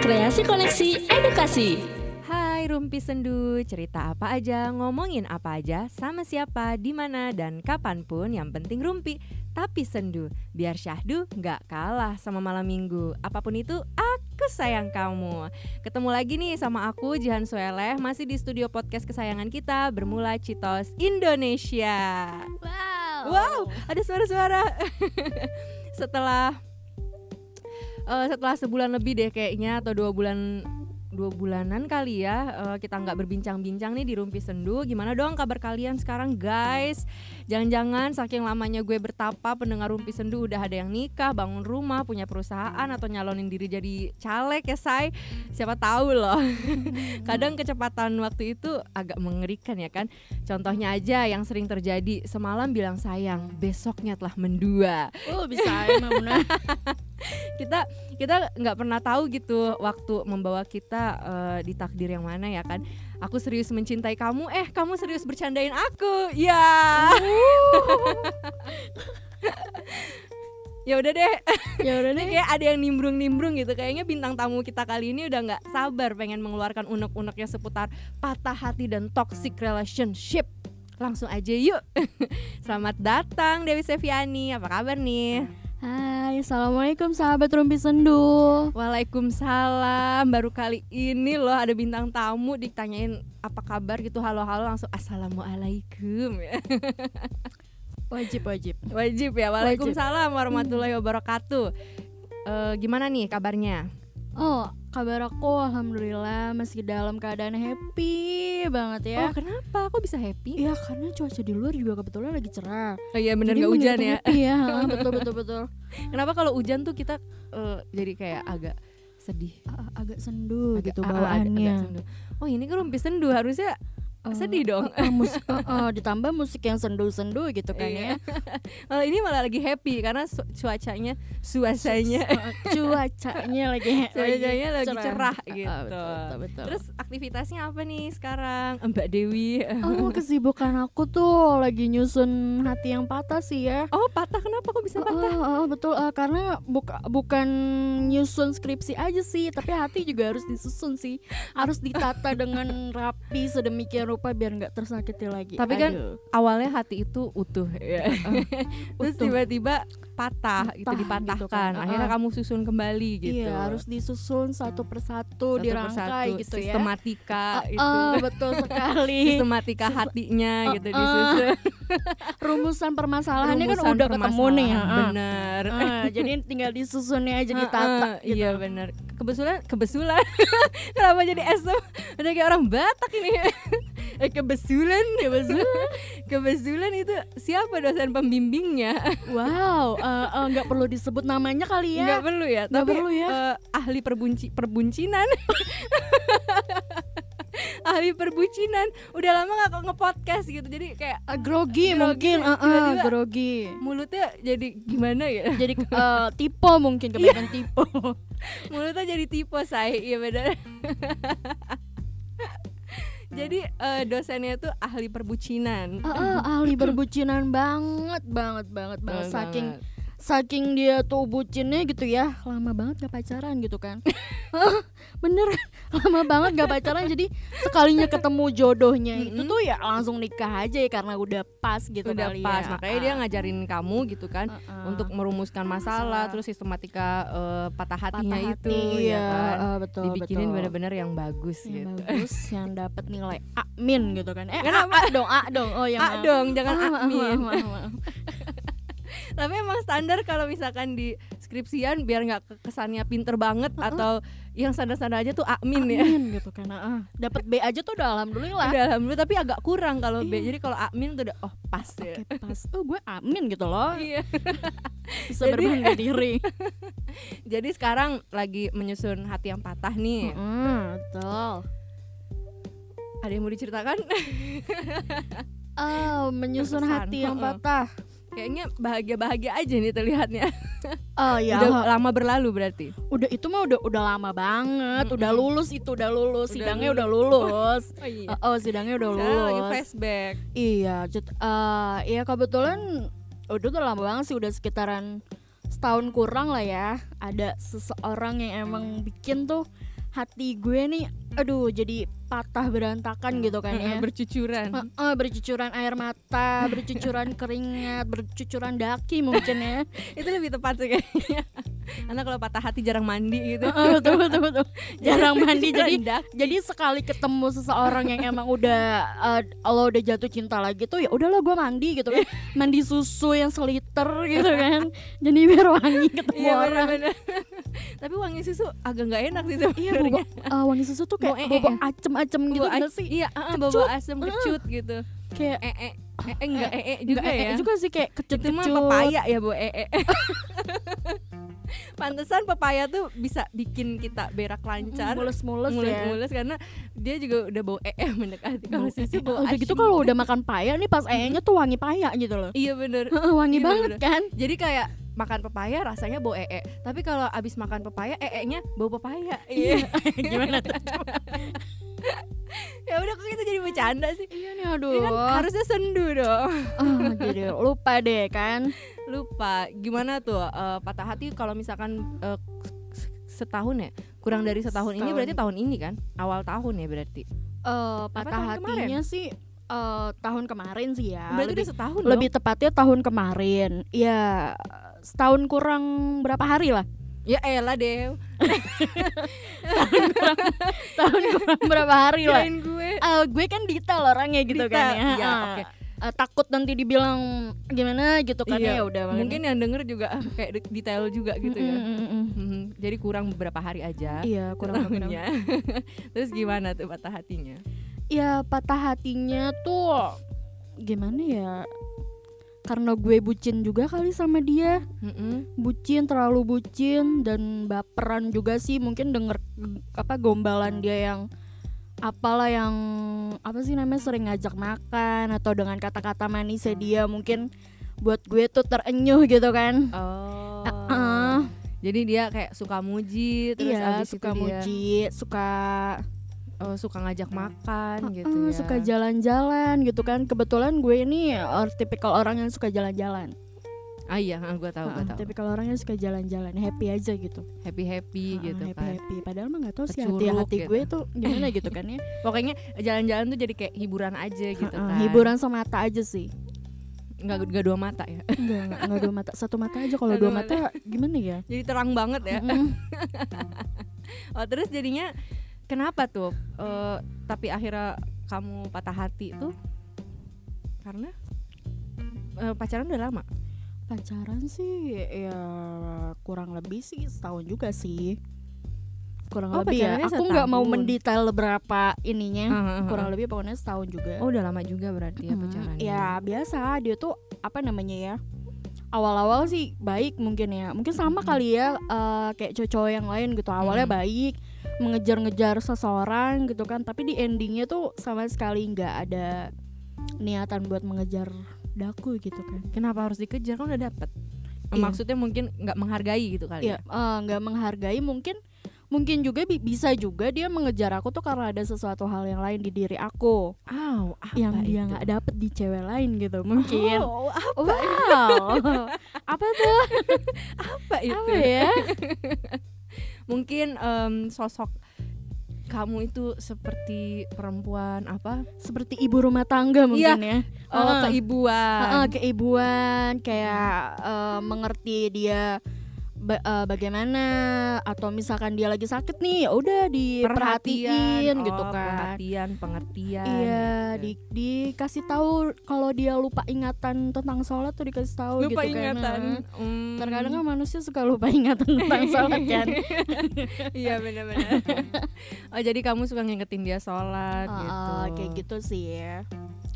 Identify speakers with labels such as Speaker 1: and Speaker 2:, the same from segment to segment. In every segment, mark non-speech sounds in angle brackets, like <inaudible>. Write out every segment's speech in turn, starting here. Speaker 1: Kreasi Koneksi Edukasi.
Speaker 2: Hai Rumpi Sendu, cerita apa aja, ngomongin apa aja, sama siapa, di mana dan kapanpun yang penting rumpi, tapi sendu. Biar syahdu nggak kalah sama malam minggu. Apapun itu, aku sayang kamu. Ketemu lagi nih sama aku Jihan Sueleh masih di studio podcast kesayangan kita bermula Citos Indonesia.
Speaker 1: Wow.
Speaker 2: Wow, ada suara-suara. <laughs> setelah eh, setelah sebulan lebih deh kayaknya atau dua bulan dua bulanan kali ya eh, kita nggak berbincang-bincang nih di Rumpi Sendu. Gimana dong kabar kalian sekarang guys? Jangan-jangan saking lamanya gue bertapa pendengar Rumpi Sendu udah ada yang nikah, bangun rumah, punya perusahaan atau nyalonin diri jadi caleg ya say. Siapa tahu loh. <laughs> Kadang kecepatan waktu itu agak mengerikan ya kan. Contohnya aja yang sering terjadi semalam bilang sayang, besoknya telah mendua.
Speaker 1: Oh, bisa emang benar.
Speaker 2: Kita kita nggak pernah tahu gitu waktu membawa kita eh, di takdir yang mana ya kan. Aku serius mencintai kamu, eh kamu serius bercandain
Speaker 1: <laughs>
Speaker 2: aku, ya. ya udah deh,
Speaker 1: Ya udah
Speaker 2: <laughs> ini
Speaker 1: deh.
Speaker 2: kayak ada yang nimbrung-nimbrung gitu. Kayaknya bintang tamu kita kali ini udah nggak sabar pengen mengeluarkan unek-uneknya seputar patah hati dan toxic relationship. Langsung aja yuk. <laughs> Selamat datang Dewi Seviani. Apa kabar nih?
Speaker 1: <laughs> Hai, Assalamualaikum sahabat Rumpi Sendu.
Speaker 2: Waalaikumsalam. Baru kali ini loh ada bintang tamu ditanyain apa kabar gitu. Halo-halo langsung assalamualaikum. <laughs>
Speaker 1: Wajib, wajib.
Speaker 2: Wajib Hmm. ya. Waalaikumsalam warahmatullahi wabarakatuh. Eh, gimana nih kabarnya?
Speaker 1: Oh, kabar aku alhamdulillah meski dalam keadaan happy banget ya.
Speaker 2: Oh kenapa? Kok bisa happy?
Speaker 1: Iya, karena cuaca di luar juga kebetulan lagi cerah.
Speaker 2: Oh iya bener
Speaker 1: Jadi
Speaker 2: nggak hujan
Speaker 1: mendukung
Speaker 2: ya?
Speaker 1: happy ya, ha, <laughs> betul betul betul.
Speaker 2: Kenapa kalau hujan tuh kita eh, jadi kayak agak sedih
Speaker 1: A- agak sendu
Speaker 2: Agak-
Speaker 1: gitu
Speaker 2: ah, ah, agak- agak
Speaker 1: bawaannya.
Speaker 2: sendu. Oh ini kan rumpi sendu harusnya
Speaker 1: Eh,
Speaker 2: sedih dong.
Speaker 1: eh, eh, musik, eh, eh, ditambah musik yang sendu-sendu gitu kan ya.
Speaker 2: <laughs> Iya. Malah ini malah lagi happy karena su- cuacanya suasanya
Speaker 1: Eh,
Speaker 2: <laughs>
Speaker 1: cuacanya lagi
Speaker 2: Cuacanya lagi cerah gitu.
Speaker 1: Ah, betul, betul, betul.
Speaker 2: Terus aktivitasnya apa nih sekarang Mbak
Speaker 1: <laughs>
Speaker 2: Dewi?
Speaker 1: Oh kesibukan aku tuh lagi nyusun hati yang patah sih ya.
Speaker 2: Oh patah kenapa kok bisa patah?
Speaker 1: Eh, eh, eh, betul eh, karena buka, bukan nyusun skripsi aja sih, tapi hati juga harus disusun sih, harus ditata dengan rapi sedemikian rupa biar nggak tersakiti lagi.
Speaker 2: Tapi kan
Speaker 1: Aduh.
Speaker 2: Awalnya hati itu utuh
Speaker 1: <laughs>
Speaker 2: ya. Terus
Speaker 1: Utuh.
Speaker 2: tiba-tiba patah gitu
Speaker 1: Patah gitu kan.
Speaker 2: dipatahkan. Akhirnya
Speaker 1: Uh-uh.
Speaker 2: kamu susun kembali gitu.
Speaker 1: iya harus disusun satu persatu,
Speaker 2: Satu
Speaker 1: dirangkai
Speaker 2: persatu,
Speaker 1: gitu ya.
Speaker 2: Sistematika
Speaker 1: Eh,
Speaker 2: itu.
Speaker 1: eh, betul
Speaker 2: <laughs>
Speaker 1: sekali.
Speaker 2: sistematika
Speaker 1: Sistem-
Speaker 2: hatinya
Speaker 1: Eh,
Speaker 2: gitu
Speaker 1: eh,
Speaker 2: disusun.
Speaker 1: Rumusan permasalahannya kan
Speaker 2: Rumusan
Speaker 1: udah ketemu nih. ah.
Speaker 2: permasalahan,
Speaker 1: heeh.
Speaker 2: Bener.
Speaker 1: Eh, jadi tinggal disusunnya aja
Speaker 2: Heeh,
Speaker 1: ditata gitu.
Speaker 2: Iya bener. Kebesulan, kebesulan. <laughs> Kenapa jadi SM? Udah kayak orang Batak ini. <laughs> eh kebesulan, kebesulan. <laughs> kebesulan itu siapa dosen pembimbingnya?
Speaker 1: Wow, eh, eh, nggak perlu disebut namanya kali
Speaker 2: Enggak
Speaker 1: ya.
Speaker 2: perlu ya.
Speaker 1: Nggak
Speaker 2: tapi
Speaker 1: perlu ya.
Speaker 2: eh, ahli perbunci perbuncinan. <laughs> ahli perbucinan. Udah lama nggak nge- nge-podcast gitu. Jadi kayak
Speaker 1: Eh, grogi,
Speaker 2: Grogi,
Speaker 1: mungkin, eh, eh,
Speaker 2: tiba-tiba.
Speaker 1: grogi.
Speaker 2: mulutnya jadi gimana ya?
Speaker 1: Jadi eh, tipe mungkin kebanyakan
Speaker 2: Iya.
Speaker 1: tipe.
Speaker 2: <laughs> mulutnya jadi tipe saya iya benar <laughs> jadi eh, dosennya itu ahli perbucinan
Speaker 1: Eh, eh, ahli berbucinan banget, banget, banget, banget.
Speaker 2: Banget.
Speaker 1: Saking saking dia tuh bucinnya gitu ya, lama banget gak pacaran gitu
Speaker 2: <laughs>
Speaker 1: kan. Bener, lama banget gak pacaran. Jadi sekalinya ketemu jodohnya itu
Speaker 2: Mm-mm.
Speaker 1: tuh ya langsung nikah aja ya karena udah pas gitu
Speaker 2: udah
Speaker 1: kali
Speaker 2: pas
Speaker 1: ya.
Speaker 2: makanya dia ngajarin kamu gitu kan
Speaker 1: Ah, ah, ah.
Speaker 2: untuk merumuskan masalah,
Speaker 1: Masalah.
Speaker 2: terus sistematika eh, patah hatinya
Speaker 1: Patah
Speaker 2: itu
Speaker 1: hati,
Speaker 2: ya
Speaker 1: iya,
Speaker 2: kan
Speaker 1: eh, betul,
Speaker 2: dibikinin
Speaker 1: betul.
Speaker 2: bener-bener yang bagus
Speaker 1: yang
Speaker 2: gitu
Speaker 1: bagus yang dapat nilai amin gitu kan eh A,
Speaker 2: Kenapa?
Speaker 1: A dong A dong oh ya
Speaker 2: ah
Speaker 1: maaf.
Speaker 2: dong jangan
Speaker 1: Ah, maaf,
Speaker 2: admin
Speaker 1: maaf, maaf,
Speaker 2: <laughs>
Speaker 1: maaf.
Speaker 2: tapi emang standar kalau misalkan di skripsian biar nggak ke- kesannya pinter banget atau yang standar-standar aja tuh admin ya
Speaker 1: Amin gitu kan ah dapat B aja tuh udah alhamdulillah
Speaker 2: udah alhamdulillah tapi agak kurang kalau B
Speaker 1: Iya.
Speaker 2: jadi kalau admin tuh udah oh pas
Speaker 1: Oke,
Speaker 2: ya
Speaker 1: pas oh gue amin gitu loh
Speaker 2: iya
Speaker 1: bisa
Speaker 2: Jadi-
Speaker 1: berbangga
Speaker 2: <laughs>
Speaker 1: diri
Speaker 2: jadi sekarang lagi menyusun hati yang patah nih
Speaker 1: Mm, betul
Speaker 2: ada yang mau diceritakan <laughs>
Speaker 1: oh menyusun
Speaker 2: Terkesan,
Speaker 1: hati yang
Speaker 2: heeh.
Speaker 1: patah
Speaker 2: kayaknya bahagia bahagia aja nih terlihatnya
Speaker 1: oh ya
Speaker 2: udah
Speaker 1: udah,
Speaker 2: lama berlalu berarti
Speaker 1: itu mah udah udah lama banget
Speaker 2: Mm-mm.
Speaker 1: udah lulus itu udah lulus
Speaker 2: Udah
Speaker 1: sidangnya
Speaker 2: lulus.
Speaker 1: udah lulus
Speaker 2: oh <laughs> iya
Speaker 1: oh, oh, sidangnya udah
Speaker 2: Sekarang lagi
Speaker 1: lulus
Speaker 2: flashback
Speaker 1: Iya, cut, eh, ya kebetulan udah udah lama banget sih udah sekitaran setahun kurang lah ya. Ada seseorang yang emang bikin tuh hati gue nih aduh jadi patah berantakan gitu kan ya
Speaker 2: bercucuran
Speaker 1: Heeh, bercucuran air mata, bercucuran keringat, bercucuran daki mungkin ya.
Speaker 2: itu lebih tepat sih kayaknya
Speaker 1: Mm.
Speaker 2: karena kalau patah hati jarang mandi gitu
Speaker 1: Heeh, betul betul betul. Oh, Jarang mandi
Speaker 2: Iya,
Speaker 1: jadi
Speaker 2: Rendah.
Speaker 1: jadi sekali ketemu seseorang yang emang udah eh, Allah udah jatuh cinta lagi tuh ya udahlah gue mandi gitu
Speaker 2: <laughs>
Speaker 1: kan. Mandi susu yang seliter gitu kan. Jadi biar wangi ketemu
Speaker 2: iya
Speaker 1: orang.
Speaker 2: benar-benar tapi wangi susu agak nggak enak sih
Speaker 1: Iya
Speaker 2: sebenarnya
Speaker 1: bobok eh, wangi susu tuh kayak
Speaker 2: Bau ee,
Speaker 1: bobok
Speaker 2: ya?
Speaker 1: acem-acem gitu
Speaker 2: Bau
Speaker 1: nggak
Speaker 2: ac-
Speaker 1: sih?
Speaker 2: iya heeh,
Speaker 1: Kecut. Mm.
Speaker 2: bau asam
Speaker 1: Heeh.
Speaker 2: kecut gitu
Speaker 1: Kayak
Speaker 2: eh eh eh eh, enggak eh eh juga
Speaker 1: nggak ee
Speaker 2: ya
Speaker 1: juga sih kayak
Speaker 2: itu mah
Speaker 1: kecut-kecut.
Speaker 2: pepaya ya bu ee <laughs> pantesan pepaya tuh bisa bikin kita berak lancar
Speaker 1: Mules-mules ya.
Speaker 2: mulus-mulus karena dia juga udah bau ee mendekati
Speaker 1: Bau
Speaker 2: kalau susu
Speaker 1: ee.
Speaker 2: bau
Speaker 1: udah gitu
Speaker 2: asin.
Speaker 1: kalau udah makan paya nih pas ee-nya tuh wangi paya gitu loh.
Speaker 2: iya bener
Speaker 1: Heeh, wangi
Speaker 2: Iya,
Speaker 1: banget kan?
Speaker 2: bener-bener. jadi kayak makan pepaya rasanya bau ee tapi kalau abis makan pepaya ee nya bau pepaya iya
Speaker 1: <laughs> Gimana tuh?
Speaker 2: <laughs> ya udah kok kita jadi bercanda sih
Speaker 1: Iya nih
Speaker 2: Ini
Speaker 1: aduh.
Speaker 2: kan harusnya sendu dong
Speaker 1: Ah, jadi <laughs> lupa deh kan.
Speaker 2: lupa gimana tuh eh, patah hati kalau misalkan eh, s- setahun ya kurang dari setahun, ini
Speaker 1: Setahun.
Speaker 2: berarti tahun ini kan awal tahun ya berarti
Speaker 1: Eh, patah
Speaker 2: tahun
Speaker 1: hatinya sih eh, tahun kemarin sih ya.
Speaker 2: berarti
Speaker 1: lebih
Speaker 2: udah setahun
Speaker 1: lebih tepatnya tahun kemarin. Ya setahun kurang berapa hari
Speaker 2: <laughs>
Speaker 1: lah.
Speaker 2: dong ya elah deh
Speaker 1: Tahun kurang berapa hari lah.
Speaker 2: kirain gue
Speaker 1: Eh, gue kan detail orangnya Iya. gitu
Speaker 2: Dita.
Speaker 1: kan ya.
Speaker 2: Iya,
Speaker 1: Ah,
Speaker 2: oke.
Speaker 1: eh, takut nanti dibilang gimana gitu kan ya
Speaker 2: Iya,
Speaker 1: udah makanya.
Speaker 2: mungkin yang denger juga ah, kayak de- detail juga gitu ya
Speaker 1: Mm, mm, mm, mm.
Speaker 2: Mhm, jadi kurang beberapa hari aja
Speaker 1: Iya kurang kurang
Speaker 2: tahunnya <laughs> terus gimana tuh patah hatinya
Speaker 1: ya patah hatinya tuh gimana ya karena gue bucin juga kali sama dia bucin terlalu bucin dan baperan juga sih mungkin denger apa gombalan dia yang apalah yang apa sih namanya sering ngajak makan atau dengan kata-kata manisnya
Speaker 2: Hmm.
Speaker 1: dia mungkin buat gue tuh terenyuh gitu kan
Speaker 2: oh
Speaker 1: Heeh.
Speaker 2: jadi dia kayak suka muji terus
Speaker 1: iya
Speaker 2: abis itu
Speaker 1: suka
Speaker 2: dia,
Speaker 1: muji suka
Speaker 2: oh, suka ngajak makan gitu
Speaker 1: Eh,
Speaker 2: ya
Speaker 1: suka jalan-jalan gitu kan kebetulan gue ini or, tipikal orang yang suka jalan-jalan
Speaker 2: ah iya gue tahu gue
Speaker 1: Ah,
Speaker 2: tahu
Speaker 1: tipikal orang yang suka jalan-jalan happy aja gitu
Speaker 2: happy happy
Speaker 1: Ah,
Speaker 2: gitu
Speaker 1: happy
Speaker 2: kan
Speaker 1: happy padahal mah nggak tahu sih hati
Speaker 2: Kecuruk
Speaker 1: hati
Speaker 2: gitu.
Speaker 1: gue tuh gimana gitu
Speaker 2: <laughs>
Speaker 1: kan ya
Speaker 2: pokoknya jalan-jalan tuh jadi kayak hiburan aja gitu
Speaker 1: Ah, ah,
Speaker 2: kan
Speaker 1: hiburan sama mata aja sih
Speaker 2: nggak nggak dua mata ya <laughs>
Speaker 1: enggak enggak, enggak dua mata satu mata aja kalau
Speaker 2: Satu
Speaker 1: dua mata gimana ya
Speaker 2: jadi terang banget ya
Speaker 1: Mm-mm.
Speaker 2: oh terus jadinya kenapa tuh Eh, tapi akhirnya kamu patah hati tuh karena eh, pacaran udah lama
Speaker 1: pacaran sih ya kurang lebih sih setahun juga sih kurang
Speaker 2: Oh,
Speaker 1: lebih ya
Speaker 2: pacarannya
Speaker 1: aku nggak mau
Speaker 2: setahun.
Speaker 1: mendetail berapa ininya
Speaker 2: kurang
Speaker 1: Hmm, kurang lebih pokoknya setahun juga
Speaker 2: Ah, oh udah lama juga berarti ya
Speaker 1: Hmm,
Speaker 2: pacaran
Speaker 1: ya biasa dia tuh apa namanya ya awal-awal sih baik mungkin ya mungkin sama
Speaker 2: Mm-mm.
Speaker 1: kali ya eh, kayak cowok yang lain gitu awalnya
Speaker 2: Mm.
Speaker 1: baik mengejar-ngejar seseorang gitu kan tapi di endingnya tuh sama sekali nggak ada niatan buat mengejar daku gitu kan
Speaker 2: kenapa harus dikejar kan udah dapet
Speaker 1: Iya.
Speaker 2: maksudnya mungkin nggak menghargai gitu kali
Speaker 1: ya eh, nggak menghargai mungkin mungkin juga bi- bisa juga dia mengejar aku tuh karena ada sesuatu hal yang lain di diri aku
Speaker 2: Aw, apa
Speaker 1: yang dia
Speaker 2: itu?
Speaker 1: nggak dapet di cewek lain gitu <laughs> mungkin
Speaker 2: Oh, apa
Speaker 1: wow apa tuh
Speaker 2: itu?
Speaker 1: apa ya
Speaker 2: Mungkin em, sosok kamu itu seperti perempuan apa?
Speaker 1: seperti ibu rumah tangga mungkin ya Kan. Heeh.
Speaker 2: Oh,
Speaker 1: Heeh, ah,
Speaker 2: keibuan.
Speaker 1: keibuan kayak eh, mengerti dia ba- eh, bagaimana atau misalkan dia lagi sakit nih ya udah diperhatiin
Speaker 2: Perhatian,
Speaker 1: gitu
Speaker 2: oh,
Speaker 1: kan
Speaker 2: Perhatian, pengertian.
Speaker 1: Iya,
Speaker 2: gitu.
Speaker 1: di, dikasih tahu kalau dia lupa ingatan tentang sholat tuh dikasih tahu gitu
Speaker 2: lupa
Speaker 1: kan.
Speaker 2: ingatan.
Speaker 1: Heeh.
Speaker 2: Hmm.
Speaker 1: Terkadang kan manusia suka lupa <laughs> ingatan tentang sholat <laughs> kan.
Speaker 2: <laughs> Iya
Speaker 1: <laughs>
Speaker 2: benar-benar. oh jadi kamu suka ngingetin dia sholat gitu.
Speaker 1: Heeh, Ah, kayak gitu sih ya.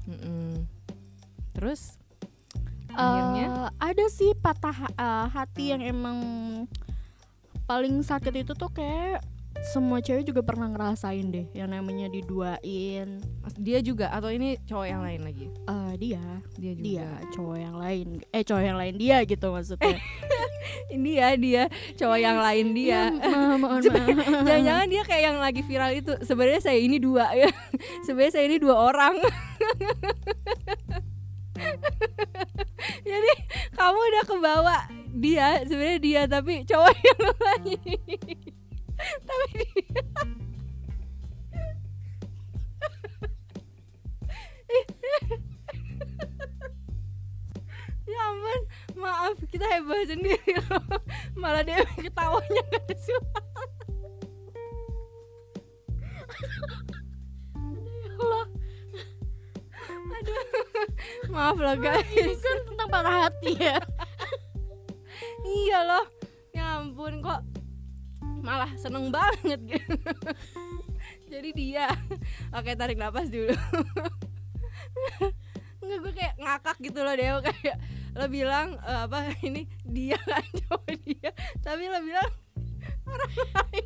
Speaker 2: Mm-mm. Terus akhirnya
Speaker 1: Eh, ada sih patah ha- eh, hati yang emang paling sakit itu tuh kayak semua cewek juga pernah ngerasain deh yang namanya diduain
Speaker 2: dia juga atau ini cowok yang lain lagi?
Speaker 1: Eh, dia
Speaker 2: Dia juga.
Speaker 1: dia cowok yang lain eh cowok yang lain dia gitu maksudnya
Speaker 2: dia ya, dia cowok yang lain
Speaker 1: Iya,
Speaker 2: dia
Speaker 1: ma- Eh, mohon maaf <laughs>
Speaker 2: jangan-jangan dia kayak yang lagi viral itu sebenarnya saya ini dua ya <laughs> sebenarnya saya ini dua orang <laughs> jadi kamu udah kebawa <laughs> dia <laughs> sebenarnya dia tapi cowok yang lain tapi dia Ya Maaf, kita heboh sendiri loh. Malah dia ketawanya gak ada suara. <laughs> Ya Allah. Aduh. Maaf loh
Speaker 1: Ini
Speaker 2: guys.
Speaker 1: kan tentang patah hati ya.
Speaker 2: Iya loh. Ya ampun kok malah seneng banget gitu. Jadi dia. Oke, tarik napas dulu. Enggak gue kayak ngakak gitu loh Deo kayak lo bilang eh, apa ini dia kan cowok dia tapi lo bilang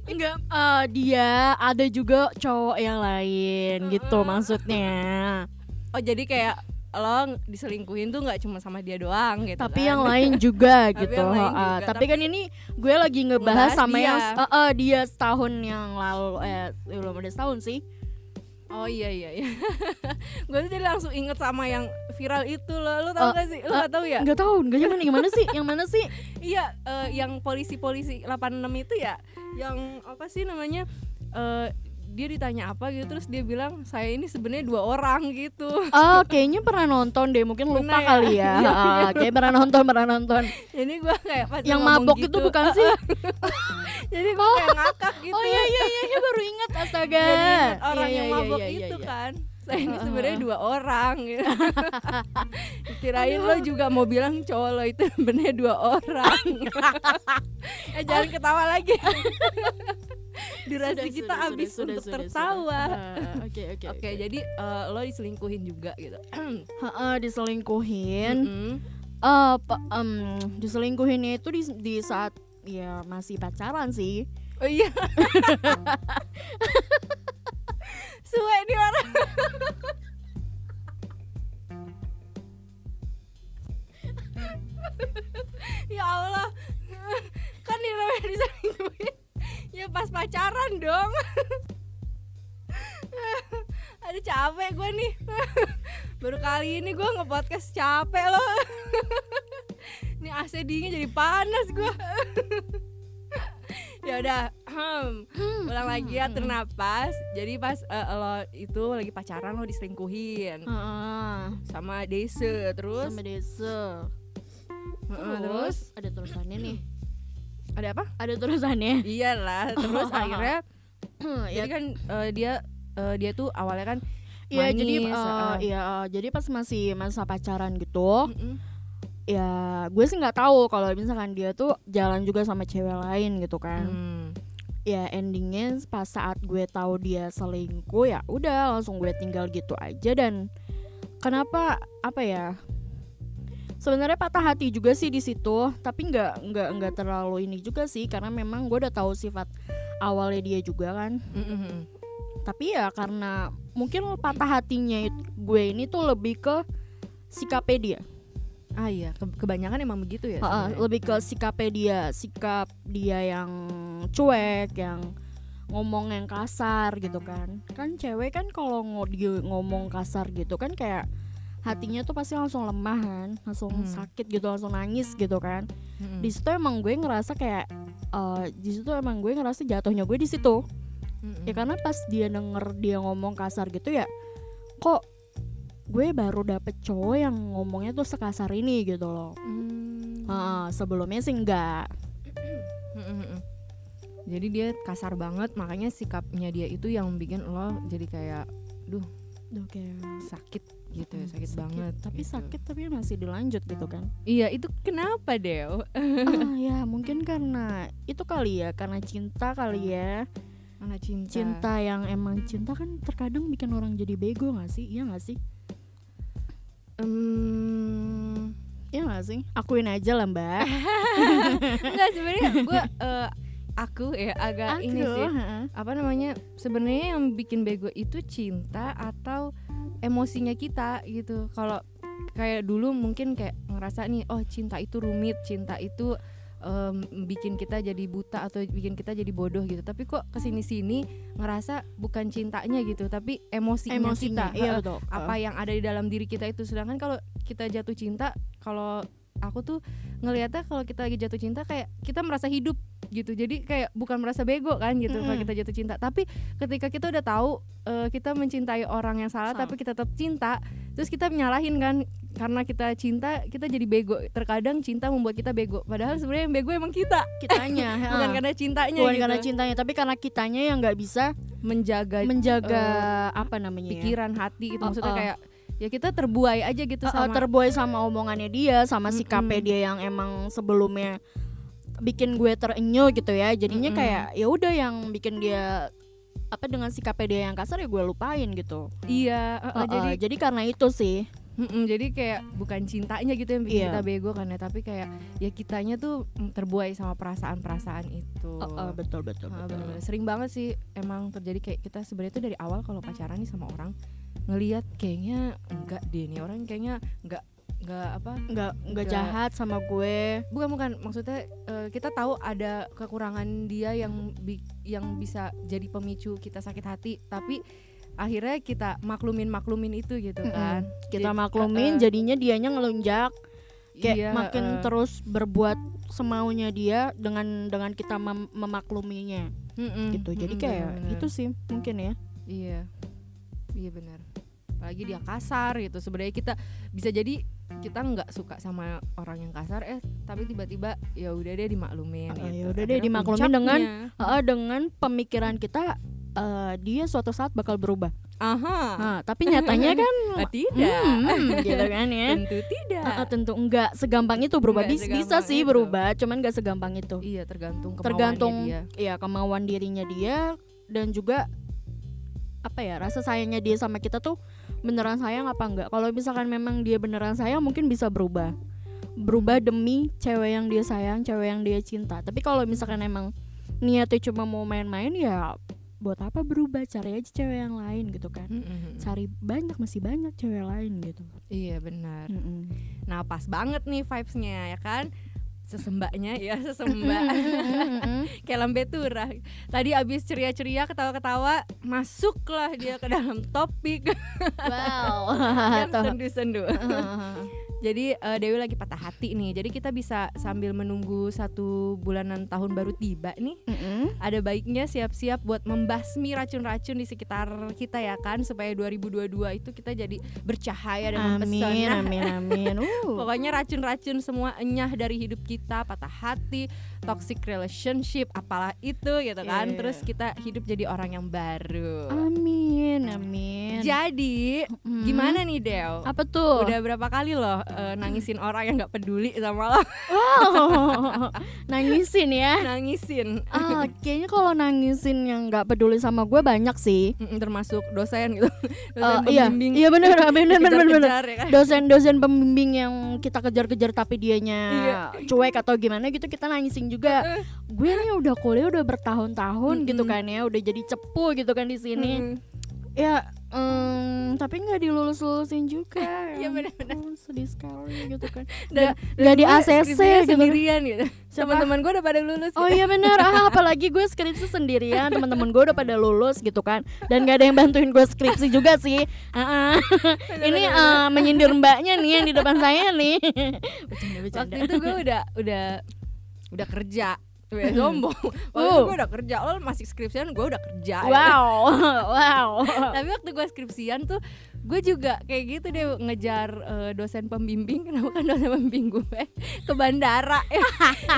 Speaker 1: Enggak eh, dia ada juga cowok yang lain
Speaker 2: Eh,
Speaker 1: gitu maksudnya.
Speaker 2: oh jadi kayak lo ng- diselingkuhin tuh nggak cuma sama dia doang gitu
Speaker 1: tapi
Speaker 2: kan. <laughs>
Speaker 1: yang lain juga
Speaker 2: Tapi
Speaker 1: gitu.
Speaker 2: yang lain
Speaker 1: ha-ha.
Speaker 2: juga,
Speaker 1: tapi, kan ini gue lagi ngebahas
Speaker 2: Ngebahas
Speaker 1: sama
Speaker 2: dia.
Speaker 1: yang eh, eh, dia setahun yang lalu eh belum ada setahun sih.
Speaker 2: oh iya iya iya <laughs> gue tuh jadi langsung inget sama yang viral itu lo lo tau
Speaker 1: Eh,
Speaker 2: gak sih lo gak tau ya
Speaker 1: Enggak tahu, enggak gimana gimana sih? Yang mana sih?
Speaker 2: iya eh, yang polisi polisi 86 itu ya yang apa sih namanya Eh, dia ditanya apa gitu terus dia bilang saya ini sebenarnya dua orang gitu <laughs>
Speaker 1: Oh, kayaknya pernah nonton deh, mungkin lupa
Speaker 2: Pernah ya?
Speaker 1: kali ya.
Speaker 2: Iya,
Speaker 1: Ha-ha, Kayak pernah nonton, pernah nonton.
Speaker 2: jadi gue kayak pas dia
Speaker 1: Yang
Speaker 2: ngomong
Speaker 1: mabok itu
Speaker 2: gitu,
Speaker 1: bukan sih?
Speaker 2: jadi gue kayak ngakak gitu
Speaker 1: Oh iya iya iya, iya, baru ingat astaga.
Speaker 2: Jadi ingat orang
Speaker 1: Iya,
Speaker 2: yang
Speaker 1: iya, iya,
Speaker 2: mabok
Speaker 1: iya, iya,
Speaker 2: itu
Speaker 1: iya.
Speaker 2: kan saya ini
Speaker 1: Heeh,
Speaker 2: sebenarnya
Speaker 1: heeh.
Speaker 2: dua orang
Speaker 1: <laughs>
Speaker 2: gitu. kirain lo juga mau bilang cowok lo itu sebenarnya dua
Speaker 1: <laughs>
Speaker 2: orang eh jangan ketawa lagi durasi
Speaker 1: Sudah,
Speaker 2: kita
Speaker 1: sudah,
Speaker 2: habis
Speaker 1: sudah, sudah,
Speaker 2: untuk
Speaker 1: sudah,
Speaker 2: tertawa
Speaker 1: sudah. Ah, Oke oke
Speaker 2: oke jadi eh, lo diselingkuhin juga gitu <clears throat>
Speaker 1: Ha-ha, diselingkuhin.
Speaker 2: Mm-mm.
Speaker 1: Eh, pa- em, diselingkuhinnya itu di, di saat ya masih pacaran sih.
Speaker 2: oh iya <laughs> suwe nih orang ya Allah kan di namanya diselingkuhin ya pas pacaran dong aduh capek gue nih baru kali ini gue nge-podcast capek loh ini AC dingin jadi panas gue ya udah ulang lagi ya ternapas jadi pas eh, lo itu lagi pacaran lo diselingkuhin
Speaker 1: Heeh.
Speaker 2: sama Dese terus
Speaker 1: sama desa.
Speaker 2: Heeh, terus
Speaker 1: ada tulisannya nih.
Speaker 2: ada apa
Speaker 1: Ada <laughs> tulisannya.
Speaker 2: iyalah terus <laughs> akhirnya
Speaker 1: ya,
Speaker 2: jadi kan eh, dia eh, dia tuh awalnya kan
Speaker 1: ya, jadi
Speaker 2: manis,
Speaker 1: eh,
Speaker 2: heeh.
Speaker 1: ya jadi pas masih masa pacaran gitu,
Speaker 2: Mm-mm.
Speaker 1: ya gue sih nggak tahu kalau misalkan dia tuh jalan juga sama cewek lain gitu kan.
Speaker 2: Hmm.
Speaker 1: Ya endingnya pas saat gue tahu dia selingkuh ya udah langsung gue tinggal gitu aja dan kenapa apa ya? Sebenarnya patah hati juga sih di situ, tapi nggak nggak nggak terlalu ini juga sih karena memang gue udah tahu sifat awalnya dia juga kan.
Speaker 2: Mm-mm.
Speaker 1: tapi ya karena mungkin patah hatinya it- gue ini tuh lebih ke sikapnya dia
Speaker 2: ah iya ke- kebanyakan emang begitu ya
Speaker 1: Ha-ha,
Speaker 2: sebenarnya.
Speaker 1: lebih ke sikapnya dia sikap dia yang cuek yang ngomong yang kasar gitu kan kan cewek kan kalau ngo- dia ngomong kasar gitu kan kayak hatinya tuh pasti langsung lemah kan langsung
Speaker 2: Hmm.
Speaker 1: sakit gitu langsung nangis gitu kan
Speaker 2: Mm-mm.
Speaker 1: di situ emang gue ngerasa kayak eh, di situ emang gue ngerasa jatuhnya gue di situ
Speaker 2: Mm-mm.
Speaker 1: ya karena pas dia denger dia ngomong kasar gitu ya kok gue baru dapet cowok yang ngomongnya tuh sekasar ini gitu loh
Speaker 2: Hmm.
Speaker 1: Ah, sebelumnya sih enggak
Speaker 2: Mm-mm-mm. Jadi dia kasar banget, makanya sikapnya dia itu yang bikin lo jadi kayak
Speaker 1: Duh, kayak,
Speaker 2: sakit gitu ya,
Speaker 1: hmm,
Speaker 2: sakit, banget.
Speaker 1: tapi
Speaker 2: gitu.
Speaker 1: sakit tapi masih dilanjut gitu kan
Speaker 2: Iya, itu kenapa, Dew?
Speaker 1: <laughs> Ah, ya mungkin karena itu kali ya karena cinta kali ya
Speaker 2: Karena cinta.
Speaker 1: cinta yang emang cinta kan terkadang bikin orang jadi bego gak sih iya gak sih <laughs>
Speaker 2: Hmm,
Speaker 1: iya gak sih akuin aja lah mbak <laughs>
Speaker 2: enggak sebenarnya gue aku ya agak ini
Speaker 1: Aku,
Speaker 2: sih.
Speaker 1: ha-ha.
Speaker 2: Apa namanya? Sebenarnya yang bikin bego itu cinta atau emosinya kita gitu. Kalau kayak dulu mungkin kayak ngerasa nih, oh cinta itu rumit, cinta itu em, bikin kita jadi buta atau bikin kita jadi bodoh gitu. Tapi kok kesini sini ngerasa bukan cintanya gitu, tapi emosinya,
Speaker 1: emosinya
Speaker 2: kita.
Speaker 1: iya betul
Speaker 2: apa yang ada di dalam diri kita itu sedangkan kalau kita jatuh cinta kalau aku tuh ngelihatnya kalau kita lagi jatuh cinta kayak kita merasa hidup gitu jadi kayak bukan merasa bego kan gitu kalau
Speaker 1: Mm-mm.
Speaker 2: kita jatuh cinta tapi ketika kita udah tahu eh, kita mencintai orang yang salah
Speaker 1: Salah.
Speaker 2: tapi kita tetap cinta terus kita nyalahin kan karena kita cinta kita jadi bego terkadang cinta membuat kita bego padahal sebenarnya yang bego emang kita
Speaker 1: <laughs> kitanya ha.
Speaker 2: bukan karena cintanya
Speaker 1: bukan
Speaker 2: gitu.
Speaker 1: karena Iya. cintanya tapi karena kitanya yang nggak bisa
Speaker 2: menjaga
Speaker 1: menjaga apa namanya ya?
Speaker 2: pikiran hati gitu
Speaker 1: Oh,
Speaker 2: maksudnya
Speaker 1: oh.
Speaker 2: kayak ya kita terbuai aja
Speaker 1: Eh,
Speaker 2: gitu
Speaker 1: eh,
Speaker 2: sama
Speaker 1: terbuai sama omongannya dia sama
Speaker 2: Mm-mm.
Speaker 1: sikapnya dia yang emang sebelumnya bikin gue terenyuh gitu ya jadinya
Speaker 2: Mm-mm.
Speaker 1: kayak ya udah yang bikin dia apa dengan sikapnya dia yang kasar ya gue lupain gitu
Speaker 2: iya eh, eh,
Speaker 1: Eh, eh,
Speaker 2: jadi
Speaker 1: jadi karena itu sih
Speaker 2: Mm-mm, jadi kayak bukan cintanya gitu yang bikin
Speaker 1: Iya.
Speaker 2: kita bego kan ya tapi kayak ya kitanya tuh mm, terbuai sama perasaan-perasaan itu.
Speaker 1: Eh, eh, betul betul,
Speaker 2: Ah,
Speaker 1: betul.
Speaker 2: bener-bener. Sering banget sih emang terjadi kayak kita sebenarnya tuh dari awal kalau pacaran nih sama orang ngelihat kayaknya enggak deh nih orang kayaknya enggak enggak apa
Speaker 1: nggak nggak
Speaker 2: Nggak.
Speaker 1: jahat sama gue
Speaker 2: bukan bukan maksudnya eh, kita tahu ada kekurangan dia yang bi- yang bisa jadi pemicu kita sakit hati tapi akhirnya kita maklumin maklumin itu gitu
Speaker 1: Mm-mm.
Speaker 2: kan
Speaker 1: kita
Speaker 2: Jadi,
Speaker 1: maklumin
Speaker 2: eh, eh.
Speaker 1: jadinya dianya ngelunjak kayak
Speaker 2: Iya,
Speaker 1: makin
Speaker 2: eh.
Speaker 1: terus berbuat semaunya dia dengan dengan kita mem- memakluminya
Speaker 2: Mm-mm,
Speaker 1: gitu jadi
Speaker 2: mm-mm,
Speaker 1: kayak
Speaker 2: bener-bener.
Speaker 1: itu sih mungkin ya
Speaker 2: Iya. Iya benar. Apalagi dia kasar gitu. Sebenarnya kita bisa jadi kita nggak suka sama orang yang kasar eh tapi tiba-tiba ya udah deh dimaklumin
Speaker 1: Ah,
Speaker 2: gitu.
Speaker 1: ya udah deh,
Speaker 2: Akhirnya
Speaker 1: dimaklumin
Speaker 2: puncaknya-
Speaker 1: Heeh, dengan pemikiran kita eh, dia suatu saat bakal berubah
Speaker 2: aha.
Speaker 1: Nah, tapi nyatanya
Speaker 2: <laughs>
Speaker 1: kan
Speaker 2: Ah, tidak.
Speaker 1: hmm, gitu kan ya
Speaker 2: Tentu tidak.
Speaker 1: Heeh, tentu enggak segampang itu berubah
Speaker 2: Nggak
Speaker 1: Bis- bisa
Speaker 2: segampang
Speaker 1: sih
Speaker 2: itu.
Speaker 1: berubah cuman enggak segampang itu
Speaker 2: Iya, tergantung kemauannya
Speaker 1: tergantung
Speaker 2: dia.
Speaker 1: ya kemauan dirinya dia dan juga apa ya rasa sayangnya dia sama kita tuh beneran sayang apa enggak kalau misalkan memang dia beneran sayang mungkin bisa berubah berubah demi cewek yang dia sayang cewek yang dia cinta tapi kalau misalkan emang niatnya cuma mau main-main ya buat apa berubah cari aja cewek yang lain gitu kan
Speaker 2: Mm-mm.
Speaker 1: cari banyak masih banyak cewek lain gitu
Speaker 2: Iya, benar.
Speaker 1: Mm-mm.
Speaker 2: Nah, pas banget nih vibes-nya ya kan? Sesembaknya ya, sesembak.
Speaker 1: <laughs> Mm-mm.
Speaker 2: kayak lambe turah. Tadi abis ceria-ceria ketawa-ketawa, masuklah dia ke dalam topik
Speaker 1: <laughs> wow
Speaker 2: yang
Speaker 1: Tuh.
Speaker 2: sendu-sendu. Jadi eh, Dewi lagi patah hati nih. Jadi kita bisa sambil menunggu satu bulanan tahun baru tiba nih,
Speaker 1: Mm-mm.
Speaker 2: ada baiknya siap-siap buat membasmi racun-racun di sekitar kita ya kan supaya 2022 itu kita jadi bercahaya
Speaker 1: amin
Speaker 2: dan mempesona.
Speaker 1: amin <laughs> amin Uh.
Speaker 2: Pokoknya racun-racun semua enyah dari hidup kita, patah hati, toxic relationship, apalah itu gitu kan.
Speaker 1: Iya.
Speaker 2: Terus kita hidup jadi orang yang baru.
Speaker 1: Amin, amin.
Speaker 2: Jadi,
Speaker 1: Mm.
Speaker 2: gimana nih Del?
Speaker 1: Apa tuh?
Speaker 2: <laughs> Udah berapa kali loh eh, nangisin orang yang nggak peduli sama lo? <laughs>
Speaker 1: Wow. nangisin ya.
Speaker 2: nangisin.
Speaker 1: Ah, kayaknya kalau nangisin yang nggak peduli sama gue banyak sih.
Speaker 2: Mm-mm, termasuk dosen gitu.
Speaker 1: Eh,
Speaker 2: dosen
Speaker 1: iya,
Speaker 2: pembimbing.
Speaker 1: iya benar, benar, benar, benar.
Speaker 2: dikejar-kejar, ya kan?
Speaker 1: Dosen-dosen pembimbing yang kita kejar-kejar tapi dianya
Speaker 2: Iya. Eh.
Speaker 1: cuek atau gimana gitu kita nangisin juga. gue nih udah kuliah udah bertahun-tahun gitu
Speaker 2: Mm-mm.
Speaker 1: kan ya, udah jadi cepu gitu kan di sini.
Speaker 2: Mm-mm.
Speaker 1: Ya, em, tapi nggak dilulus-lulusin juga.
Speaker 2: <laughs> Iya, benar-benar.
Speaker 1: Oh, sedih sekali gitu kan. Nggak-
Speaker 2: Dan-
Speaker 1: nggak di
Speaker 2: Gue
Speaker 1: ACC
Speaker 2: skripsinya
Speaker 1: gitu. kan.
Speaker 2: sendirian gitu.
Speaker 1: Siapa?
Speaker 2: Teman-teman gue udah pada lulus.
Speaker 1: Oh iya bener,
Speaker 2: <laughs>
Speaker 1: ah, apalagi gue skripsi sendirian, teman-teman gue udah pada lulus gitu kan Dan gak ada yang bantuin gue skripsi juga sih Ah, ah. Ini eh, menyindir mbaknya nih yang di depan saya nih Bercanda, bercanda.
Speaker 2: waktu itu gue udah udah udah kerja Weh, sombong waktu itu
Speaker 1: Hmm. Uh.
Speaker 2: gue udah kerja lo masih skripsian gue udah kerja ya.
Speaker 1: Wow, <laughs> wow <laughs>
Speaker 2: tapi waktu gue skripsian tuh gue juga kayak gitu deh ngejar eh, dosen pembimbing <laughs> kenapa kan dosen pembimbing gue ke bandara
Speaker 1: <laughs>
Speaker 2: ya.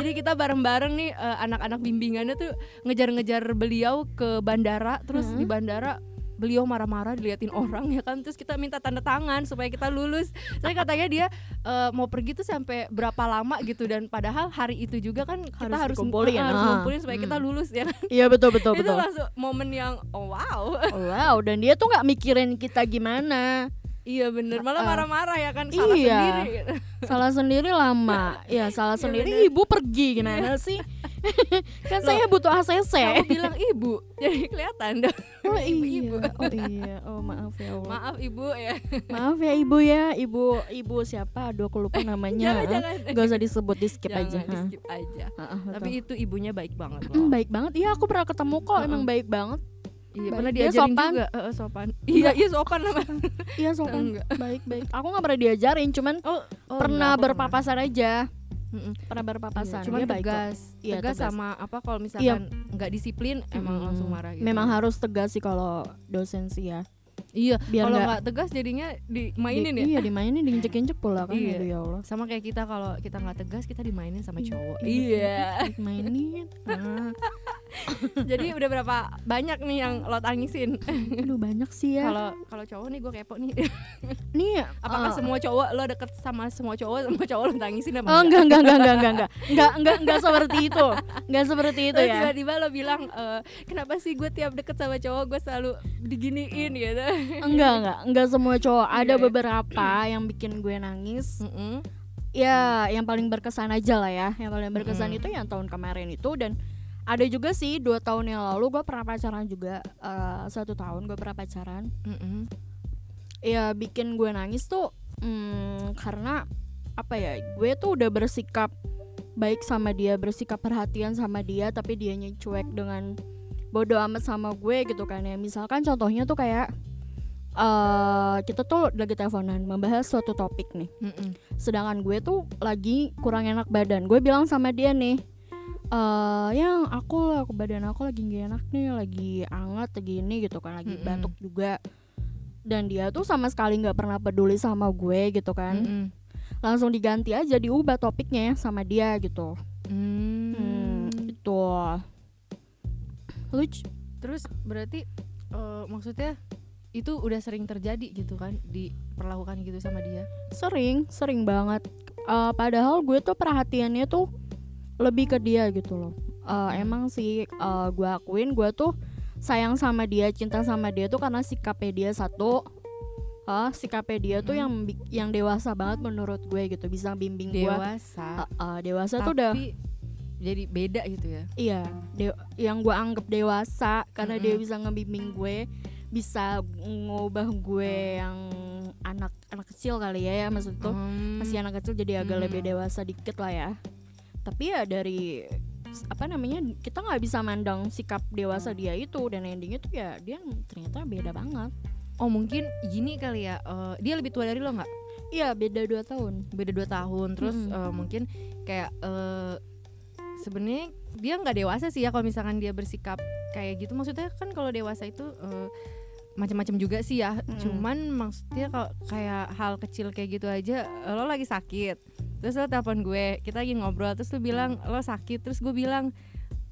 Speaker 2: jadi kita bareng-bareng nih eh, anak-anak bimbingannya tuh ngejar-ngejar beliau ke bandara terus di
Speaker 1: Hmm.
Speaker 2: bandara beliau marah-marah diliatin orang ya kan terus kita minta tanda tangan supaya kita lulus tapi katanya dia eh, mau pergi tuh sampai berapa lama gitu dan padahal hari itu juga kan kita
Speaker 1: Harus
Speaker 2: harus
Speaker 1: dikumpulin,
Speaker 2: eh, harus
Speaker 1: ah.
Speaker 2: ngumpulin supaya kita lulus ya kan
Speaker 1: Iya betul, betul,
Speaker 2: itu
Speaker 1: betul
Speaker 2: langsung momen yang oh, wow
Speaker 1: Wow, dan dia tuh gak mikirin kita gimana
Speaker 2: Iya bener, malah
Speaker 1: Ah.
Speaker 2: marah-marah ya kan salah
Speaker 1: Iya.
Speaker 2: sendiri. gitu.
Speaker 1: Salah sendiri lama Ya salah
Speaker 2: Iya,
Speaker 1: sendiri
Speaker 2: bener. Iya.
Speaker 1: ibu pergi gimana
Speaker 2: <laughs>
Speaker 1: sih Kan
Speaker 2: Loh,
Speaker 1: saya butuh ACC
Speaker 2: Kamu bilang ibu, <laughs> jadi kelihatan dong.
Speaker 1: Oh
Speaker 2: ibu-ibu.
Speaker 1: iya, oh iya, oh maaf ya Allah
Speaker 2: Maaf ibu ya.
Speaker 1: Maaf ya ibu ya, ibu ibu siapa? Aduh aku lupa namanya.
Speaker 2: jangan jangan.
Speaker 1: Gak usah disebut di skip
Speaker 2: jangan
Speaker 1: aja.
Speaker 2: di
Speaker 1: ha.
Speaker 2: skip aja.
Speaker 1: Ah, ah,
Speaker 2: Tapi
Speaker 1: betul.
Speaker 2: itu ibunya baik banget
Speaker 1: Hmm,
Speaker 2: loh.
Speaker 1: baik banget. Iya aku pernah ketemu kok, emang baik banget.
Speaker 2: Iya,
Speaker 1: baik.
Speaker 2: pernah
Speaker 1: Dia
Speaker 2: diajarin
Speaker 1: sopan.
Speaker 2: juga. Eh, eh, sopan. Iya, iya sopan namanya.
Speaker 1: <laughs> Iya sopan,
Speaker 2: Enggak.
Speaker 1: baik baik. Aku nggak pernah diajarin, cuman
Speaker 2: Oh, oh,
Speaker 1: pernah
Speaker 2: enggak, aku pernah.
Speaker 1: berpapasan aja.
Speaker 2: Mm-mm.
Speaker 1: Pernah berpapasan.
Speaker 2: Iya, cuman
Speaker 1: Dia baik kok.
Speaker 2: tegas.
Speaker 1: Iya,
Speaker 2: tegas,
Speaker 1: tegas. Iya.
Speaker 2: sama apa kalau misalkan nggak disiplin emang langsung
Speaker 1: Mm,
Speaker 2: marah gitu.
Speaker 1: Memang harus tegas sih kalau dosen sih ya.
Speaker 2: Iya,
Speaker 1: Biar
Speaker 2: kalau
Speaker 1: nggak-
Speaker 2: nggak tegas jadinya dimainin
Speaker 1: Di-
Speaker 2: ya.
Speaker 1: Iya dimainin diinjek-injek pula kan
Speaker 2: Iya.
Speaker 1: aduh ya Allah.
Speaker 2: Sama kayak kita kalau kita nggak tegas kita dimainin sama
Speaker 1: Iya,
Speaker 2: cowok.
Speaker 1: iya.
Speaker 2: Iya. <laughs>
Speaker 1: Mainin. Ah,
Speaker 2: Jadi udah berapa banyak nih yang lo tangisin? Eh,
Speaker 1: aduh banyak sih ya.
Speaker 2: Kalau kalau cowok nih gue kepo nih. <laughs>
Speaker 1: nih
Speaker 2: Apakah
Speaker 1: eh,
Speaker 2: semua cowok lo deket sama semua cowok semua cowok lo tangisin apa
Speaker 1: Oh, enggak enggak enggak enggak enggak enggak enggak enggak enggak seperti itu enggak seperti itu
Speaker 2: Terus
Speaker 1: ya
Speaker 2: tiba-tiba lo bilang "Eh, kenapa sih gue tiap deket sama cowok gue selalu diginiin gitu.
Speaker 1: enggak enggak enggak semua cowok ada
Speaker 2: Iya, Mm. iya.
Speaker 1: beberapa yang bikin gue nangis
Speaker 2: Mm-mm.
Speaker 1: ya yang paling berkesan aja lah ya yang paling berkesan
Speaker 2: Mm.
Speaker 1: itu yang tahun kemarin itu dan ada juga sih dua tahun yang lalu gue pernah pacaran juga eh, satu tahun gue pernah pacaran
Speaker 2: Mm-mm.
Speaker 1: ya bikin gue nangis tuh mm, karena apa ya gue tuh udah bersikap baik sama dia bersikap perhatian sama dia tapi dianya cuek dengan bodoh amat sama gue gitu kan ya misalkan contohnya tuh kayak eh kita tuh lagi teleponan membahas suatu topik nih
Speaker 2: Mm-mm.
Speaker 1: sedangkan gue tuh lagi kurang enak badan gue bilang sama dia nih eh yang aku aku badan aku lagi gak enak nih lagi anget lagi ini gitu kan lagi
Speaker 2: Mm-mm.
Speaker 1: batuk juga dan dia tuh sama sekali nggak pernah peduli sama gue gitu kan
Speaker 2: Mm-mm.
Speaker 1: langsung diganti aja diubah topiknya ya sama dia gitu
Speaker 2: Mm.
Speaker 1: hmm, itu lu c-
Speaker 2: Terus berarti eh, maksudnya itu udah sering terjadi gitu kan diperlakukan gitu sama dia.
Speaker 1: sering sering banget Eh, padahal gue tuh perhatiannya tuh lebih ke dia gitu loh Eh,
Speaker 2: Hmm.
Speaker 1: emang sih eh, gue akuin gue tuh sayang sama dia cinta sama dia tuh karena sikapnya dia satu eh sikapnya dia tuh
Speaker 2: Mm.
Speaker 1: yang bik- yang dewasa banget menurut gue gitu bisa bimbing gue
Speaker 2: Dewasa.
Speaker 1: Eh, eh, dewasa
Speaker 2: tapi
Speaker 1: tuh udah
Speaker 2: jadi beda gitu ya.
Speaker 1: iya de- yang gue anggap dewasa karena dia
Speaker 2: Mm-mm.
Speaker 1: bisa ngebimbing gue bisa ngubah gue yang anak anak kecil kali ya ya maksud tuh
Speaker 2: Hmm.
Speaker 1: masih anak kecil jadi agak
Speaker 2: Hmm.
Speaker 1: lebih dewasa dikit lah ya tapi ya dari s- apa namanya kita nggak bisa mandang sikap dewasa dia itu dan endingnya tuh ya dia ternyata beda banget
Speaker 2: Oh mungkin gini kali ya. eh, dia lebih tua dari lo nggak?
Speaker 1: iya beda dua tahun
Speaker 2: Beda dua tahun. Terus
Speaker 1: Mm-mm.
Speaker 2: eh, mungkin kayak eh, sebenarnya dia nggak dewasa sih ya kalau misalkan dia bersikap kayak gitu. Maksudnya kan kalau dewasa itu eh, macam-macam juga sih ya.
Speaker 1: Mm-mm.
Speaker 2: Cuman maksudnya kalau kayak hal kecil kayak gitu aja. eh, Lo lagi sakit. Terus lo telepon gue. Kita lagi ngobrol. Terus lo bilang lo sakit. Terus gue bilang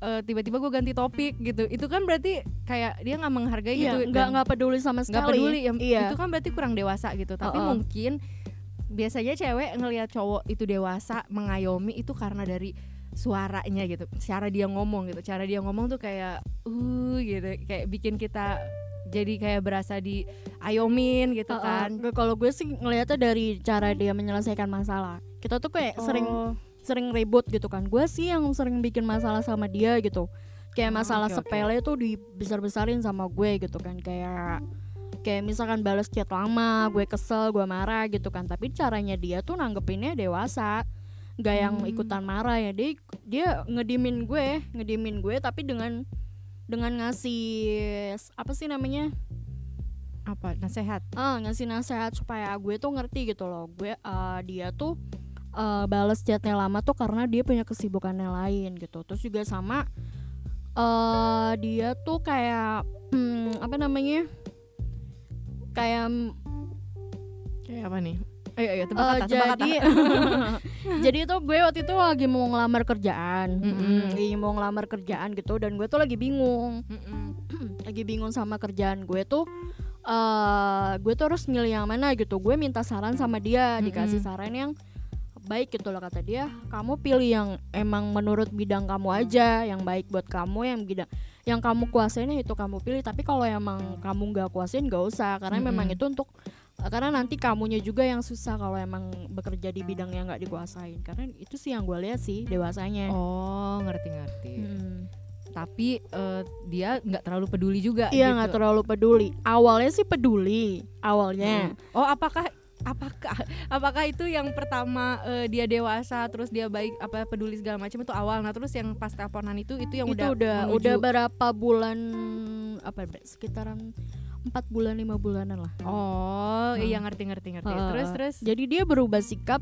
Speaker 2: eh, tiba-tiba gue ganti topik gitu. Itu kan berarti kayak dia nggak menghargai
Speaker 1: iya
Speaker 2: gitu.
Speaker 1: nggak
Speaker 2: Dan-
Speaker 1: nggak peduli sama sekali
Speaker 2: nggak peduli ya,
Speaker 1: iya
Speaker 2: itu kan berarti kurang dewasa gitu tapi
Speaker 1: Uh-uh.
Speaker 2: mungkin biasanya cewek ngelihat cowok itu dewasa mengayomi itu karena dari suaranya gitu cara dia ngomong gitu cara dia ngomong tuh kayak uh gitu kayak bikin kita jadi kayak berasa diayomin gitu
Speaker 1: Uh-uh.
Speaker 2: kan
Speaker 1: Gue- kalau gue sih ngelihatnya dari cara dia menyelesaikan masalah kita tuh kayak sering
Speaker 2: Oh,
Speaker 1: sering ribut gitu kan gue sih yang sering bikin masalah sama dia gitu kayak
Speaker 2: Oh,
Speaker 1: masalah
Speaker 2: oke, oke.
Speaker 1: sepele tuh dibesar-besarin sama gue gitu kan kayak kayak misalkan balas chat lama gue kesel gue marah gitu kan tapi caranya dia tuh nanggepinnya dewasa nggak yang
Speaker 2: Hmm.
Speaker 1: ikutan marah ya dia dia ngedimin gue ngedimin gue tapi dengan dengan ngasih apa sih namanya
Speaker 2: apa nasehat
Speaker 1: Ah, ngasih nasihat supaya gue tuh ngerti gitu loh gue eh, dia tuh eh, balas chatnya lama tuh karena dia punya kesibukannya lain gitu terus juga sama eh dia tuh kayak hmm, apa namanya kayak mm,
Speaker 2: kayak apa nih ayo ayo tebak
Speaker 1: eh,
Speaker 2: kata tebak kata
Speaker 1: jadi <laughs> jadi itu gue waktu itu lagi mau ngelamar kerjaan
Speaker 2: Mm-mm.
Speaker 1: lagi mau ngelamar kerjaan gitu dan gue tuh lagi bingung
Speaker 2: Mm-mm.
Speaker 1: lagi bingung sama kerjaan gue tuh eh gue tuh harus milih yang mana gitu gue minta saran sama dia dikasih
Speaker 2: Mm-mm.
Speaker 1: saran yang baik gitu loh kata dia kamu pilih yang emang menurut bidang kamu aja yang baik buat kamu yang bidang yang kamu kuasain ya itu kamu pilih tapi kalau emang kamu nggak kuasain nggak usah karena memang
Speaker 2: Mm-mm.
Speaker 1: itu untuk karena nanti kamunya juga yang susah kalau emang bekerja di bidang yang nggak dikuasain karena itu sih yang gue lihat sih dewasanya
Speaker 2: oh ngerti ngerti
Speaker 1: Mm.
Speaker 2: tapi eh, dia nggak terlalu peduli juga
Speaker 1: Iya
Speaker 2: gitu.
Speaker 1: nggak terlalu peduli. Awalnya sih peduli, awalnya.
Speaker 2: Mm. Oh, apakah apakah apakah itu yang pertama eh, dia dewasa terus dia baik apa peduli segala macam itu awal. Nah, terus yang pas teleponan itu itu yang
Speaker 1: Itu udah
Speaker 2: udah
Speaker 1: udah,
Speaker 2: menuju-
Speaker 1: berapa bulan apa be- sekitaran empat bulan lima bulanan lah.
Speaker 2: Oh, iya ngerti ngerti ngerti.
Speaker 1: Heeh.
Speaker 2: Terus terus
Speaker 1: Jadi dia berubah sikap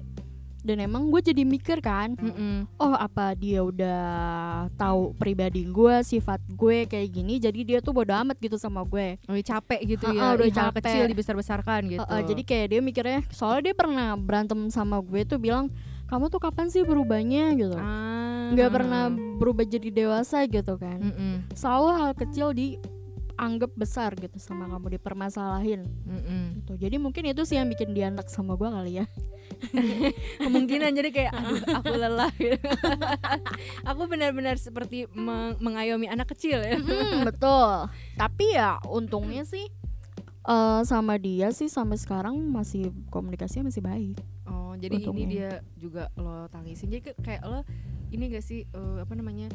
Speaker 1: dan emang gue jadi mikir kan
Speaker 2: Mm-mm.
Speaker 1: oh apa dia udah tahu pribadi gue sifat gue kayak gini jadi dia tuh bodo amat gitu sama gue
Speaker 2: Oh, capek gitu
Speaker 1: Ha-ha,
Speaker 2: ya.
Speaker 1: udah
Speaker 2: Ih, hal
Speaker 1: capek.
Speaker 2: kecil dibesar-besarkan gitu.
Speaker 1: Heeh, jadi kayak dia mikirnya soalnya dia pernah berantem sama gue tuh bilang kamu tuh kapan sih berubahnya gitu
Speaker 2: Ah.
Speaker 1: nggak pernah berubah jadi dewasa gitu kan
Speaker 2: Mm-mm.
Speaker 1: selalu hal kecil dianggap besar gitu sama kamu dipermasalahin
Speaker 2: Mm-mm.
Speaker 1: gitu jadi mungkin itu sih yang bikin dia anak sama gue kali ya
Speaker 2: Kemungkinan jadi <laughs> kayak aduh aku lelah <laughs> gitu. aku benar-benar seperti meng- mengayomi anak kecil ya.
Speaker 1: Mm, betul tapi ya untungnya sih eh, sama dia sih sampai sekarang masih komunikasinya masih baik
Speaker 2: Oh, jadi ini
Speaker 1: Untungnya.
Speaker 2: dia juga lo tangisin. Jadi ke- kayak lo ini gak sih eh, apa namanya?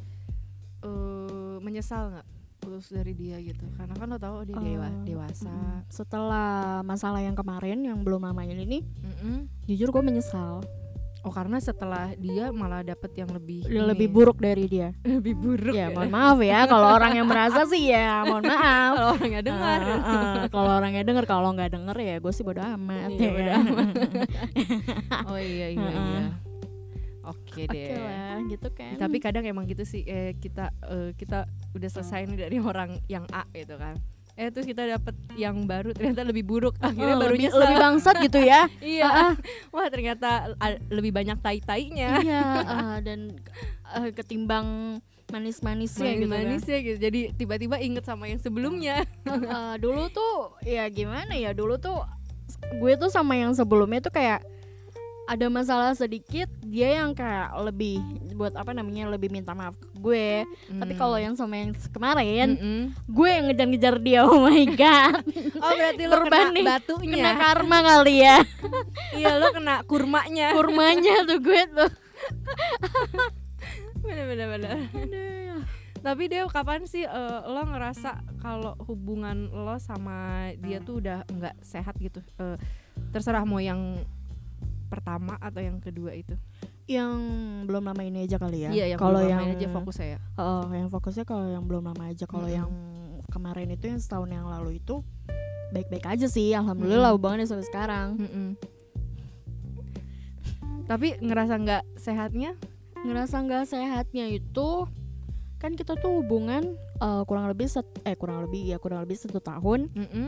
Speaker 2: eh menyesal nggak putus dari dia gitu? Karena kan lo tahu dia dewa,
Speaker 1: Eh,
Speaker 2: dewasa.
Speaker 1: Mm-mm. setelah masalah yang kemarin yang belum namanya ini
Speaker 2: Mm-mm.
Speaker 1: jujur gue menyesal
Speaker 2: Oh, karena setelah dia malah dapet yang lebih ini, ya.
Speaker 1: lebih buruk dari dia
Speaker 2: <laughs> lebih buruk.
Speaker 1: Iya. ya
Speaker 2: ya.
Speaker 1: mohon maaf ya kalau orang yang merasa sih ya mohon maaf
Speaker 2: Kalau orang nggak dengar.
Speaker 1: Ah, ah, kalau orangnya denger kalau nggak denger ya gue sih bodo amat
Speaker 2: Iya,
Speaker 1: ya.
Speaker 2: bodo <laughs> Oh iya iya
Speaker 1: Heeh.
Speaker 2: iya. Oke
Speaker 1: Ah. oke
Speaker 2: deh.
Speaker 1: lah gitu kan
Speaker 2: Tapi kadang emang gitu sih eh, kita eh, kita udah
Speaker 1: Mm.
Speaker 2: selesai nih dari <laughs> orang yang A gitu kan. Eh terus kita dapet yang baru ternyata lebih buruk
Speaker 1: Oh,
Speaker 2: akhirnya baru
Speaker 1: lebih,
Speaker 2: nyesel.
Speaker 1: lebih bangsat gitu ya
Speaker 2: Iya. <laughs> Wah, ternyata a- lebih banyak tai-tainya.
Speaker 1: iya ah, dan eh, ketimbang manis-manisnya gitu kan.
Speaker 2: Manis ya gitu. Jadi tiba-tiba inget sama yang sebelumnya.
Speaker 1: <laughs> Eh, dulu tuh ya gimana ya dulu tuh s- gue tuh sama yang sebelumnya tuh kayak ada masalah sedikit dia yang kayak lebih buat apa namanya lebih minta maaf ke gue
Speaker 2: Hmm.
Speaker 1: tapi kalau
Speaker 2: Mm.
Speaker 1: yang sama yang s- kemarin <laughs> gue yang ngejar-ngejar dia oh my
Speaker 2: <laughs>
Speaker 1: god
Speaker 2: Oh, berarti lo
Speaker 1: Korban
Speaker 2: kena
Speaker 1: nih.
Speaker 2: batunya.
Speaker 1: kena karma kali ya
Speaker 2: <laughs> iya, lo kena
Speaker 1: <laughs>
Speaker 2: kurmanya.
Speaker 1: kurmanya tuh gue tuh
Speaker 2: bener bener bener. Tapi dia kapan sih eh, lo ngerasa kalau hubungan lo sama dia tuh udah nggak sehat gitu? Eh, terserah mau yang pertama atau yang kedua itu.
Speaker 1: yang belum lama ini aja kali ya
Speaker 2: Iya, yang
Speaker 1: kalau
Speaker 2: belum
Speaker 1: yang
Speaker 2: main aja fokus
Speaker 1: ya.
Speaker 2: saya.
Speaker 1: Heeh, yang fokusnya kalau yang belum lama aja kalau
Speaker 2: Mm-mm.
Speaker 1: yang kemarin itu yang setahun yang lalu itu baik-baik aja sih alhamdulillah hubungannya sampai sekarang
Speaker 2: Mm-mm. Tapi ngerasa nggak sehatnya?
Speaker 1: ngerasa nggak sehatnya itu kan kita tuh hubungan eh, kurang lebih set- eh kurang lebih ya kurang lebih satu tahun
Speaker 2: Mm-mm.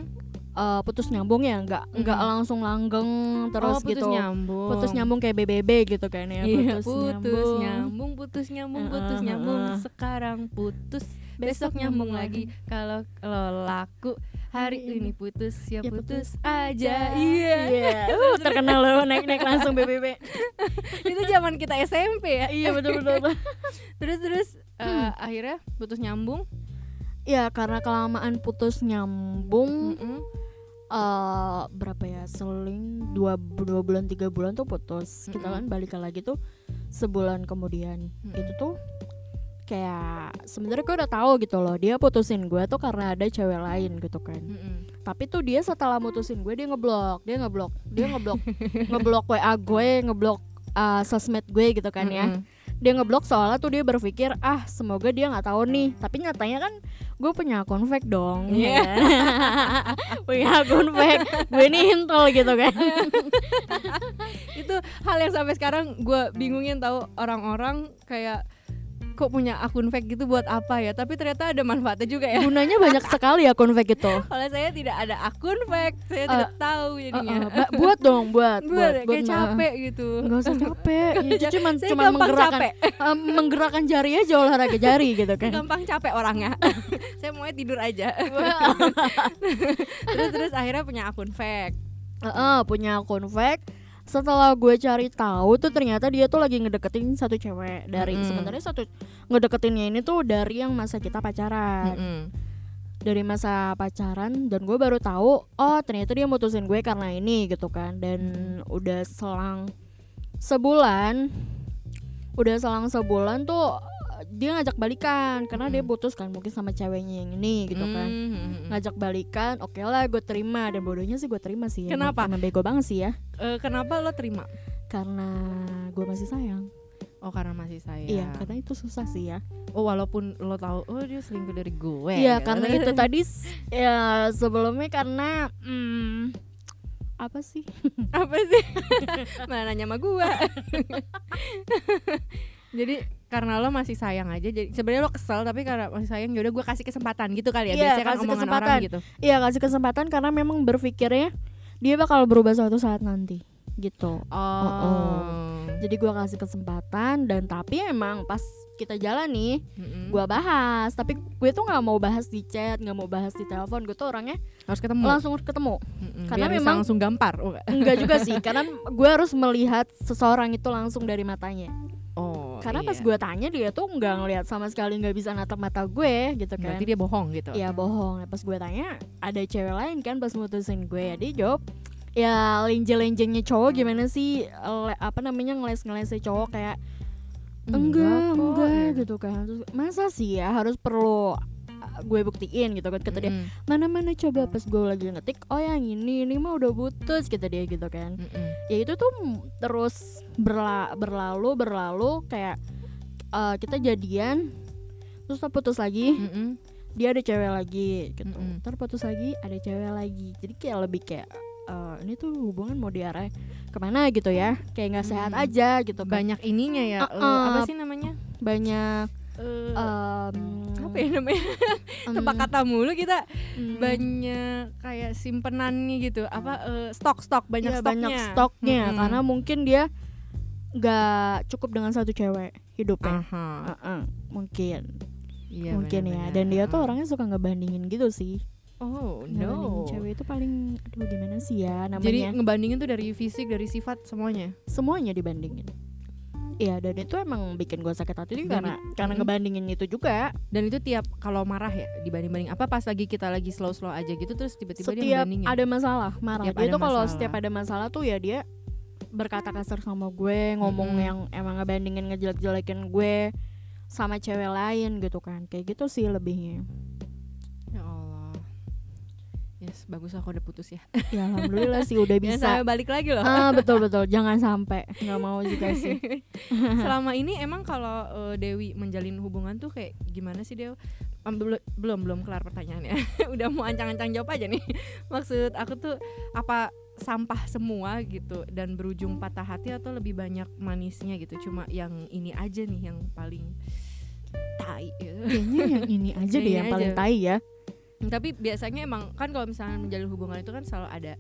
Speaker 1: eh, putus nyambung ya nggak
Speaker 2: Mm-mm.
Speaker 1: nggak langsung langgeng
Speaker 2: Oh,
Speaker 1: terus
Speaker 2: putus
Speaker 1: gitu
Speaker 2: nyambung.
Speaker 1: putus nyambung kayak BBB gitu kan ya
Speaker 2: Iya, putus nyambung, putus nyambung, putus
Speaker 1: Heeh,
Speaker 2: nyambung.
Speaker 1: heeh.
Speaker 2: Sekarang putus, besok nyambung lagi. Kalau lo laku hari
Speaker 1: Hari ini.
Speaker 2: ini putus ya,
Speaker 1: Ya,
Speaker 2: putus,
Speaker 1: <laughs>
Speaker 2: aja.
Speaker 1: iya
Speaker 2: Iya.
Speaker 1: Uh, terkenal loh naik-naik langsung BBB
Speaker 2: Itu zaman kita SMP ya.
Speaker 1: iya betul-betul
Speaker 2: Terus terus eh, akhirnya putus nyambung.
Speaker 1: Ya karena kelamaan putus nyambung
Speaker 2: Mm-mm.
Speaker 1: eh, berapa ya seling dua, dua bulan tiga bulan tuh putus kita
Speaker 2: Mm-mm.
Speaker 1: kan balikan lagi tuh sebulan kemudian
Speaker 2: Mm-mm.
Speaker 1: itu tuh kayak sebenarnya gue udah tahu gitu loh dia putusin gue tuh karena ada cewek lain gitu kan
Speaker 2: Mm-mm.
Speaker 1: tapi tuh dia setelah mutusin gue dia ngeblok dia ngeblok dia ngeblok ngeblok wa gue ngeblok eh, sosmed gue gitu kan ya
Speaker 2: Mm-mm.
Speaker 1: dia ngeblok soalnya tuh dia berpikir ah semoga dia nggak tahu nih tapi nyatanya kan gue punya akun fake dong
Speaker 2: <laughs> Iya.
Speaker 1: <laughs> punya akun fake gue ini intel gitu kan
Speaker 2: <laughs> Itu hal yang sampai sekarang gue bingungin tahu orang-orang kayak kok punya akun fake gitu buat apa ya? Tapi ternyata ada manfaatnya juga ya. <laughs>
Speaker 1: gunanya banyak sekali akun fake itu
Speaker 2: Kalau saya tidak ada akun fake, saya
Speaker 1: Eh,
Speaker 2: tidak tahu jadinya.
Speaker 1: Uh-uh, ba- buat dong buat
Speaker 2: Gue
Speaker 1: buat
Speaker 2: kayak capek gitu.
Speaker 1: Gak usah
Speaker 2: <laughs>
Speaker 1: capek, itu cuma
Speaker 2: Saya
Speaker 1: cuma
Speaker 2: gampang
Speaker 1: menggerakkan
Speaker 2: capek.
Speaker 1: eh, menggerakkan jari aja olahraga jari gitu kan. <laughs>
Speaker 2: Gampang capek orangnya. <laughs> saya mau tidur aja. <laughs> terus terus akhirnya punya akun fake.
Speaker 1: Heeh, punya akun fake. Setelah gue cari tahu tuh ternyata dia tuh lagi ngedeketin satu cewek dari
Speaker 2: Mm-mm.
Speaker 1: sebenarnya satu ngedeketinnya ini tuh dari yang masa kita pacaran. Dari masa pacaran dan gue baru tahu oh ternyata dia mutusin gue karena ini gitu kan dan udah selang sebulan udah selang sebulan tuh eh, dia ngajak balikan karena dia
Speaker 2: Mm-mm.
Speaker 1: putus kan mungkin sama ceweknya yang ini gitu kan
Speaker 2: Mm.
Speaker 1: ngajak balikan oke lah gue terima dan bodohnya sih gue terima sih emang-
Speaker 2: Kenapa?
Speaker 1: emang bego banget sih ya
Speaker 2: Eh, kenapa lo terima?
Speaker 1: karena gue masih sayang
Speaker 2: Oh karena masih saya.
Speaker 1: iya karena itu susah sih ya
Speaker 2: Oh walaupun lo tahu, oh dia selingkuh dari gue.
Speaker 1: iya
Speaker 2: <laughs> gitu.
Speaker 1: karena itu tadi s- ya sebelumnya karena mm, apa sih
Speaker 2: apa sih <laughs> malah nanya sama gua <laughs> jadi karena lo masih sayang aja jadi sebenarnya lo kesel tapi karena masih sayang yaudah gua kasih kesempatan gitu kali ya
Speaker 1: Iya,
Speaker 2: biasanya kan
Speaker 1: kasih
Speaker 2: omongan
Speaker 1: kesempatan.
Speaker 2: orang gitu
Speaker 1: Iya kasih kesempatan karena memang berpikirnya dia bakal berubah suatu saat nanti gitu.
Speaker 2: oh,
Speaker 1: Jadi gua kasih kesempatan dan tapi emang pas kita jalan nih
Speaker 2: Mm-mm.
Speaker 1: gua bahas tapi gue tuh nggak mau bahas di chat nggak mau bahas di telepon gue tuh orangnya
Speaker 2: harus ketemu
Speaker 1: langsung ketemu
Speaker 2: Mm-mm.
Speaker 1: karena
Speaker 2: Biar bisa
Speaker 1: memang-
Speaker 2: langsung gampar oh, nggak?
Speaker 1: enggak juga sih karena gue harus melihat seseorang itu langsung dari matanya
Speaker 2: Oh,
Speaker 1: karena pas
Speaker 2: iya.
Speaker 1: gue tanya dia tuh nggak ngelihat sama sekali nggak bisa natap mata gue gitu kan
Speaker 2: berarti dia bohong gitu
Speaker 1: Iya bohong. Nah, Pas gue tanya ada cewek lain kan pas mutusin gue ya dia jawab ya lenje-lenjengnya cowok gimana sih le- apa namanya ngeles-ngelesnya cowok kayak enggak
Speaker 2: kok,
Speaker 1: enggak,
Speaker 2: ya.
Speaker 1: gitu kan Terus, masa sih ya harus perlu uh, gue buktiin gitu kan kata dia
Speaker 2: Mm-mm.
Speaker 1: mana mana coba pas gue lagi ngetik oh yang ini ini mah udah putus kata dia gitu kan
Speaker 2: Mm-mm.
Speaker 1: ya itu tuh mm, terus berla- berlalu berlalu kayak uh, kita jadian terus putus lagi
Speaker 2: Mm-mm.
Speaker 1: dia ada cewek lagi gitu
Speaker 2: Mm-mm.
Speaker 1: ntar putus lagi ada cewek lagi jadi kayak lebih kayak eh, ini tuh hubungan mau diarah kemana gitu ya kayak nggak sehat
Speaker 2: Mm.
Speaker 1: aja gitu kan.
Speaker 2: banyak ininya ya
Speaker 1: Uh-uh. Uh,
Speaker 2: lo- apa sih namanya
Speaker 1: banyak
Speaker 2: Eh,
Speaker 1: em,
Speaker 2: apa ya namanya
Speaker 1: em,
Speaker 2: tepat kata mulu kita
Speaker 1: mm,
Speaker 2: banyak kayak simpenannya gitu apa eh, stok-stok
Speaker 1: Hmm. iya,
Speaker 2: banyak stoknya Hmm.
Speaker 1: banyak stoknya
Speaker 2: Mm-mm.
Speaker 1: karena mungkin dia nggak cukup dengan satu cewek hidupnya
Speaker 2: Aha,
Speaker 1: Heeh, mungkin
Speaker 2: Ah, iya,
Speaker 1: Eh, mungkin ya
Speaker 2: benar-benar.
Speaker 1: dan dia tuh
Speaker 2: Ah.
Speaker 1: orangnya suka ngebandingin gitu sih
Speaker 2: oh
Speaker 1: Ngebandingin
Speaker 2: no
Speaker 1: cewek itu paling aduh gimana sih ya namanya
Speaker 2: jadi ngebandingin tuh dari fisik dari sifat semuanya
Speaker 1: semuanya dibandingin Iya dan itu emang bikin gue sakit hati juga
Speaker 2: Dan
Speaker 1: karena karena
Speaker 2: Mm.
Speaker 1: ngebandingin itu juga
Speaker 2: dan itu tiap kalau marah ya dibanding-banding apa pas lagi kita lagi slow-slow aja gitu terus tiba-tiba dia
Speaker 1: setiap
Speaker 2: ngebandingin
Speaker 1: ada masalah marah
Speaker 2: Setiap
Speaker 1: dia
Speaker 2: ada
Speaker 1: tuh kalau
Speaker 2: masalah.
Speaker 1: setiap ada masalah tuh ya dia berkata kasar sama gue ngomong
Speaker 2: Mm-mm.
Speaker 1: yang emang ngebandingin ngejelek-jelekin gue sama cewek lain gitu kan kayak gitu sih lebihnya <laughs>
Speaker 2: ya Allah yes bagus aku udah putus ya
Speaker 1: ya alhamdulillah sih
Speaker 2: <laughs>
Speaker 1: udah
Speaker 2: Jangan
Speaker 1: bisa
Speaker 2: sampai balik lagi loh
Speaker 1: ah betul betul jangan sampai nggak mau juga
Speaker 2: <laughs>
Speaker 1: sih
Speaker 2: selama ini emang kalau eh, Dewi menjalin hubungan tuh kayak gimana sih Dew? Em, bel- belum belum kelar pertanyaannya. <laughs> Udah mau ancang-ancang jawab aja nih. <laughs> Maksud aku tuh apa sampah semua gitu dan berujung patah hati atau lebih banyak manisnya gitu. Cuma yang ini aja nih yang paling tai. <laughs> gitu.
Speaker 1: kayaknya yang ini aja deh
Speaker 2: Yang
Speaker 1: yang
Speaker 2: ini
Speaker 1: paling
Speaker 2: aja.
Speaker 1: tai ya
Speaker 2: Tapi biasanya emang kan kalau misalnya menjalin hubungan itu kan selalu ada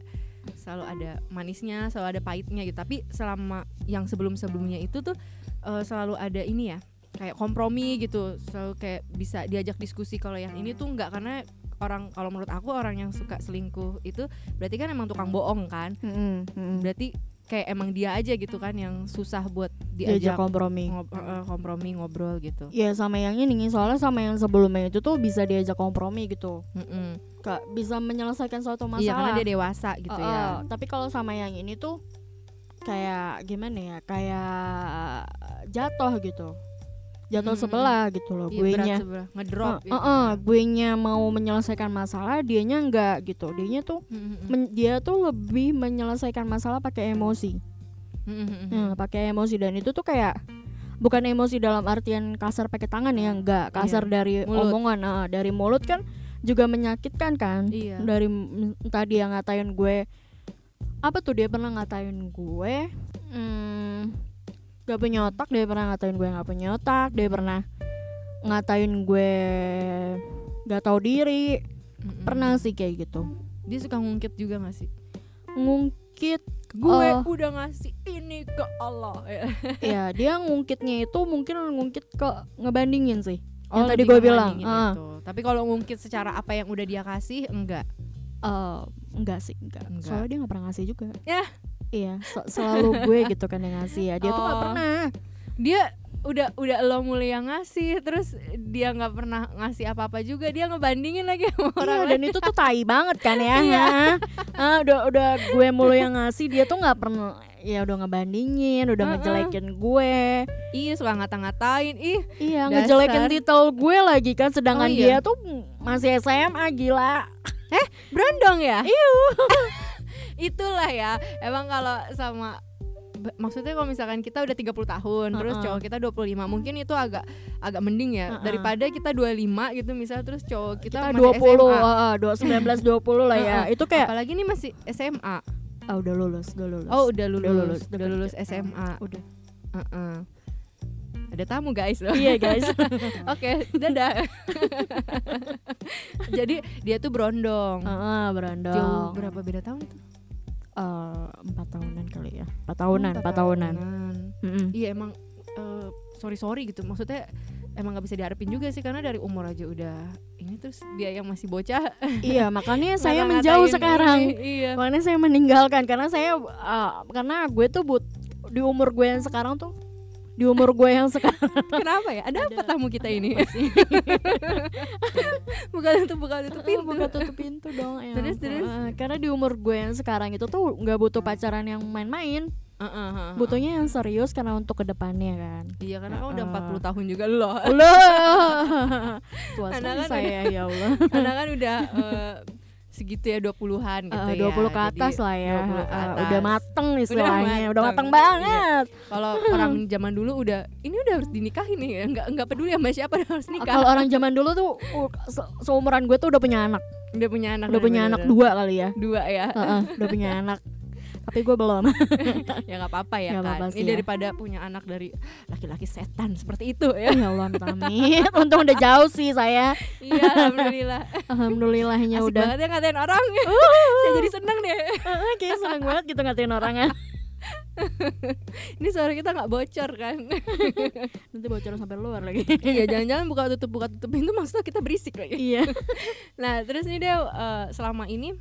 Speaker 2: selalu ada manisnya, selalu ada pahitnya gitu. Tapi selama yang sebelum-sebelumnya itu tuh eh, selalu ada ini ya, kayak kompromi gitu. Selalu kayak bisa diajak diskusi kalau yang ini tuh enggak karena orang kalau menurut aku orang yang suka selingkuh itu berarti kan emang tukang bohong kan.
Speaker 1: Mm-mm, mm-mm.
Speaker 2: Berarti kayak emang dia aja gitu kan yang susah buat
Speaker 1: diajak
Speaker 2: diajak
Speaker 1: kompromi
Speaker 2: ngob- eh, kompromi ngobrol gitu.
Speaker 1: Ya sama yang ini soalnya sama yang sebelumnya itu tuh bisa diajak kompromi gitu,
Speaker 2: Mm-mm.
Speaker 1: Ka- bisa menyelesaikan suatu
Speaker 2: Iya karena
Speaker 1: masalah.
Speaker 2: dia dewasa gitu
Speaker 1: Eh,
Speaker 2: ya.
Speaker 1: eh, Tapi kalau sama yang ini tuh kayak gimana ya, kayak jatuh gitu, jatuh
Speaker 2: Mm-mm.
Speaker 1: sebelah gitu loh.
Speaker 2: Iya,
Speaker 1: Gue
Speaker 2: berat
Speaker 1: nya,
Speaker 2: sebelah, ngedrop. gitu.
Speaker 1: gue nya mau menyelesaikan masalah, dianya enggak gitu. Dianya tuh
Speaker 2: Mm-mm.
Speaker 1: men- dia tuh lebih menyelesaikan masalah pakai emosi,
Speaker 2: Mm-mm.
Speaker 1: Nah, pakai emosi dan itu tuh kayak bukan emosi dalam artian kasar pakai tangan ya enggak kasar dari
Speaker 2: Iya. mulut.
Speaker 1: omongan ah, dari mulut kan juga menyakitkan kan
Speaker 2: Iya.
Speaker 1: dari m- entah dia ngatain gue apa tuh dia pernah ngatain gue hmm, gak punya otak dia pernah ngatain gue gak punya otak dia pernah ngatain gue gak tahu diri
Speaker 2: Mm-mm.
Speaker 1: pernah sih kayak gitu
Speaker 2: dia suka ngungkit juga gak sih
Speaker 1: ngungkit
Speaker 2: gue
Speaker 1: Oh.
Speaker 2: udah ngasih ini ke <laughs> Allah
Speaker 1: ya dia ngungkitnya itu mungkin ngungkit ke ngebandingin sih
Speaker 2: Oh,
Speaker 1: tadi gue
Speaker 2: lebih ke
Speaker 1: bilang,
Speaker 2: bandingin gitu.
Speaker 1: ah.
Speaker 2: itu. tapi kalau ngungkit secara apa yang udah dia kasih enggak
Speaker 1: Eh, enggak sih enggak.
Speaker 2: Enggak. Ya.
Speaker 1: soalnya dia nggak pernah ngasih juga
Speaker 2: Yah.
Speaker 1: iya se- selalu gue gitu kan yang ngasih ya dia tuh nggak
Speaker 2: Oh.
Speaker 1: pernah
Speaker 2: dia udah udah lo mulai yang ngasih terus dia nggak pernah ngasih apa apa juga dia ngebandingin lagi sama orang
Speaker 1: iya,
Speaker 2: lain
Speaker 1: dan itu tuh tai banget kan ya
Speaker 2: <laughs> Iya.
Speaker 1: ha? Ah, udah udah gue mulu yang ngasih dia tuh nggak pernah ya udah ngebandingin udah
Speaker 2: Heeh.
Speaker 1: ngejelekin gue
Speaker 2: iya suka ngata-ngatain ih
Speaker 1: iya
Speaker 2: Dasar.
Speaker 1: ngejelekin titel gue lagi kan sedangkan
Speaker 2: Oh,
Speaker 1: dia
Speaker 2: iya.
Speaker 1: tuh masih SMA gila
Speaker 2: berondong ya
Speaker 1: Iya.
Speaker 2: <laughs> itulah ya emang kalau sama b- maksudnya kalau misalkan kita udah 30 tahun terus
Speaker 1: Heeh.
Speaker 2: cowok kita 25 mungkin itu agak agak mending ya
Speaker 1: Heeh.
Speaker 2: daripada kita 25 gitu misal terus cowok kita,
Speaker 1: kita
Speaker 2: masih
Speaker 1: Ah, dua puluh
Speaker 2: SMA.
Speaker 1: sembilan belas dua puluh lah ya itu kayak
Speaker 2: apalagi ini masih SMA
Speaker 1: Ah, udah lulus, udah lulus.
Speaker 2: Oh udah lulus, udah lulus,
Speaker 1: lulus, udah kerja.
Speaker 2: SMA.
Speaker 1: udah.
Speaker 2: Heeh. Ada tamu guys loh.
Speaker 1: <laughs> Iya <laughs> guys.
Speaker 2: <laughs> Oke,
Speaker 1: <laughs>
Speaker 2: dadah. Jadi dia tuh berondong.
Speaker 1: Heeh,
Speaker 2: Jauh
Speaker 1: berondong.
Speaker 2: berapa beda tahun itu?
Speaker 1: Eh, empat tahunan kali ya. Empat tahunan,
Speaker 2: Hmm,
Speaker 1: empat tahunan.
Speaker 2: tahunan.
Speaker 1: Mm-mm.
Speaker 2: Iya emang eh, sorry sorry gitu. Maksudnya emang nggak bisa diharapin juga sih karena dari umur aja udah ini terus dia yang masih bocah.
Speaker 1: <laughs> iya, makanya saya
Speaker 2: malah
Speaker 1: menjauh
Speaker 2: ngatain,
Speaker 1: sekarang.
Speaker 2: "Ih, <laughs> Iya.
Speaker 1: Makanya saya meninggalkan karena saya ah, karena gue tuh but di umur gue yang sekarang tuh di umur gue yang <laughs> sekarang
Speaker 2: Kenapa ya? Ada, apa tamu kita ini? <laughs> bukan itu bukan itu pintu.
Speaker 1: Oh, buka tutup pintu dong ya
Speaker 2: Terus,
Speaker 1: ampun.
Speaker 2: terus.
Speaker 1: Ah, karena di umur gue yang sekarang itu tuh nggak butuh pacaran yang main-main
Speaker 2: <laughs> Heeh, heeh.
Speaker 1: butuhnya yang serius karena untuk kedepannya kan
Speaker 2: Iya karena kamu
Speaker 1: Heeh.
Speaker 2: udah 40 tahun juga
Speaker 1: <laughs>
Speaker 2: loh. <laughs>
Speaker 1: Allah tua sekali
Speaker 2: Anak kan
Speaker 1: saya ya Allah
Speaker 2: Karena kan udah eh, segitu ya 20-an <laughs> gitu
Speaker 1: Eh,
Speaker 2: ya.
Speaker 1: 20 ke atas
Speaker 2: Jadi
Speaker 1: lah ya
Speaker 2: 20 ke
Speaker 1: Eh,
Speaker 2: atas.
Speaker 1: udah mateng istilahnya udah mateng,
Speaker 2: mateng, Iya.
Speaker 1: banget <laughs>
Speaker 2: Kalau orang zaman dulu udah ini udah harus dinikahin nih ya. Enggak enggak peduli sama siapa udah harus nikah.
Speaker 1: kalau orang zaman dulu tuh uh, se- seumuran gue tuh udah punya anak
Speaker 2: udah punya anak.
Speaker 1: udah punya anak
Speaker 2: bener-bener.
Speaker 1: dua kali
Speaker 2: <laughs>
Speaker 1: ya
Speaker 2: Dua ya.
Speaker 1: Heeh, udah punya anak tapi gue belum <laughs>
Speaker 2: <laughs> ya enggak apa-apa ya
Speaker 1: Nggak
Speaker 2: kan.
Speaker 1: apa-apa sih
Speaker 2: ini
Speaker 1: ya.
Speaker 2: daripada punya anak dari laki-laki setan seperti itu ya.
Speaker 1: ya Allah amit amit untung udah jauh sih saya
Speaker 2: <laughs> iya, <laughs> alhamdulillah.
Speaker 1: alhamdulillahnya
Speaker 2: Asik
Speaker 1: udah
Speaker 2: banget ya Uh-huh. ngatain <laughs> orang. Saya jadi seneng deh.
Speaker 1: kayak seneng banget gitu ngatain orang ya
Speaker 2: <laughs> Ini suara kita nggak bocor kan?
Speaker 1: nanti bocor sampai luar lagi
Speaker 2: <laughs> Iya, jangan-jangan buka tutup buka tutup pintu maksudnya kita berisik lagi.
Speaker 1: iya
Speaker 2: <laughs> Nah, terus nih Dew, eh, selama ini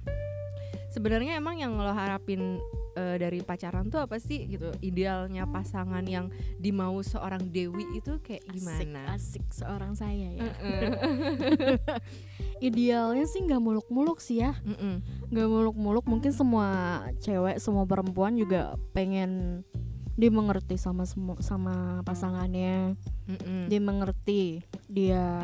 Speaker 2: sebenarnya emang yang lo harapin eh, dari pacaran tuh apa sih gitu? Idealnya pasangan yang dimau seorang dewi itu kayak gimana?
Speaker 1: asik, asik seorang saya ya
Speaker 2: <laughs> Heeh.
Speaker 1: idealnya sih nggak muluk-muluk sih ya
Speaker 2: Mm-mm.
Speaker 1: nggak muluk-muluk mungkin semua cewek semua perempuan juga pengen dimengerti sama semua sama pasangannya
Speaker 2: Hmm. Mm-mm.
Speaker 1: dimengerti dia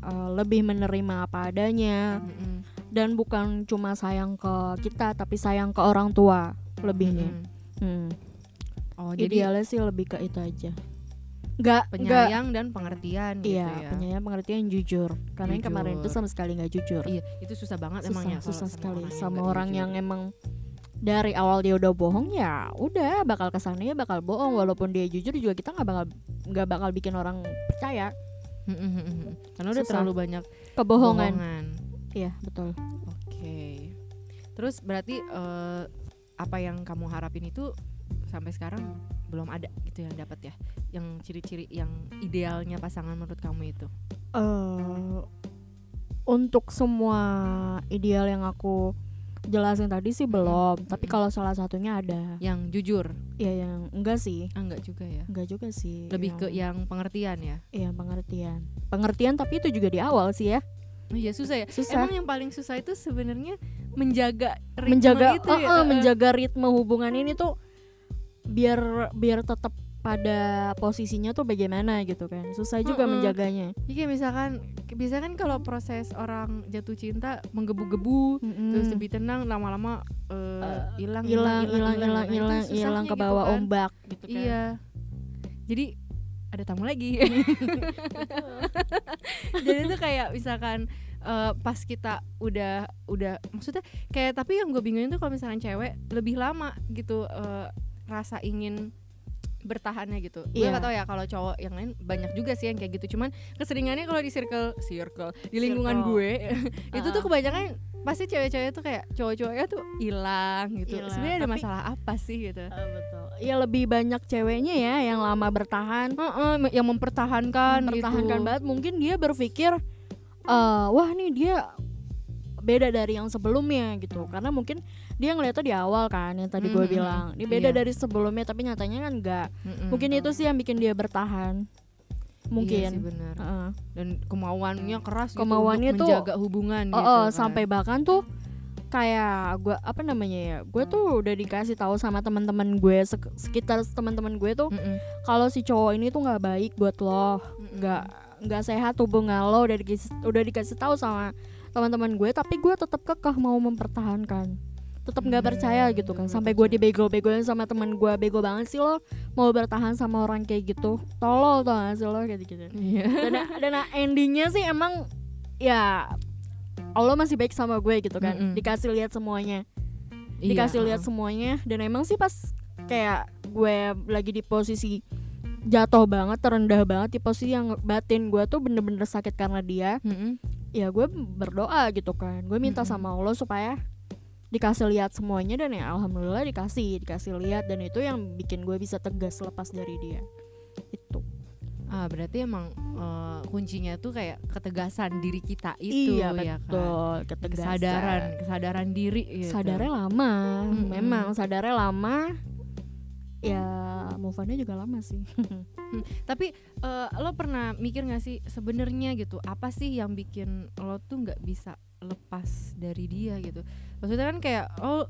Speaker 1: eh, lebih menerima apa adanya
Speaker 2: Mm-mm.
Speaker 1: dan bukan cuma sayang ke kita tapi sayang ke orang tua lebihnya
Speaker 2: Mm-mm.
Speaker 1: Hmm.
Speaker 2: ya, Oh, jadi
Speaker 1: idealnya sih lebih ke itu aja nggak nggak
Speaker 2: penyayang dan pengertian
Speaker 1: iya
Speaker 2: gitu ya.
Speaker 1: penyayang pengertian jujur karena yang kemarin itu
Speaker 2: Jujur.
Speaker 1: sama sekali nggak jujur
Speaker 2: Iya, itu susah banget
Speaker 1: susah
Speaker 2: emangnya kalau
Speaker 1: ya, susah sekali
Speaker 2: orang yang gitu.
Speaker 1: sama
Speaker 2: nggak
Speaker 1: orang
Speaker 2: jujur.
Speaker 1: yang emang dari awal dia udah bohong ya udah bakal kesannya bakal bohong walaupun dia jujur juga kita nggak bakal nggak bakal bikin orang percaya
Speaker 2: Mm-mm. Karena udah
Speaker 1: Susah.
Speaker 2: terlalu banyak
Speaker 1: kebohongan
Speaker 2: bohongan.
Speaker 1: iya betul
Speaker 2: Oke. Terus berarti eh, apa yang kamu harapin itu sampai sekarang belum ada gitu yang dapat ya? Yang ciri-ciri yang idealnya pasangan menurut kamu itu?
Speaker 1: eh untuk semua ideal yang aku jelasin tadi sih belum tapi
Speaker 2: Mm-mm.
Speaker 1: kalau salah satunya ada
Speaker 2: Yang jujur?
Speaker 1: ya yang enggak sih
Speaker 2: Ah, enggak juga ya.
Speaker 1: enggak juga sih
Speaker 2: Lebih ke yang pengertian ya.
Speaker 1: iya pengertian pengertian tapi itu juga di awal sih ya
Speaker 2: Oh Iya susah ya.
Speaker 1: susah
Speaker 2: Emang yang paling susah itu sebenarnya menjaga ritme
Speaker 1: menjaga
Speaker 2: itu ya.
Speaker 1: eh, eh, menjaga ritme hubungan ini tuh biar biar tetap pada posisinya tuh bagaimana gitu kan susah juga
Speaker 2: Mm-mm.
Speaker 1: menjaganya
Speaker 2: Jadi Iya, kayak misalkan biasanya kan kalau proses orang jatuh cinta menggebu-gebu terus
Speaker 1: Mm-mm.
Speaker 2: lebih tenang lama-lama eh, hilang
Speaker 1: Hmm. hilang hilang hilang
Speaker 2: Nah, itu
Speaker 1: hilang hilang
Speaker 2: susahnya
Speaker 1: ke
Speaker 2: gitu
Speaker 1: bawah
Speaker 2: kan.
Speaker 1: ombak gitu kan
Speaker 2: Iya. Jadi ada tamu
Speaker 1: <laughs>
Speaker 2: lagi. Jadi itu kayak misalkan eh, pas kita udah udah maksudnya kayak tapi yang gue bingungin tuh kalau misalkan cewek lebih lama gitu eh, rasa ingin bertahannya gitu. Gue
Speaker 1: Iya.
Speaker 2: gak tau ya kalau cowok yang lain banyak juga sih yang kayak gitu. Cuman keseringannya kalau di circle circle di lingkungan
Speaker 1: Circle. <laughs>
Speaker 2: gue itu tuh
Speaker 1: Uh-uh.
Speaker 2: kebanyakan pasti cewek-cewek tuh kayak cowok-cowoknya tuh hilang gitu.
Speaker 1: Hilang,
Speaker 2: Sebenarnya ada
Speaker 1: tapi-
Speaker 2: masalah apa sih gitu?
Speaker 1: Ah, betul. Ya lebih banyak ceweknya ya yang lama bertahan,
Speaker 2: Heeh, me- yang mempertahankan,
Speaker 1: mempertahankan
Speaker 2: gitu.
Speaker 1: banget. Mungkin dia berpikir eh, wah nih dia beda dari yang sebelumnya gitu. Karena mungkin dia ngeliatnya di awal kan yang tadi gue
Speaker 2: Mhm.
Speaker 1: bilang. Dia beda
Speaker 2: Iya.
Speaker 1: dari sebelumnya tapi nyatanya kan enggak.
Speaker 2: Mm-mm.
Speaker 1: Mungkin itu sih yang bikin dia bertahan.
Speaker 2: Iya sih
Speaker 1: Mungkin.
Speaker 2: benar.
Speaker 1: Heeh.
Speaker 2: Dan kemauannya keras gitu
Speaker 1: Kemauannya
Speaker 2: untuk
Speaker 1: tuh-
Speaker 2: menjaga hubungan
Speaker 1: Oh,
Speaker 2: gitu
Speaker 1: oh,
Speaker 2: kan.
Speaker 1: sampai bahkan tuh kayak gue apa namanya ya gue tuh udah dikasih tahu sama teman-teman gue sek- sekitar teman-teman gue tuh
Speaker 2: Mm-mm.
Speaker 1: kalau si cowok ini tuh nggak baik buat lo nggak nggak sehat hubungan lo udah dikasih udah dikasih tahu sama teman-teman gue tapi gue tetap kekeh mau mempertahankan tetap nggak
Speaker 2: Hmm,
Speaker 1: percaya gitu kan
Speaker 2: nggak
Speaker 1: sampai gue dibego-begoin sama teman gue bego banget sih lo mau bertahan sama orang kayak gitu tolol tuh gak sih lo kayak gitu
Speaker 2: Iya.
Speaker 1: dan dan ya, endingnya sih emang ya Allah masih baik sama gue gitu kan
Speaker 2: Mm-mm.
Speaker 1: dikasih lihat semuanya
Speaker 2: <laughs> Iya,
Speaker 1: dikasih lihat
Speaker 2: heeh.
Speaker 1: semuanya dan emang sih pas kayak gue lagi di posisi jatuh banget terendah banget di posisi yang batin gue tuh bener-bener sakit karena dia
Speaker 2: Mm-mm.
Speaker 1: ya gue berdoa gitu kan gue minta
Speaker 2: Mm-mm.
Speaker 1: sama Allah supaya dikasih lihat semuanya dan ya alhamdulillah dikasih dikasih lihat dan itu yang bikin gue bisa tegas lepas dari dia itu
Speaker 2: Ah, berarti emang eh, kuncinya tuh kayak ketegasan diri kita itu
Speaker 1: iya
Speaker 2: ya kan.
Speaker 1: betul ketegasan
Speaker 2: Kesadaran, kesadaran diri gitu.
Speaker 1: sadarnya lama
Speaker 2: Mm-mm.
Speaker 1: memang sadarnya lama ya move onnya juga lama sih
Speaker 2: Tapi eh, lo pernah mikir gak sih sebenarnya gitu apa sih yang bikin lo tuh nggak bisa lepas dari dia gitu? Maksudnya kan kayak oh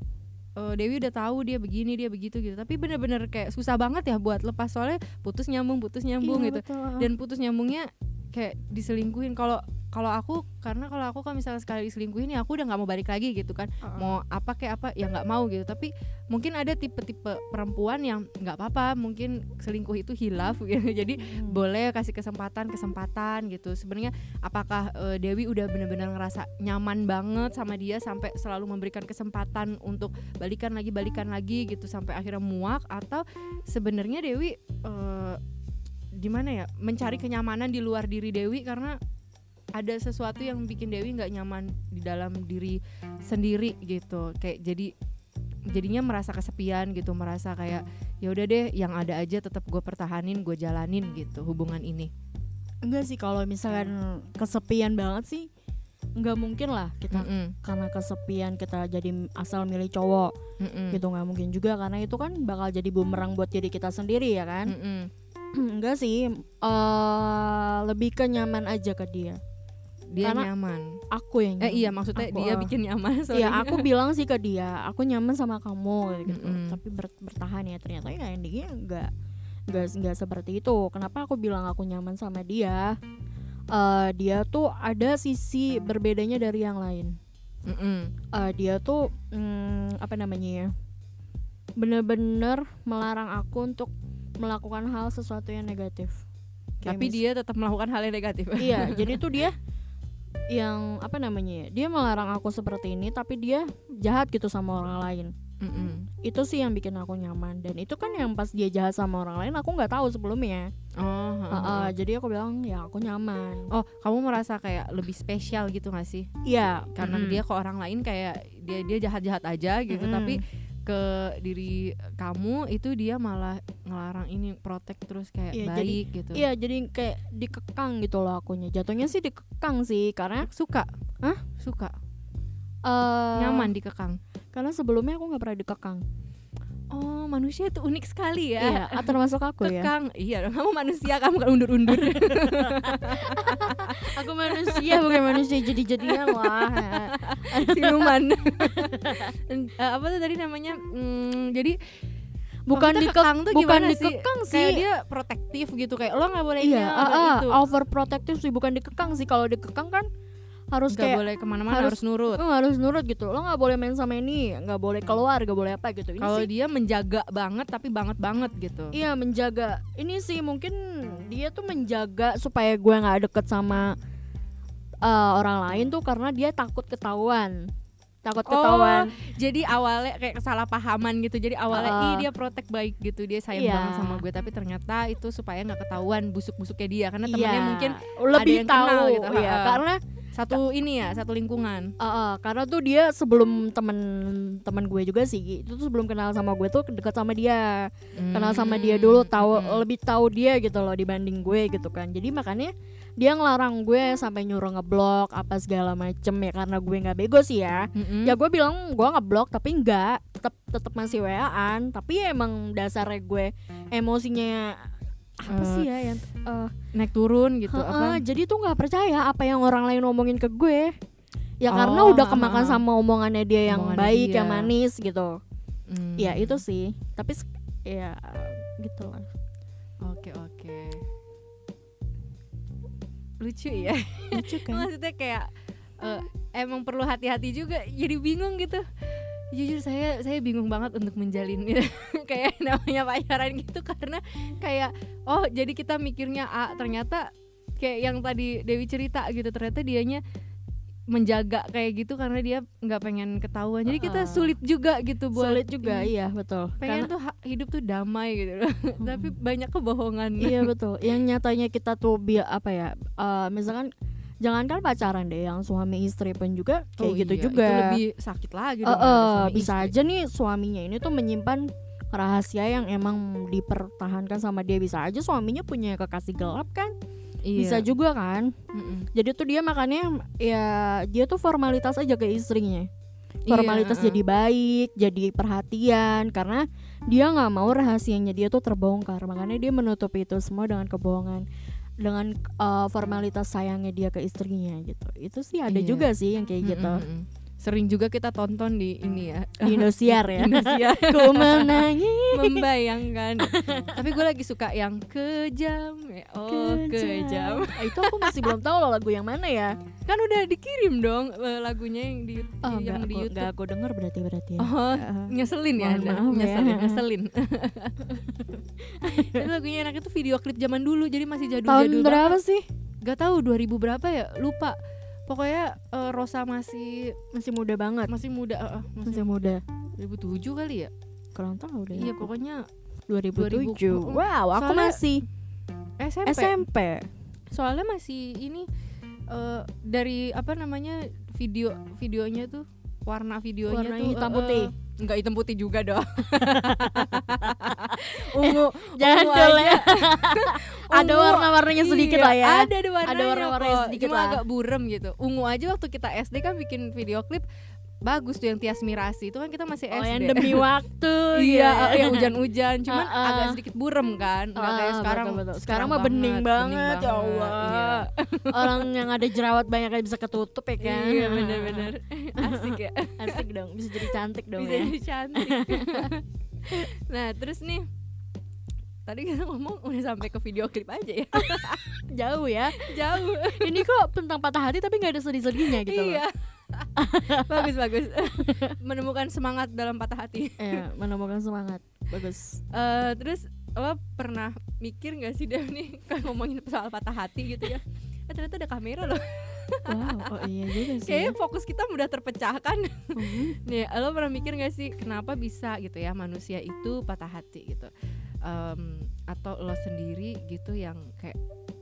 Speaker 2: eh, Dewi udah tahu dia begini dia begitu gitu. Tapi bener-bener kayak susah banget ya buat lepas soalnya putus nyambung putus nyambung
Speaker 1: Iya,
Speaker 2: gitu.
Speaker 1: betul.
Speaker 2: Dan putus nyambungnya kayak diselingkuhin. Kalau kalau aku karena kalau aku kan misalnya sekali diselingkuhin ya aku udah nggak mau balik lagi gitu kan.
Speaker 1: Uh-uh.
Speaker 2: mau apa kayak apa ya nggak mau gitu tapi mungkin ada tipe-tipe perempuan yang nggak apa-apa mungkin selingkuh itu hilaf gitu <laughs> jadi
Speaker 1: Hmm.
Speaker 2: boleh kasih kesempatan kesempatan gitu sebenarnya apakah eh, Dewi udah benar-benar ngerasa nyaman banget sama dia sampai selalu memberikan kesempatan untuk balikan lagi balikan lagi gitu sampai akhirnya muak atau sebenarnya Dewi eh, gimana ya mencari kenyamanan di luar diri Dewi karena ada sesuatu yang bikin Dewi nggak nyaman di dalam diri sendiri gitu kayak jadi jadinya merasa kesepian gitu merasa kayak ya udah deh yang ada aja tetap gue pertahanin gue jalanin gitu hubungan ini
Speaker 1: enggak sih kalau misalkan kesepian banget sih nggak mungkin lah kita
Speaker 2: Mm-mm,
Speaker 1: karena kesepian kita jadi asal milih cowok
Speaker 2: mm-mm,
Speaker 1: gitu nggak mungkin juga karena itu kan bakal jadi bumerang buat diri kita sendiri ya kan
Speaker 2: mm-mm.
Speaker 1: enggak sih eh lebih ke nyaman aja ke dia
Speaker 2: dia
Speaker 1: Karena-
Speaker 2: nyaman
Speaker 1: aku yang
Speaker 2: eh iya maksudnya
Speaker 1: Aku,
Speaker 2: dia
Speaker 1: ah.
Speaker 2: bikin nyaman sorry.
Speaker 1: Iya aku bilang sih ke dia, aku nyaman sama kamu gitu.
Speaker 2: Mm-mm.
Speaker 1: Tapi ber- bertahan ya ternyata ya endingnya enggak enggak enggak seperti itu. Kenapa aku bilang aku nyaman sama dia? Eh, dia tuh ada sisi berbedanya dari yang lain.
Speaker 2: Mm-mm,
Speaker 1: Eh, dia tuh mm, apa namanya ya? Bener-bener melarang aku untuk melakukan hal sesuatu yang negatif. Kayak
Speaker 2: tapi
Speaker 1: mis-
Speaker 2: dia tetap melakukan hal yang negatif
Speaker 1: iya jadi tuh dia yang apa namanya ya, dia melarang aku seperti ini tapi dia jahat gitu sama orang lain
Speaker 2: <laughs> Mm-mm.
Speaker 1: itu sih yang bikin aku nyaman dan itu kan yang pas dia jahat sama orang lain aku nggak tahu sebelumnya
Speaker 2: oh ha, ha.
Speaker 1: Heeh, jadi aku bilang ya aku nyaman
Speaker 2: oh kamu merasa kayak lebih spesial gitu gak sih
Speaker 1: iya
Speaker 2: karena
Speaker 1: mm-mm.
Speaker 2: dia ke orang lain kayak dia dia jahat jahat aja gitu
Speaker 1: Mm-mm.
Speaker 2: tapi ke diri kamu itu dia malah ngelarang ini protek terus kayak
Speaker 1: Iya, jadi-
Speaker 2: baik gitu
Speaker 1: iya jadi kayak dikekang gitu loh akunya jatuhnya sih dikekang sih karena
Speaker 2: suka
Speaker 1: Hah?
Speaker 2: suka
Speaker 1: eh,
Speaker 2: nyaman dikekang
Speaker 1: karena sebelumnya aku nggak pernah dikekang
Speaker 2: oh manusia itu unik sekali
Speaker 1: iya ah, termasuk aku ya
Speaker 2: Ya. kekang iya <laughs> dong kamu manusia kamu kan
Speaker 1: <laughs>
Speaker 2: undur-undur
Speaker 1: aku <laughs> manusia bukan manusia jadi jadinya lah <laughs>
Speaker 2: siluman Eh, apa tuh tadi namanya Hmm, jadi
Speaker 1: bukan
Speaker 2: maksudnya
Speaker 1: dikekang
Speaker 2: kekang tuh
Speaker 1: bukan
Speaker 2: gimana
Speaker 1: dikekang sih
Speaker 2: kayak dia protektif gitu kayak lo nggak boleh
Speaker 1: Iya,
Speaker 2: ini,
Speaker 1: ah,
Speaker 2: gitu.
Speaker 1: ah, overprotective sih bukan dikekang sih. Kalau dikekang kan harus
Speaker 2: nggak
Speaker 1: kayak
Speaker 2: boleh kemana-mana
Speaker 1: harus-
Speaker 2: harus nurut
Speaker 1: "Lo harus nurut gitu. Lo nggak boleh main sama ini, nggak boleh keluar, nggak boleh apa gitu. Ini
Speaker 2: Hmm. Kalau
Speaker 1: sih,
Speaker 2: dia menjaga banget tapi banget banget gitu.
Speaker 1: iya menjaga. Ini sih mungkin dia tuh menjaga supaya gue nggak deket sama eh, orang lain tuh karena dia takut ketahuan, takut
Speaker 2: Oh,
Speaker 1: ketahuan.
Speaker 2: Jadi awalnya kayak kesalahpahaman gitu. Jadi awalnya
Speaker 1: Heeh.
Speaker 2: ih dia protek baik gitu. Dia sayang
Speaker 1: Iya.
Speaker 2: banget sama gue tapi ternyata itu supaya nggak ketahuan busuk-busuknya dia karena nah, temennya
Speaker 1: Iya,
Speaker 2: mungkin
Speaker 1: lebih
Speaker 2: yang
Speaker 1: tahu
Speaker 2: kenal gitu,
Speaker 1: ya
Speaker 2: ha-ha.
Speaker 1: karena
Speaker 2: satu ini ya, satu lingkungan.
Speaker 1: eh, eh, karena tuh dia sebelum temen temen gue juga sih itu tuh sebelum kenal sama gue tuh deket sama dia kenal sama dia
Speaker 2: Hmm,
Speaker 1: dulu tahu lebih tahu dia gitu loh dibanding gue gitu kan jadi makanya dia ngelarang gue sampai nyuruh ngeblok apa segala macem ya karena gue nggak bego sih ya
Speaker 2: Hmm.
Speaker 1: ya gue bilang gue ngeblok tapi enggak tetap tetap masih waan tapi ya emang dasarnya gue emosinya apa
Speaker 2: Eh,
Speaker 1: sih ya yang eh,
Speaker 2: naik turun gitu
Speaker 1: heeh,
Speaker 2: apa?
Speaker 1: jadi tuh nggak percaya apa yang orang lain ngomongin ke gue ya karena
Speaker 2: Oh,
Speaker 1: udah
Speaker 2: heeh.
Speaker 1: kemakan sama omongannya dia yang
Speaker 2: Omongannya
Speaker 1: baik
Speaker 2: dia.
Speaker 1: yang manis gitu
Speaker 2: Hmm.
Speaker 1: ya itu sih tapi sek- ya gitu lah
Speaker 2: Oke, oke. Lucu ya.
Speaker 1: lucu kan
Speaker 2: <laughs> maksudnya kayak eh, emang perlu hati-hati juga jadi bingung gitu jujur saya saya bingung banget untuk menjalin <laughs> kayak namanya pacaran gitu karena kayak oh jadi kita mikirnya A ternyata kayak yang tadi Dewi cerita gitu ternyata dianya menjaga kayak gitu karena dia nggak pengen ketahuan jadi kita
Speaker 1: Uh-uh.
Speaker 2: sulit juga gitu buat
Speaker 1: sulit juga
Speaker 2: ini.
Speaker 1: iya betul
Speaker 2: pengen
Speaker 1: Karena- Hmm.
Speaker 2: tuh ha- hidup tuh damai gitu loh <laughs> tapi banyak kebohongan
Speaker 1: <laughs>
Speaker 2: <laughs>
Speaker 1: iya betul yang nyatanya kita tuh biar apa ya eh, misalkan jangankan pacaran deh yang suami istri pun juga kayak
Speaker 2: Oh
Speaker 1: gitu
Speaker 2: iya,
Speaker 1: juga
Speaker 2: itu lebih sakit lagi
Speaker 1: Eh,
Speaker 2: dong Iya. ada
Speaker 1: eh,
Speaker 2: suami
Speaker 1: bisa
Speaker 2: istri.
Speaker 1: aja nih suaminya ini tuh menyimpan rahasia yang emang dipertahankan sama dia bisa aja suaminya punya kekasih gelap kan
Speaker 2: Iya.
Speaker 1: bisa juga kan
Speaker 2: Mm-mm.
Speaker 1: jadi tuh dia makanya ya dia tuh formalitas aja ke istrinya formalitas
Speaker 2: Iya,
Speaker 1: jadi baik jadi perhatian karena dia nggak mau rahasianya dia tuh terbongkar makanya dia menutup itu semua dengan kebohongan dengan eh, formalitas sayangnya dia ke istrinya gitu itu sih ada
Speaker 2: Iya.
Speaker 1: juga sih yang kayak
Speaker 2: Mm-mm,
Speaker 1: gitu
Speaker 2: mm-mm. sering juga kita tonton di ini
Speaker 1: <laughs>
Speaker 2: ya <laughs>
Speaker 1: di Indosiar ya
Speaker 2: Indonesia
Speaker 1: ku menangis
Speaker 2: membayangkan tapi gue lagi suka yang kejam ya. oh kejam.
Speaker 1: Ah, itu aku masih belum tahu loh lagu yang mana ya
Speaker 2: kan udah dikirim dong eh, lagunya yang di
Speaker 1: oh, nggak
Speaker 2: yang di
Speaker 1: aku, nggak
Speaker 2: YouTube
Speaker 1: aku denger berarti berarti ya.
Speaker 2: oh
Speaker 1: Ah.
Speaker 2: nyeselin ya,
Speaker 1: Mohon
Speaker 2: Anda.
Speaker 1: maaf ya. <laughs>
Speaker 2: nyeselin nyeselin <laughs> itu lagunya enak itu video klip zaman dulu jadi masih
Speaker 1: tahun
Speaker 2: jadul-jadul
Speaker 1: berapa sih
Speaker 2: gak tahu 2000 berapa ya lupa pokoknya eh, Rosa masih
Speaker 1: masih muda banget
Speaker 2: masih muda eh, eh,
Speaker 1: masih muda
Speaker 2: masih 2007 kali ya
Speaker 1: kurang tahu deh
Speaker 2: iya
Speaker 1: aku.
Speaker 2: pokoknya
Speaker 1: 2007
Speaker 2: 2000.
Speaker 1: wow aku
Speaker 2: Soalnya
Speaker 1: masih
Speaker 2: SMP,
Speaker 1: SMP
Speaker 2: soalnya masih ini eh, dari apa namanya video videonya tuh warna videonya
Speaker 1: Warna
Speaker 2: tuh
Speaker 1: hitam
Speaker 2: eh,
Speaker 1: putih.
Speaker 2: eh, nggak hitam putih juga
Speaker 1: <laughs>
Speaker 2: dong
Speaker 1: ungu jangan
Speaker 2: ungu
Speaker 1: dulu ya <laughs> ada
Speaker 2: Ungu.
Speaker 1: warna-warnanya sedikit
Speaker 2: Iya,
Speaker 1: lah ya
Speaker 2: ada ada warnanya,
Speaker 1: Ada warna-warnanya
Speaker 2: kok.
Speaker 1: sedikit
Speaker 2: Cuma
Speaker 1: lah.
Speaker 2: agak burem gitu ungu aja waktu kita SD kan bikin video klip bagus tuh yang Tias Mirasi itu kan kita masih
Speaker 1: oh
Speaker 2: SD
Speaker 1: yang
Speaker 2: <laughs>
Speaker 1: demi waktu
Speaker 2: iya
Speaker 1: ya.
Speaker 2: eh, yang
Speaker 1: <laughs>
Speaker 2: hujan-hujan cuman
Speaker 1: Ah, ah.
Speaker 2: agak sedikit burem kan nggak kayak
Speaker 1: Ah,
Speaker 2: sekarang
Speaker 1: betul, betul. sekarang mah bening banget, ya Allah <laughs> orang yang ada jerawat banyak aja bisa ketutup ya
Speaker 2: iya,
Speaker 1: kan
Speaker 2: iya bener-bener <laughs> asik ya
Speaker 1: <laughs> asik dong bisa jadi cantik dong
Speaker 2: bisa
Speaker 1: ya
Speaker 2: jadi cantik <laughs> nah terus nih tadi kita ngomong udah sampai ke video klip aja ya
Speaker 1: <laughs>
Speaker 2: <laughs>
Speaker 1: jauh ya
Speaker 2: jauh
Speaker 1: ini kok tentang patah hati tapi nggak ada sedih-sedihnya gitu loh
Speaker 2: iya <laughs> bagus
Speaker 1: <laughs>
Speaker 2: bagus menemukan semangat dalam patah hati
Speaker 1: Iya, menemukan semangat bagus
Speaker 2: Eh, terus lo pernah mikir nggak sih Dev nih <laughs> kan ngomongin soal patah hati gitu ya eh, ternyata ada kamera loh
Speaker 1: wow oh iya juga Iya sih
Speaker 2: kayaknya fokus kita mudah terpecahkan
Speaker 1: Mhm.
Speaker 2: nih lo pernah mikir nggak sih kenapa bisa gitu ya manusia itu patah hati gitu Em, atau lo sendiri gitu yang kayak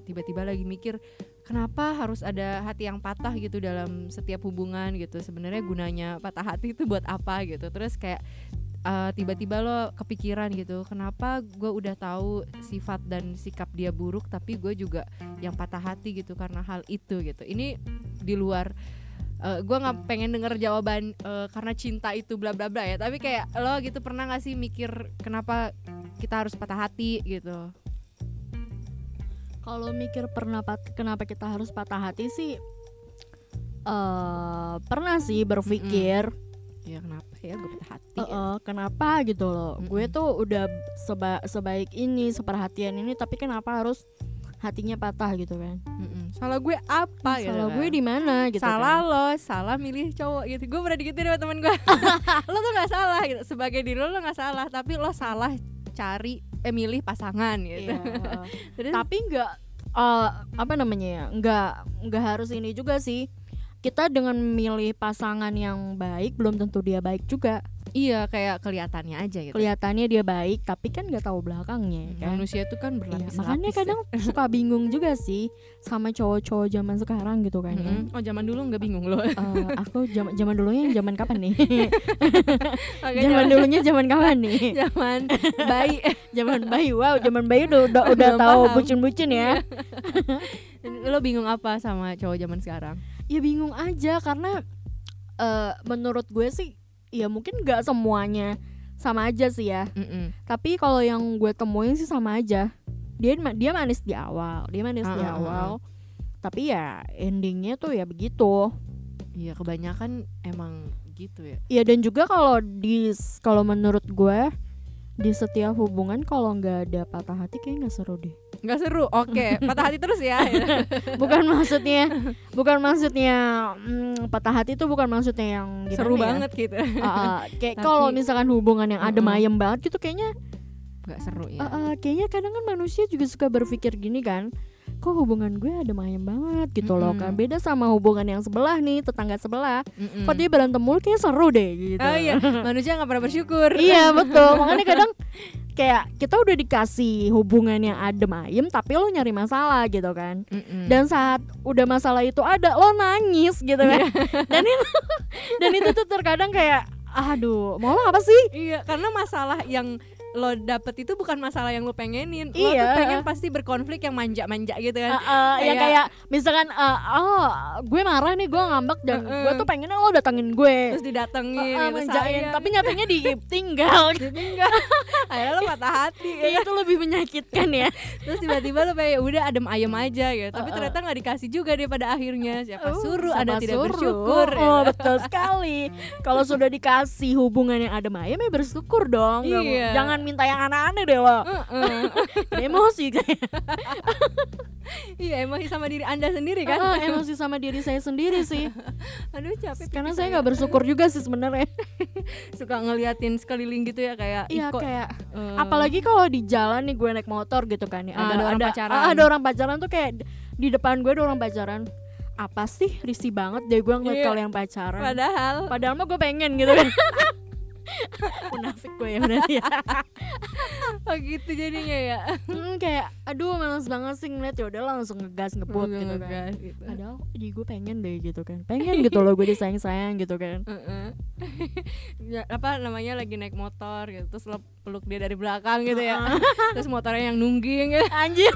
Speaker 2: tiba-tiba lagi mikir kenapa harus ada hati yang patah gitu dalam setiap hubungan gitu sebenarnya gunanya patah hati itu buat apa gitu terus kayak eh, tiba-tiba lo kepikiran gitu kenapa gue udah tahu sifat dan sikap dia buruk tapi gue juga yang patah hati gitu karena hal itu gitu ini di luar eh, gue nggak pengen denger jawaban eh, karena cinta itu bla bla bla ya tapi kayak lo gitu pernah gak sih mikir kenapa kita harus patah hati gitu
Speaker 1: kalau mikir pernah pat- kenapa kita harus patah hati sih eh pernah sih berpikir
Speaker 2: ya kenapa ya gue patah hati
Speaker 1: eh, eh, kenapa gitu loh gue
Speaker 2: Mm-mm.
Speaker 1: tuh udah seba- sebaik ini seperhatian ini tapi kenapa harus hatinya patah gitu kan
Speaker 2: Mm-mm. salah gue apa gitu
Speaker 1: Mm, salah
Speaker 2: kan?
Speaker 1: gue di mana gitu
Speaker 2: salah
Speaker 1: kan.
Speaker 2: lo salah milih cowok gitu gue pernah digituin sama temen
Speaker 1: <laughs>
Speaker 2: gue <laughs> lo tuh nggak salah gitu sebagai diri lo lo nggak salah tapi lo salah cari eh milih pasangan gitu <laughs>
Speaker 1: Iya, eh.
Speaker 2: Terus,
Speaker 1: tapi nggak eh, apa namanya ya nggak nggak harus ini juga sih kita dengan milih pasangan yang baik belum tentu dia baik juga
Speaker 2: iya kayak kelihatannya aja gitu
Speaker 1: kelihatannya dia baik tapi kan nggak tahu belakangnya ya
Speaker 2: Hmm,
Speaker 1: kan
Speaker 2: manusia itu kan
Speaker 1: Iya,
Speaker 2: berlapis
Speaker 1: makanya kadang suka bingung juga sih sama cowok-cowok zaman sekarang gitu kan ya.
Speaker 2: oh zaman dulu nggak bingung lo <laughs>
Speaker 1: Eh, aku zaman zaman dulunya yang zaman kapan nih
Speaker 2: Makanya
Speaker 1: <laughs>
Speaker 2: <laughs>
Speaker 1: zaman dulunya zaman kapan nih
Speaker 2: zaman bayi
Speaker 1: zaman bayi wow zaman bayi udah udah, udah
Speaker 2: Belum
Speaker 1: tahu
Speaker 2: paham.
Speaker 1: bucin-bucin ya
Speaker 2: <laughs> lo bingung apa sama cowok zaman sekarang
Speaker 1: ya bingung aja karena eh, menurut gue sih ya mungkin nggak semuanya sama aja sih ya
Speaker 2: Mm-mm.
Speaker 1: tapi kalau yang gue temuin sih sama aja dia ma- dia manis di awal dia manis di
Speaker 2: Ah, ah, ah.
Speaker 1: awal tapi ya endingnya tuh ya begitu
Speaker 2: iya kebanyakan emang gitu ya
Speaker 1: ya dan juga kalau di kalau menurut gue di setiap hubungan kalau nggak ada patah hati kayaknya nggak seru deh
Speaker 2: nggak seru oke <laughs> patah hati terus ya
Speaker 1: bukan maksudnya bukan maksudnya mm, patah hati itu bukan maksudnya yang gimana
Speaker 2: <laughs> seru
Speaker 1: ya?
Speaker 2: banget gitu
Speaker 1: Ah, ah, kayak
Speaker 2: Tapi-
Speaker 1: kalau misalkan hubungan yang adem
Speaker 2: Mm-mm.
Speaker 1: ayem banget gitu kayaknya
Speaker 2: nggak seru ya
Speaker 1: ah, ah, kayaknya kadang kan manusia juga suka berpikir gini kan kok hubungan gue ada mayem banget gitu loh
Speaker 2: Mm-mm.
Speaker 1: kan beda sama hubungan yang sebelah nih tetangga sebelah
Speaker 2: Mm-mm.
Speaker 1: kok dia berantem mulu kayaknya seru deh gitu
Speaker 2: Oh iya, manusia nggak pernah bersyukur.
Speaker 1: iya betul makanya kadang kayak kita udah dikasih hubungan yang adem ayem tapi lo nyari masalah gitu kan
Speaker 2: Mm-mm.
Speaker 1: dan saat udah masalah itu ada lo nangis gitu
Speaker 2: Iya.
Speaker 1: kan <laughs> dan itu dan itu tuh terkadang kayak aduh mau lo apa sih
Speaker 2: Iya, karena masalah yang lo dapet itu bukan masalah yang lo pengenin. Lo tuh
Speaker 1: Iya.
Speaker 2: pengen pasti berkonflik yang manja-manja gitu
Speaker 1: Eh,
Speaker 2: kan.
Speaker 1: eh, yang
Speaker 2: Kayak-
Speaker 1: kayak misalkan eh, oh gue marah nih gue ngambek dan
Speaker 2: Heeh.
Speaker 1: gue tuh pengennya lo datangin gue
Speaker 2: Terus didatengin,
Speaker 1: Eh, eh,
Speaker 2: gitu,
Speaker 1: manjain
Speaker 2: sayang.
Speaker 1: tapi nyatanya ditinggal
Speaker 2: enggak. Akhirnya lo patah hati.
Speaker 1: Kayak itu lebih menyakitkan ya
Speaker 2: Terus tiba-tiba lo kayak udah adem ayem aja gitu.
Speaker 1: Eh,
Speaker 2: Tapi
Speaker 1: eh.
Speaker 2: ternyata nggak dikasih juga deh pada akhirnya. Siapa
Speaker 1: Oh,
Speaker 2: suruh
Speaker 1: siapa
Speaker 2: ada tidak
Speaker 1: suruh?
Speaker 2: bersyukur. ya.
Speaker 1: oh betul sekali kalau sudah dikasih hubungan yang adem ayem ya bersyukur dong Nggak mau-
Speaker 2: Iya.
Speaker 1: jangan minta yang aneh-aneh deh lo
Speaker 2: Heeh.
Speaker 1: <laughs> emosi <laughs> kayak
Speaker 2: Iya, emosi sama diri Anda sendiri kan.
Speaker 1: Ah, emosi sama diri saya sendiri sih
Speaker 2: <laughs> Aduh, capek.
Speaker 1: karena
Speaker 2: pipi
Speaker 1: saya nggak bersyukur juga sih sebenarnya
Speaker 2: suka ngeliatin sekeliling gitu ya kayak
Speaker 1: iya
Speaker 2: ih, kok,
Speaker 1: kayak
Speaker 2: eh,
Speaker 1: apalagi kalau di jalan nih gue naik motor gitu kan ya
Speaker 2: Ah, ada orang pacaran.
Speaker 1: ah, ada orang pacaran tuh kayak d- di depan gue ada orang pacaran apa sih risih banget deh gue ngeliat
Speaker 2: Iya.
Speaker 1: kalau yang pacaran
Speaker 2: padahal <laughs>
Speaker 1: padahal mah gue pengen gitu kan <laughs> munafik gue ya benar ya
Speaker 2: oh gitu jadinya ya.
Speaker 1: Hmm, kayak aduh males banget sih ngeliat ya udah langsung ngegas ngebut
Speaker 2: Udah
Speaker 1: gitu kan
Speaker 2: ngegas gitu.
Speaker 1: padahal di gue pengen deh gitu kan pengen gitu loh gue disayang sayang gitu kan
Speaker 2: Heeh. <laughs> Ya, apa namanya lagi naik motor gitu terus lo peluk dia dari belakang gitu ya <laughs> terus motornya yang nungging gitu.
Speaker 1: anjir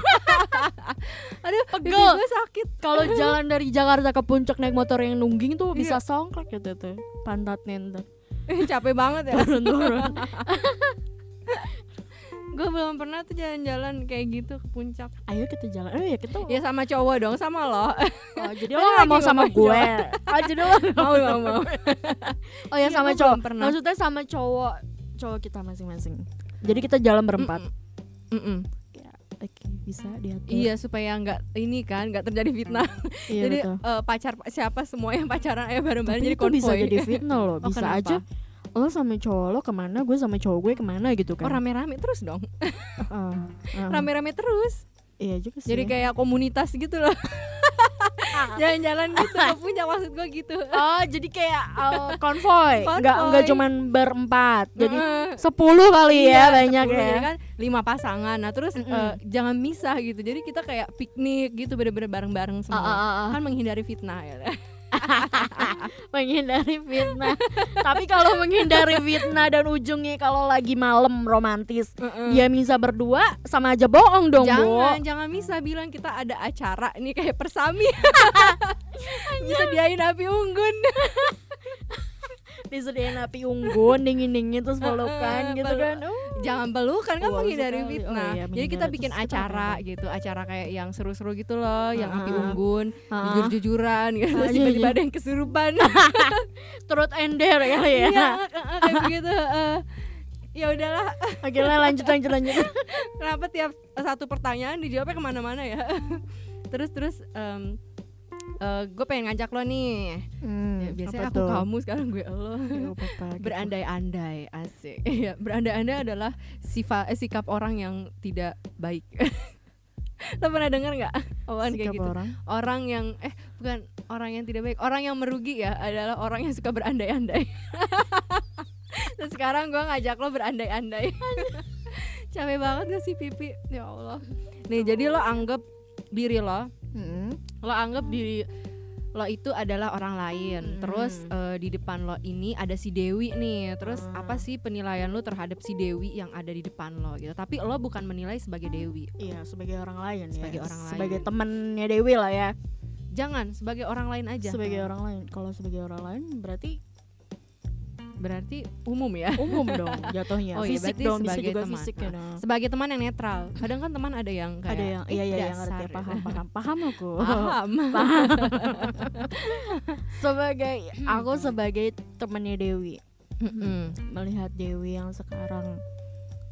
Speaker 2: aduh
Speaker 1: Pegel.
Speaker 2: pipi gue sakit <laughs>
Speaker 1: kalau jalan dari Jakarta ke puncak naik motor yang nungging tuh bisa
Speaker 2: Iya.
Speaker 1: songklek gitu tuh pantatnya ntar <laughs>
Speaker 2: capek banget ya
Speaker 1: turun-turun
Speaker 2: gue belum pernah tuh jalan-jalan kayak gitu ke puncak
Speaker 1: ayo kita jalan ayo ya kita
Speaker 2: ya sama cowok dong sama
Speaker 1: <laughs>
Speaker 2: lo
Speaker 1: oh, jadi lo
Speaker 2: Balik
Speaker 1: gak mau
Speaker 2: lagi
Speaker 1: sama
Speaker 2: ngomongin
Speaker 1: gue oh jadi lo nggak <laughs>
Speaker 2: mau mau mau
Speaker 1: oh ya
Speaker 2: Iya,
Speaker 1: sama
Speaker 2: gua
Speaker 1: cowok
Speaker 2: belum pernah.
Speaker 1: maksudnya sama cowok cowok kita masing-masing jadi kita jalan berempat
Speaker 2: Mm-mm.
Speaker 1: oke bisa diatur
Speaker 2: iya supaya nggak ini kan nggak terjadi fitnah
Speaker 1: <laughs> iya
Speaker 2: jadi
Speaker 1: betul
Speaker 2: eh, pacar siapa semua yang pacaran ayo
Speaker 1: tapi
Speaker 2: bareng-bareng jadi
Speaker 1: itu
Speaker 2: konvoy
Speaker 1: bisa jadi fitnah loh
Speaker 2: Oh,
Speaker 1: bisa
Speaker 2: kenapa?
Speaker 1: aja lo sama cowok lo kemana gue sama cowok gue kemana gitu
Speaker 2: oh
Speaker 1: kan
Speaker 2: rame-rame terus
Speaker 1: <laughs>
Speaker 2: dong
Speaker 1: Heeh. Heeh.
Speaker 2: rame-rame terus
Speaker 1: iya juga sih
Speaker 2: jadi
Speaker 1: ya.
Speaker 2: kayak komunitas gitu loh <laughs> jalan-jalan gitu ke puncak maksud gue gitu
Speaker 1: Oh, jadi kayak uh, konvoy.
Speaker 2: Konvoy.
Speaker 1: Enggak enggak cuman berempat. Jadi
Speaker 2: Heeh.
Speaker 1: sepuluh kali
Speaker 2: Iya,
Speaker 1: ya banyak
Speaker 2: 10,
Speaker 1: ya.
Speaker 2: jadi kan lima pasangan nah terus
Speaker 1: Mm-mm.
Speaker 2: eh, jangan misah gitu jadi kita kayak piknik gitu bener-bener bareng-bareng
Speaker 1: Ah, ah,
Speaker 2: semua
Speaker 1: ah, ah.
Speaker 2: kan menghindari fitnah ya
Speaker 1: menghindari fitnah. <laughs> Tapi kalau menghindari fitnah dan ujungnya kalau lagi malam romantis,
Speaker 2: Mm-mm.
Speaker 1: dia bisa berdua sama aja bohong dong, Bu.
Speaker 2: jangan jangan misah bilang kita ada acara nih kayak
Speaker 1: <laughs>
Speaker 2: persami disediain api unggun
Speaker 1: Disediain api unggun dingin-dingin terus pelukan
Speaker 2: <laughs> Eh, eh,
Speaker 1: gitu
Speaker 2: baru-
Speaker 1: kan. Oh.
Speaker 2: jangan pelukan kan
Speaker 1: Wow
Speaker 2: menghindari
Speaker 1: sekali.
Speaker 2: fitnah
Speaker 1: Oh iya,
Speaker 2: jadi kita
Speaker 1: menghindari.
Speaker 2: bikin
Speaker 1: Terus kita
Speaker 2: acara gitu acara kayak yang seru-seru gitu loh yang api
Speaker 1: Ah, ah.
Speaker 2: unggun
Speaker 1: Ah, ah.
Speaker 2: jujur-jujuran
Speaker 1: Ah,
Speaker 2: gitu Terus
Speaker 1: iya,
Speaker 2: tiba-tiba
Speaker 1: iya.
Speaker 2: ada yang
Speaker 1: <laughs>
Speaker 2: kesurupan
Speaker 1: Turut ender kali ya.
Speaker 2: iya eh, eh, kayak begitu eh. ya udahlah
Speaker 1: Oke lah lanjut lanjut lanjut. <laughs>
Speaker 2: kenapa tiap satu pertanyaan dijawabnya kemana-mana ya <laughs> terus terus gue pengen ngajak lo nih Ya,
Speaker 1: Hmm,
Speaker 2: biasanya
Speaker 1: apa
Speaker 2: aku
Speaker 1: tuh?
Speaker 2: kamu sekarang gue
Speaker 1: <laughs>
Speaker 2: lo
Speaker 1: Ya,
Speaker 2: <laughs>
Speaker 1: apa-apa gitu.
Speaker 2: berandai-andai asik <laughs> Iya, berandai-andai adalah sifat eh, sikap orang yang tidak baik <laughs> lo pernah dengar nggak omongan kayak
Speaker 1: Sikap
Speaker 2: gitu
Speaker 1: orang.
Speaker 2: orang yang eh bukan orang yang tidak baik orang yang merugi ya adalah orang yang suka berandai-andai <laughs> terus sekarang gue ngajak lo berandai-andai <laughs> capek banget gak sih pipi ya allah nih jadi lo anggap diri lo Hmm.
Speaker 1: Mm-mm.
Speaker 2: lo anggap diri lo itu adalah orang lain
Speaker 1: Hmm.
Speaker 2: terus eh, di depan lo ini ada si Dewi nih terus
Speaker 1: Hmm.
Speaker 2: apa sih penilaian lo terhadap si Dewi yang ada di depan lo gitu tapi lo bukan menilai sebagai Dewi
Speaker 1: Iya sebagai orang lain ya.
Speaker 2: Sebagai orang
Speaker 1: Sebagai
Speaker 2: lain.
Speaker 1: temennya Dewi lah ya.
Speaker 2: jangan sebagai orang lain aja
Speaker 1: Sebagai orang lain. Kalau sebagai orang lain berarti
Speaker 2: berarti umum ya
Speaker 1: umum
Speaker 2: <laughs>
Speaker 1: dong jatuhnya.
Speaker 2: Oh iya,
Speaker 1: fisik
Speaker 2: berarti
Speaker 1: dong bisa
Speaker 2: sebagai
Speaker 1: juga
Speaker 2: teman.
Speaker 1: fisik ya. dong.
Speaker 2: sebagai teman yang netral kadang kan teman ada yang kayak
Speaker 1: Ada yang
Speaker 2: "Ih,
Speaker 1: iya iya yang
Speaker 2: dasar
Speaker 1: ngerti
Speaker 2: ya." <laughs>
Speaker 1: paham paham paham aku.
Speaker 2: paham
Speaker 1: sebagai aku sebagai temennya Dewi
Speaker 2: Mm-mm.
Speaker 1: melihat Dewi yang sekarang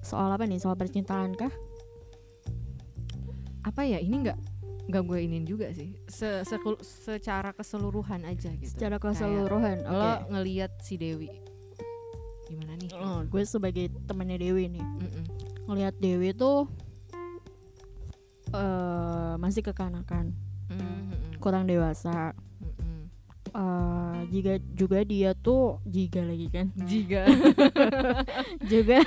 Speaker 1: soal apa nih soal percintaan kah?
Speaker 2: apa ya ini nggak nggak gue inin juga sih Se- sekul- secara keseluruhan aja gitu
Speaker 1: Secara
Speaker 2: Kayak
Speaker 1: keseluruhan. Oke.
Speaker 2: lo ngelihat si Dewi gimana nih
Speaker 1: Oh, gue sebagai temennya Dewi nih
Speaker 2: Mm-mm.
Speaker 1: ngelihat Dewi tuh eh, masih kekanakan,
Speaker 2: Mm-mm.
Speaker 1: kurang dewasa.
Speaker 2: Mm-mm.
Speaker 1: Eh, jika juga dia tuh jika lagi kan <laughs>
Speaker 2: Jika
Speaker 1: juga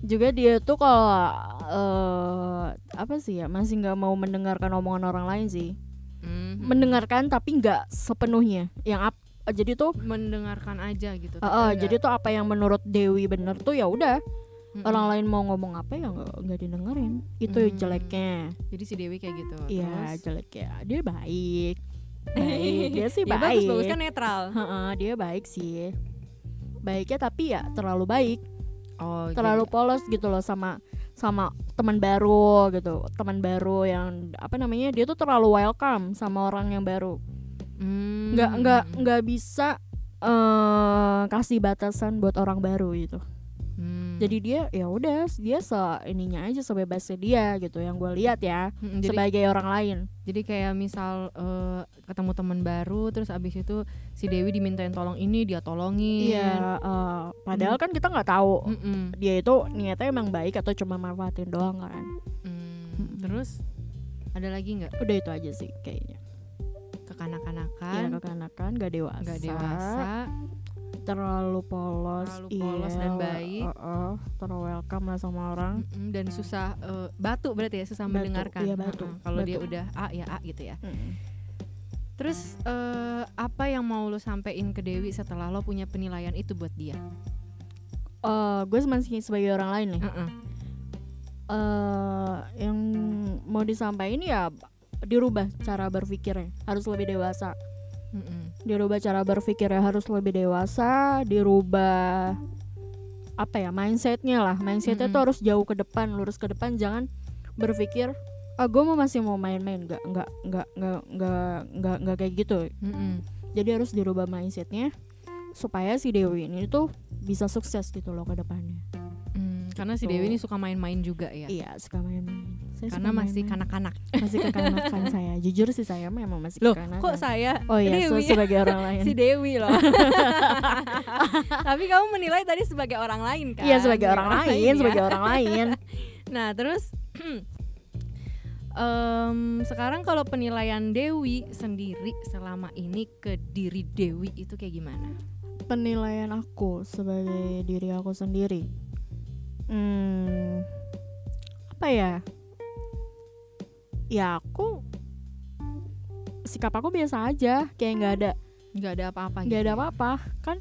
Speaker 1: juga dia tuh kalau eh, apa sih ya masih nggak mau mendengarkan omongan orang lain sih
Speaker 2: Hmm. Mm-mm.
Speaker 1: mendengarkan tapi nggak sepenuhnya yang ap- jadi tuh
Speaker 2: mendengarkan aja gitu.
Speaker 1: eh, eh, jadi tuh apa yang menurut Dewi bener tuh ya udah orang lain mau ngomong apa ya nggak nggak didengerin itu
Speaker 2: Hmm.
Speaker 1: jeleknya
Speaker 2: Jadi si Dewi kayak gitu.
Speaker 1: iya
Speaker 2: Terus?
Speaker 1: jeleknya dia baik <laughs>
Speaker 2: <laughs>
Speaker 1: baik dia sih
Speaker 2: Ya,
Speaker 1: baik
Speaker 2: bagus bagus kan netral.
Speaker 1: Heeh, dia baik sih baiknya tapi ya terlalu baik
Speaker 2: Oh,
Speaker 1: terlalu polos gitu loh sama sama teman baru gitu teman baru yang apa namanya dia tuh terlalu welcome sama orang yang baru
Speaker 2: gitu. Mm.
Speaker 1: nggak nggak nggak bisa eh kasih batasan buat orang baru gitu
Speaker 2: Mm. Hmm.
Speaker 1: jadi dia ya udah dia se ininya aja sebebasnya dia gitu yang gue lihat ya
Speaker 2: Mm, jadi
Speaker 1: sebagai orang lain
Speaker 2: Jadi kayak misal eh, ketemu teman baru terus abis itu si Dewi dimintain tolong ini dia tolongin.
Speaker 1: iya eh,
Speaker 2: Hmm.
Speaker 1: padahal kan kita nggak tahu
Speaker 2: Mm-mm.
Speaker 1: dia itu niatnya emang baik atau cuma manfaatin doang kan
Speaker 2: Mm. Terus ada lagi nggak
Speaker 1: udah itu aja sih kayaknya ya
Speaker 2: kekanak-kanakan?
Speaker 1: kekanak-kanakan gak dewasa
Speaker 2: Kan? nggak dewasa.
Speaker 1: terlalu polos
Speaker 2: Terlalu
Speaker 1: iya,
Speaker 2: polos dan
Speaker 1: we-
Speaker 2: baik.
Speaker 1: uh-uh, terlalu welcome lah sama orang
Speaker 2: Mm-mm. Dan susah eh, batu berarti ya susah
Speaker 1: Batu,
Speaker 2: mendengarkan.
Speaker 1: iya, batu,
Speaker 2: Mm-mm. Kalau dia
Speaker 1: batu.
Speaker 2: udah A ya A gitu ya.
Speaker 1: Hmm.
Speaker 2: Terus eh, apa yang mau lo sampein ke Dewi setelah lo punya penilaian itu buat dia?
Speaker 1: Eh, gue masih sebagai orang lain nih
Speaker 2: Heeh.
Speaker 1: Eh, yang mau disampaikan ya dirubah cara berpikirnya harus lebih dewasa
Speaker 2: Mm-mm.
Speaker 1: dirubah cara berpikirnya harus lebih dewasa dirubah apa ya mindsetnya lah mindsetnya
Speaker 2: Mm-mm.
Speaker 1: tuh harus jauh ke depan lurus ke depan jangan berpikir ah gue mau masih mau main-main nggak nggak nggak nggak nggak nggak nggak kayak gitu
Speaker 2: Mm-mm.
Speaker 1: jadi harus dirubah mindsetnya supaya si Dewi ini tuh bisa sukses gitu loh ke depannya
Speaker 2: Mm, Karena si
Speaker 1: Gitu.
Speaker 2: Dewi ini suka main-main juga ya.
Speaker 1: iya suka main-main Saya
Speaker 2: Karena
Speaker 1: suka
Speaker 2: masih kan-
Speaker 1: main-main.
Speaker 2: kanak-kanak.
Speaker 1: masih kekanakan
Speaker 2: <laughs>
Speaker 1: saya jujur sih saya memang masih
Speaker 2: Loh,
Speaker 1: kekanakan
Speaker 2: kok saya
Speaker 1: oh iya so-
Speaker 2: Dewi?
Speaker 1: sebagai orang lain
Speaker 2: si Dewi loh. <laughs> Tapi kamu menilai tadi sebagai orang lain kan?
Speaker 1: iya sebagai orang lain
Speaker 2: ya. <laughs>
Speaker 1: sebagai orang lain
Speaker 2: Nah, terus <clears throat> em, sekarang kalau penilaian Dewi sendiri selama ini ke diri Dewi itu kayak gimana?
Speaker 1: penilaian aku sebagai diri aku sendiri hmm, apa ya ya aku sikap aku biasa aja kayak nggak ada
Speaker 2: Gak ada apa-apa gitu.
Speaker 1: nggak ada apa-apa kan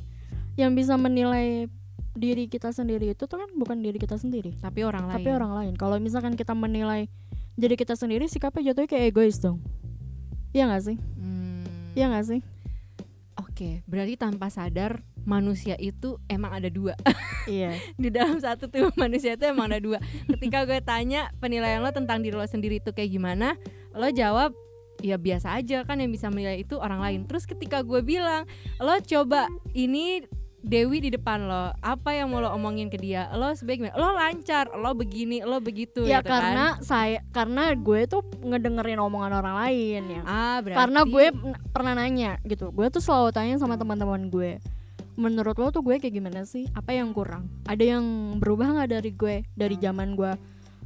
Speaker 1: yang bisa menilai diri kita sendiri itu tuh kan bukan diri kita sendiri
Speaker 2: Tapi orang lain.
Speaker 1: tapi orang lain kalau misalkan kita menilai diri kita sendiri sikapnya jatuhnya kayak egois dong Iya gak sih?
Speaker 2: Hmm,
Speaker 1: Iya gak sih?
Speaker 2: Oke, berarti tanpa sadar manusia itu emang ada dua.
Speaker 1: Iya
Speaker 2: di dalam satu tubuh <laughs> manusia itu emang ada dua. Ketika gue tanya penilaian lo tentang diri lo sendiri itu kayak gimana, lo jawab ya biasa aja kan yang bisa menilai itu orang lain. Terus ketika gue bilang lo coba ini Dewi di depan lo, apa yang mau lo omongin ke dia? Lo sebaiknya lo lancar, lo begini, lo begitu.
Speaker 1: Ya
Speaker 2: gitu kan.
Speaker 1: karena saya Karena gue tuh ngedengerin omongan orang lain ya
Speaker 2: ah berarti
Speaker 1: Karena gue n- pernah nanya gitu Gue tuh selalu tanya sama teman-teman gue Menurut lo tuh gue kayak gimana sih? Apa yang kurang? Ada yang berubah gak dari gue? Dari
Speaker 2: Hmm.
Speaker 1: zaman gue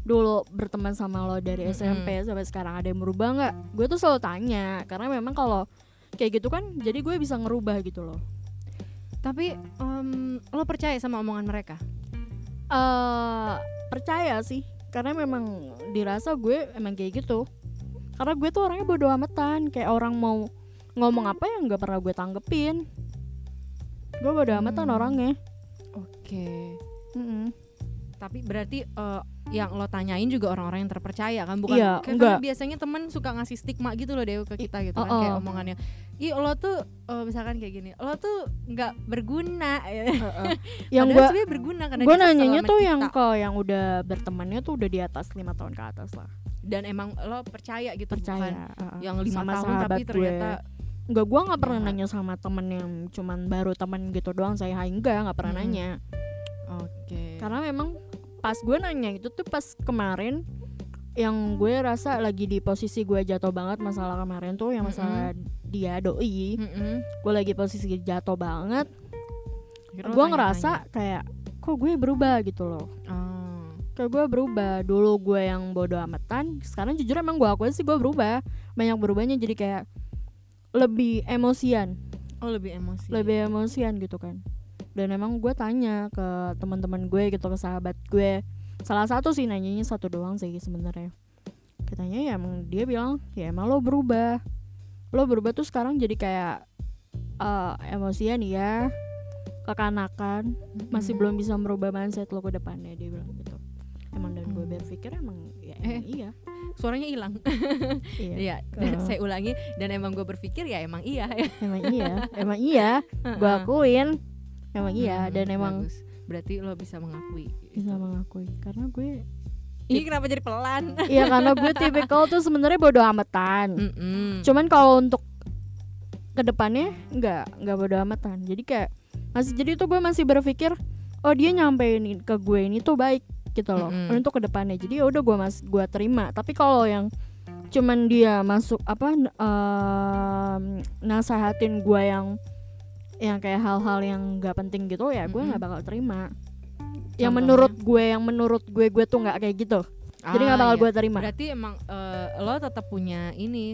Speaker 1: dulu berteman sama lo dari
Speaker 2: Mm-mm.
Speaker 1: SMP sampai sekarang ada yang berubah nggak? Gue tuh selalu tanya karena memang kalau kayak gitu kan jadi gue bisa ngerubah gitu loh.
Speaker 2: tapi em, lo percaya sama omongan mereka?
Speaker 1: eh percaya sih karena memang dirasa gue emang kayak gitu karena gue tuh orangnya bodo amatan kayak orang mau ngomong apa yang nggak pernah gue tanggepin gue bodo amatan
Speaker 2: Hmm.
Speaker 1: orangnya
Speaker 2: Oke.
Speaker 1: Mm-mm.
Speaker 2: tapi berarti eh, yang lo tanyain juga orang-orang yang terpercaya kan bukan
Speaker 1: Iya,
Speaker 2: kayak-
Speaker 1: enggak.
Speaker 2: karena biasanya temen suka ngasih stigma gitu loh Dewi ke kita gitu kan
Speaker 1: oh,
Speaker 2: kayak
Speaker 1: oh.
Speaker 2: omongannya ih lo tuh eh, misalkan kayak gini lo tuh nggak berguna <laughs>
Speaker 1: yang
Speaker 2: Padahal
Speaker 1: gue
Speaker 2: sebenarnya berguna karena
Speaker 1: gue
Speaker 2: dia kesel
Speaker 1: nanyanya
Speaker 2: sama
Speaker 1: tuh
Speaker 2: kita.
Speaker 1: yang ke yang udah bertemannya tuh udah di atas lima tahun ke atas lah
Speaker 2: dan emang lo percaya gitu bukan
Speaker 1: percaya uh-uh.
Speaker 2: yang lima
Speaker 1: Sama
Speaker 2: tahun tapi
Speaker 1: sahabat gue.
Speaker 2: ternyata
Speaker 1: nggak gue nggak pernah
Speaker 2: Ya.
Speaker 1: nanya sama temen yang cuman baru temen gitu doang saya hai enggak nggak pernah
Speaker 2: Hmm.
Speaker 1: nanya
Speaker 2: oke
Speaker 1: karena memang pas gue nanya itu tuh pas kemarin yang gue rasa lagi di posisi gue jatuh banget masalah kemarin tuh yang masalah dia doi
Speaker 2: Mm-mm.
Speaker 1: gue lagi posisi jatuh banget gue
Speaker 2: Akhirnya lo tanya-tanya.
Speaker 1: ngerasa kayak kok gue berubah gitu loh
Speaker 2: Oh.
Speaker 1: kayak gue berubah dulu gue yang bodoh amatan sekarang jujur emang gue akuin sih gue berubah banyak berubahnya jadi kayak lebih emosian
Speaker 2: Oh lebih emosi.
Speaker 1: lebih emosian gitu kan dan emang gue tanya ke teman-teman gue gitu ke sahabat gue salah satu sih nanyanya satu doang sih sebenarnya katanya ya emang dia bilang ya emang lo berubah lo berubah tuh sekarang jadi kayak eh, emosian ya kekanakan
Speaker 2: Mm-mm.
Speaker 1: masih belum bisa merubah mindset lo ke depannya dia bilang gitu emang dan gue
Speaker 2: Hmm.
Speaker 1: berpikir emang ya
Speaker 2: Eh.
Speaker 1: emang iya
Speaker 2: suaranya hilang.
Speaker 1: iya
Speaker 2: <laughs> Iya. dan
Speaker 1: Ke-
Speaker 2: saya ulangi dan emang gue berpikir ya emang iya ya.
Speaker 1: emang
Speaker 2: <laughs>
Speaker 1: iya emang iya gue akuin emang iya
Speaker 2: Hmm,
Speaker 1: dan emang Iya.
Speaker 2: bagus. berarti lo bisa mengakui. gitu.
Speaker 1: bisa mengakui karena gue
Speaker 2: Ini kenapa jadi pelan?
Speaker 1: iya karena gue tipikal tuh sebenarnya bodo amatan
Speaker 2: <laughs> Mm-mm.
Speaker 1: cuman kalau untuk kedepannya nggak nggak bodo amatan jadi kayak masih jadi tuh gue masih berpikir oh dia nyampein in- ke gue ini tuh baik gitu loh
Speaker 2: Mm-mm.
Speaker 1: untuk kedepannya jadi ya udah gue mas gue terima tapi kalau yang cuman dia masuk apa n- em, nasehatin gue yang yang kayak hal-hal yang nggak penting gitu ya gue
Speaker 2: Mm-mm.
Speaker 1: nggak bakal terima yang
Speaker 2: Contohnya?
Speaker 1: menurut gue yang menurut gue gue tuh nggak kayak gitu jadi nggak
Speaker 2: Ah,
Speaker 1: bakal
Speaker 2: iya.
Speaker 1: gue terima
Speaker 2: Berarti emang eh, lo tetap punya ini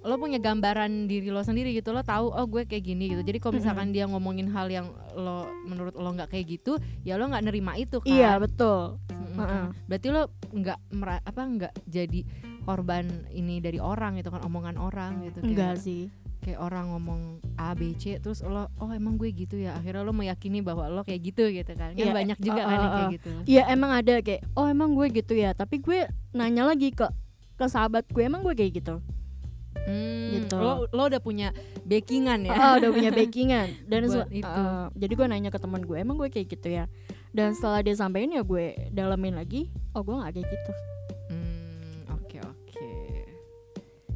Speaker 2: lo punya gambaran diri lo sendiri gitu lo tahu oh gue kayak gini gitu jadi kalau misalkan dia ngomongin hal yang lo menurut lo nggak kayak gitu ya lo nggak nerima itu kan
Speaker 1: Iya betul.
Speaker 2: Mm-mm.
Speaker 1: Heeh.
Speaker 2: berarti lo nggak mera- apa nggak jadi korban ini dari orang gitu kan omongan orang gitu
Speaker 1: Enggak
Speaker 2: kayak,
Speaker 1: sih.
Speaker 2: kayak orang ngomong A B C terus lo oh emang gue gitu ya akhirnya lo meyakini bahwa lo kayak gitu gitu kan Kan
Speaker 1: Iya,
Speaker 2: banyak juga
Speaker 1: eh,
Speaker 2: kan yang
Speaker 1: eh,
Speaker 2: kayak gitu
Speaker 1: Iya emang ada kayak oh emang gue gitu ya. Tapi gue nanya lagi ke ke sahabat gue emang gue kayak gitu.
Speaker 2: Hmm,
Speaker 1: gitu.
Speaker 2: lo lo udah punya backingan ya
Speaker 1: Oh, udah punya backingan dan se-
Speaker 2: Buat itu.
Speaker 1: eh, jadi gue nanya ke teman gue emang gue kayak gitu ya. Dan setelah dia sampein ya gue dalamin lagi. Oh gue nggak kayak gitu.
Speaker 2: Hmm, oke oke.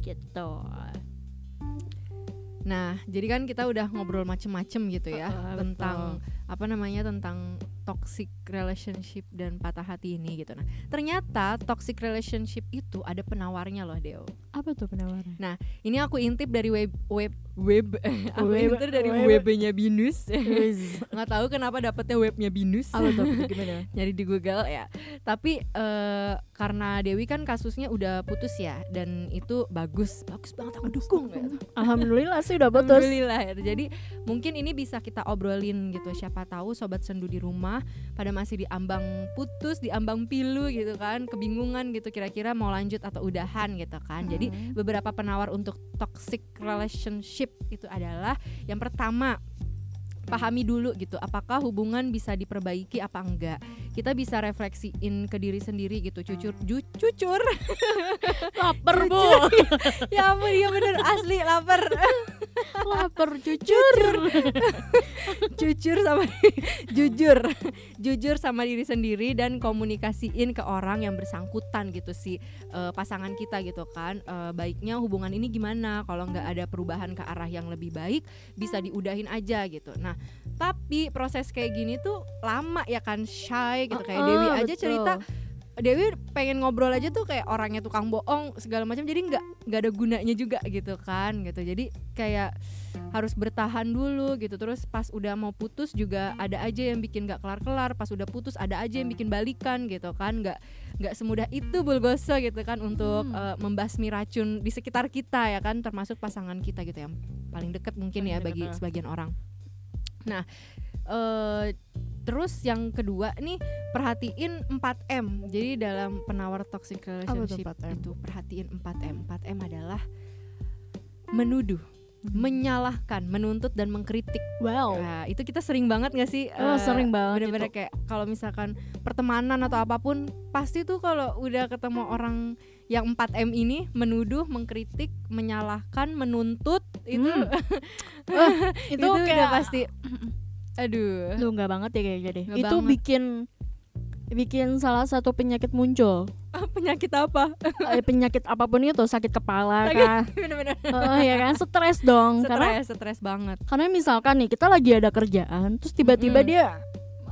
Speaker 1: Gitu.
Speaker 2: Nah, jadi kan kita udah ngobrol macem-macem gitu ya
Speaker 1: Heeh,
Speaker 2: tentang apa namanya tentang toxic relationship dan patah hati ini gitu. Nah, ternyata toxic relationship itu ada penawarnya loh, Deo.
Speaker 1: Apa tuh penawaran?
Speaker 2: Ini aku intip dari web web web. <laughs> aku
Speaker 1: Web-
Speaker 2: intip dari
Speaker 1: web.
Speaker 2: webnya Binus. Nggak tahu kenapa dapetnya webnya Binus.
Speaker 1: Apa tuh gimana?
Speaker 2: nyari di Google ya. Tapi eh, karena Dewi kan kasusnya udah putus ya dan itu bagus, bagus banget aku dukung.
Speaker 1: Alhamdulillah sih udah putus.
Speaker 2: Alhamdulillah ya. Jadi mungkin ini bisa kita obrolin gitu. Siapa tahu sobat sendu di rumah pada masih di ambang putus, di ambang pilu gitu kan, kebingungan gitu kira-kira mau lanjut atau udahan gitu kan. Jadi
Speaker 1: Hmm.
Speaker 2: beberapa penawar untuk toxic relationship itu adalah yang pertama pahami dulu gitu apakah hubungan bisa diperbaiki apa enggak kita bisa refleksiin ke diri sendiri gitu cucur ju- cucur
Speaker 1: lapar bu,
Speaker 2: <laughs> ya ampun iya bener asli lapar
Speaker 1: lapar cucur.
Speaker 2: cucur sama <laughs> jujur jujur sama diri sendiri dan komunikasiin ke orang yang bersangkutan gitu si eh, pasangan kita gitu kan Eh, baiknya hubungan ini gimana kalau nggak ada perubahan ke arah yang lebih baik bisa diudahin aja gitu nah tapi proses kayak gini tuh lama ya kan shy gitu kayak
Speaker 1: Eh,
Speaker 2: Dewi
Speaker 1: eh,
Speaker 2: aja
Speaker 1: betul.
Speaker 2: cerita Dewi pengen ngobrol aja tuh kayak orangnya tukang bohong segala macam jadi nggak nggak ada gunanya juga gitu kan gitu jadi kayak harus bertahan dulu gitu terus pas udah mau putus juga ada aja yang bikin nggak kelar kelar pas udah putus ada aja yang bikin balikan gitu kan nggak nggak semudah itu bulgoso gitu kan untuk
Speaker 1: Hmm.
Speaker 2: eh, membasmi racun di sekitar kita ya kan termasuk pasangan kita gitu yang paling deket mungkin
Speaker 1: Paling
Speaker 2: ya
Speaker 1: deket,
Speaker 2: bagi
Speaker 1: ah.
Speaker 2: sebagian orang nah eh Terus yang kedua nih perhatiin 4M. Jadi dalam penawar toxic relationship
Speaker 1: 4M?
Speaker 2: itu perhatiin 4M. 4M adalah menuduh, menyalahkan, menuntut dan mengkritik.
Speaker 1: Wow.
Speaker 2: Nah, itu kita sering banget gak sih?
Speaker 1: Oh,
Speaker 2: Eh,
Speaker 1: sering banget
Speaker 2: Bener-bener kayak kalau misalkan pertemanan atau apapun pasti tuh kalau udah ketemu orang yang 4M ini menuduh, mengkritik, menyalahkan, menuntut itu <laughs>
Speaker 1: Hmm. itu, itu
Speaker 2: itu, udah
Speaker 1: kayak <clears throat>
Speaker 2: pasti aduh. <laughs>
Speaker 1: Lu nggak banget ya kayaknya deh.
Speaker 2: Eh? Nggak
Speaker 1: itu
Speaker 2: banget.
Speaker 1: bikin bikin salah satu penyakit
Speaker 2: <laughs>
Speaker 1: muncul.
Speaker 2: Ah, penyakit apa? <laughs>
Speaker 1: Eh, penyakit apapun itu sakit kepala
Speaker 2: Sakit-
Speaker 1: kah?
Speaker 2: Bener-bener
Speaker 1: Heeh, ya kan stres dong. Karena
Speaker 2: stres, stres banget.
Speaker 1: karena misalkan nih kita lagi ada kerjaan, terus tiba-tiba
Speaker 2: Mm-mm.
Speaker 1: dia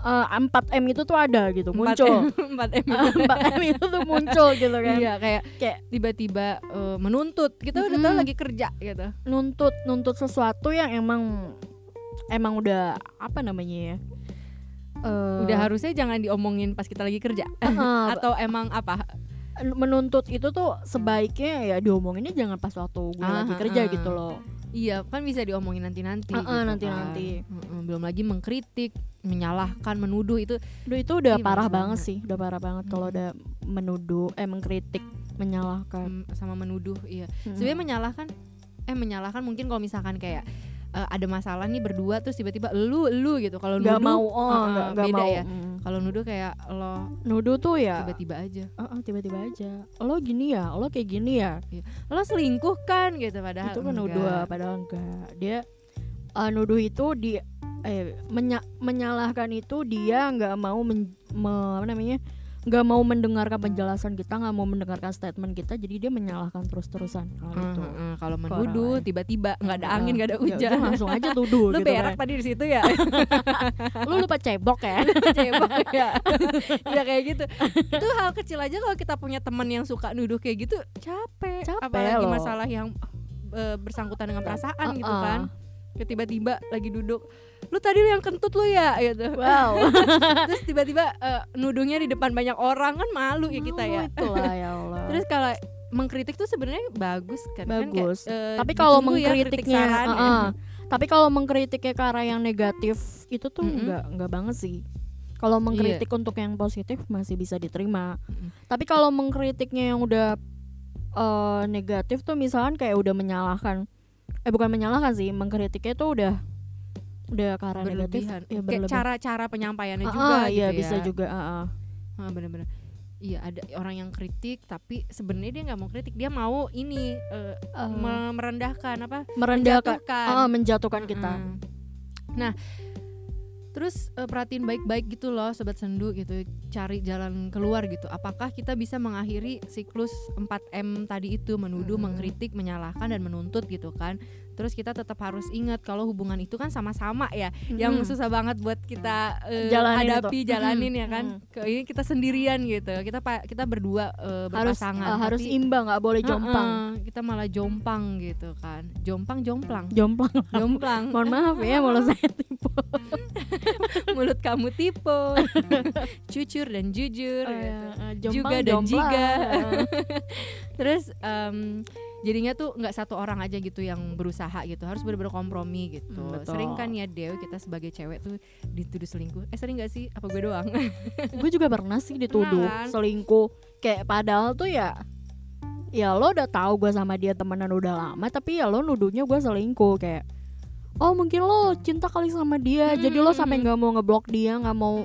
Speaker 1: eh, 4M itu tuh ada gitu, <laughs> muncul.
Speaker 2: 4M.
Speaker 1: 4M itu tuh muncul gitu kan.
Speaker 2: Iya kayak
Speaker 1: Kayak-
Speaker 2: tiba-tiba eh, menuntut. Kita udah tahu
Speaker 1: Mm-mm. Eh.
Speaker 2: lagi kerja gitu.
Speaker 1: Nuntut nuntut sesuatu yang emang emang udah apa namanya ya? eh,
Speaker 2: Udah harusnya jangan diomongin pas kita lagi kerja.
Speaker 1: eh,
Speaker 2: Atau emang apa?
Speaker 1: menuntut itu tuh sebaiknya ya diomonginnya jangan pas waktu gue
Speaker 2: Ah,
Speaker 1: lagi kerja
Speaker 2: ah.
Speaker 1: gitu loh.
Speaker 2: Iya, kan bisa diomongin nanti-nanti.
Speaker 1: Ah, ah,
Speaker 2: gitu
Speaker 1: nanti-nanti.
Speaker 2: kan. Mm-mm, Belum lagi mengkritik, menyalahkan, menuduh itu
Speaker 1: Duh, itu udah
Speaker 2: Ih,
Speaker 1: parah
Speaker 2: males
Speaker 1: banget
Speaker 2: Iya, banget.
Speaker 1: sih, udah parah banget kalau
Speaker 2: Hmm.
Speaker 1: udah menuduh eh mengkritik, menyalahkan.
Speaker 2: mm, sama menuduh. Iya.
Speaker 1: Mm.
Speaker 2: Sebenarnya menyalahkan eh menyalahkan mungkin kalau misalkan kayak eh, ada masalah nih berdua terus tiba-tiba lu lu gitu. Kalau
Speaker 1: nggak
Speaker 2: nuduh
Speaker 1: mau oh
Speaker 2: ah, ah,
Speaker 1: nggak nggak
Speaker 2: beda
Speaker 1: mau
Speaker 2: ya.
Speaker 1: Mm.
Speaker 2: Kalau nuduh kayak lo
Speaker 1: nuduh tuh ya
Speaker 2: tiba-tiba aja.
Speaker 1: ah, ah, tiba-tiba aja lo gini ya lo kayak gini ya
Speaker 2: Lo selingkuh kan gitu padahal
Speaker 1: itu kan
Speaker 2: enggak.
Speaker 1: nuduh padahal enggak dia eh, nuduh itu di eh menya- menyalahkan itu dia nggak mau men- me- apa namanya nggak mau mendengarkan penjelasan kita nggak mau mendengarkan statement kita jadi dia menyalahkan terus-terusan kalau
Speaker 2: Mm,
Speaker 1: itu
Speaker 2: mm, mm. Kalau
Speaker 1: Ke
Speaker 2: menuduh
Speaker 1: orang lain.
Speaker 2: tiba-tiba nggak ada
Speaker 1: Ah,
Speaker 2: angin nggak ada
Speaker 1: ya udah,
Speaker 2: hujan.
Speaker 1: langsung aja tuduh
Speaker 2: Lu
Speaker 1: gitu
Speaker 2: berak
Speaker 1: kan.
Speaker 2: tadi di situ ya.
Speaker 1: <laughs> lu lupa cebok
Speaker 2: <laughs>
Speaker 1: ya
Speaker 2: cebok ya <laughs> ya kayak gitu itu hal kecil aja kalau kita punya teman yang suka nuduh kayak gitu capek,
Speaker 1: Capek
Speaker 2: apalagi
Speaker 1: loh.
Speaker 2: masalah yang eh, bersangkutan dengan perasaan gitu
Speaker 1: Uh-uh.
Speaker 2: kan Kayak tiba-tiba lagi duduk lu tadi yang kentut lu ya
Speaker 1: <laughs>
Speaker 2: gitu
Speaker 1: wow
Speaker 2: terus tiba-tiba eh, nuduhnya di depan banyak orang kan malu ya kita ya
Speaker 1: itulah ya Allah
Speaker 2: terus kalau mengkritik tuh sebenarnya bagus kan Kan kayak,
Speaker 1: Bagus.
Speaker 2: eh,
Speaker 1: tapi kalau
Speaker 2: ditunggu ya kritik
Speaker 1: mengkritiknya
Speaker 2: saran ya.
Speaker 1: uh-uh. tapi kalau mengkritiknya ke arah yang negatif itu tuh
Speaker 2: Mm-mm. Iya.
Speaker 1: nggak nggak banget sih kalau mengkritik untuk yang positif masih bisa diterima
Speaker 2: Mm-mm.
Speaker 1: tapi kalau mengkritiknya yang udah eh, negatif tuh misalkan kayak udah menyalahkan eh bukan menyalahkan sih mengkritiknya tuh udah udah ke arah negatif
Speaker 2: berlebihan
Speaker 1: ya
Speaker 2: Kayak
Speaker 1: berlebihan
Speaker 2: cara-cara penyampaiannya
Speaker 1: Ah,
Speaker 2: juga
Speaker 1: ah, iya,
Speaker 2: gitu
Speaker 1: bisa
Speaker 2: ya.
Speaker 1: juga ah, ah.
Speaker 2: Ah, bener-bener. Iya ada orang yang kritik tapi sebenarnya dia nggak mau kritik dia mau ini eh,
Speaker 1: Eh,
Speaker 2: me- merendahkan apa
Speaker 1: merendahkan
Speaker 2: menjatuhkan.
Speaker 1: ah, ah, menjatuhkan kita
Speaker 2: Mm. Nah terus eh, perhatiin baik-baik gitu loh sobat sendu gitu cari jalan keluar gitu. Apakah kita bisa mengakhiri siklus 4M tadi itu menuduh,
Speaker 1: Mm.
Speaker 2: mengkritik, menyalahkan dan menuntut gitu kan. Terus kita tetap harus ingat kalau hubungan itu kan sama-sama ya yang
Speaker 1: Mm-mm.
Speaker 2: susah banget buat kita eh,
Speaker 1: Jalanin
Speaker 2: hadapi
Speaker 1: itu.
Speaker 2: jalanin
Speaker 1: Mm,
Speaker 2: ya kan
Speaker 1: mm.
Speaker 2: Ke- ini kita sendirian gitu kita pa- kita berdua eh,
Speaker 1: harus
Speaker 2: berpasangan
Speaker 1: ah, harus
Speaker 2: tapi-
Speaker 1: imbang nggak boleh
Speaker 2: Heeh,
Speaker 1: jompang
Speaker 2: kita malah jompang gitu kan jompang jomplang
Speaker 1: jomplang
Speaker 2: jomplang
Speaker 1: mohon maaf <laughs> ya mulut saya tipu
Speaker 2: mulut kamu tipe <laughs> cucur dan
Speaker 1: Oh,
Speaker 2: jujur
Speaker 1: iya. eh,
Speaker 2: gitu.
Speaker 1: juga
Speaker 2: Juga dan
Speaker 1: dan
Speaker 2: jiga.
Speaker 1: juga
Speaker 2: terus em, jadinya tuh nggak satu orang aja gitu yang berusaha gitu harus bener-bener kompromi gitu
Speaker 1: Hmm, betul.
Speaker 2: sering kan ya Dew kita sebagai cewek tuh dituduh selingkuh eh sering nggak sih apa gue doang
Speaker 1: <laughs> gue juga pernah sih dituduh
Speaker 2: Pernah kan?
Speaker 1: selingkuh kayak padahal tuh ya ya lo udah tahu gue sama dia temenan udah lama tapi ya lo nuduhnya gue selingkuh kayak oh mungkin lo cinta kali sama dia jadi lo sampai nggak mau ngeblok dia nggak mau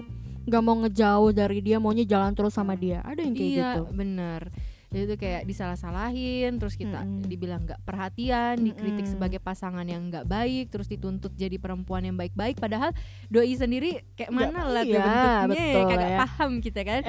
Speaker 1: nggak mau ngejauh dari dia maunya jalan terus sama dia ada yang kayak
Speaker 2: iya
Speaker 1: gitu
Speaker 2: bener Jadi itu kayak disalah-salahin terus kita
Speaker 1: Mm-mm.
Speaker 2: dibilang nggak perhatian dikritik
Speaker 1: Mm-mm.
Speaker 2: sebagai pasangan yang nggak baik terus dituntut jadi perempuan yang baik-baik padahal doi sendiri kayak
Speaker 1: Nggak-
Speaker 2: mana lah tuh
Speaker 1: iya,
Speaker 2: bentuknya ya,
Speaker 1: betul
Speaker 2: kagak
Speaker 1: ya.
Speaker 2: paham kita
Speaker 1: <laughs>
Speaker 2: kan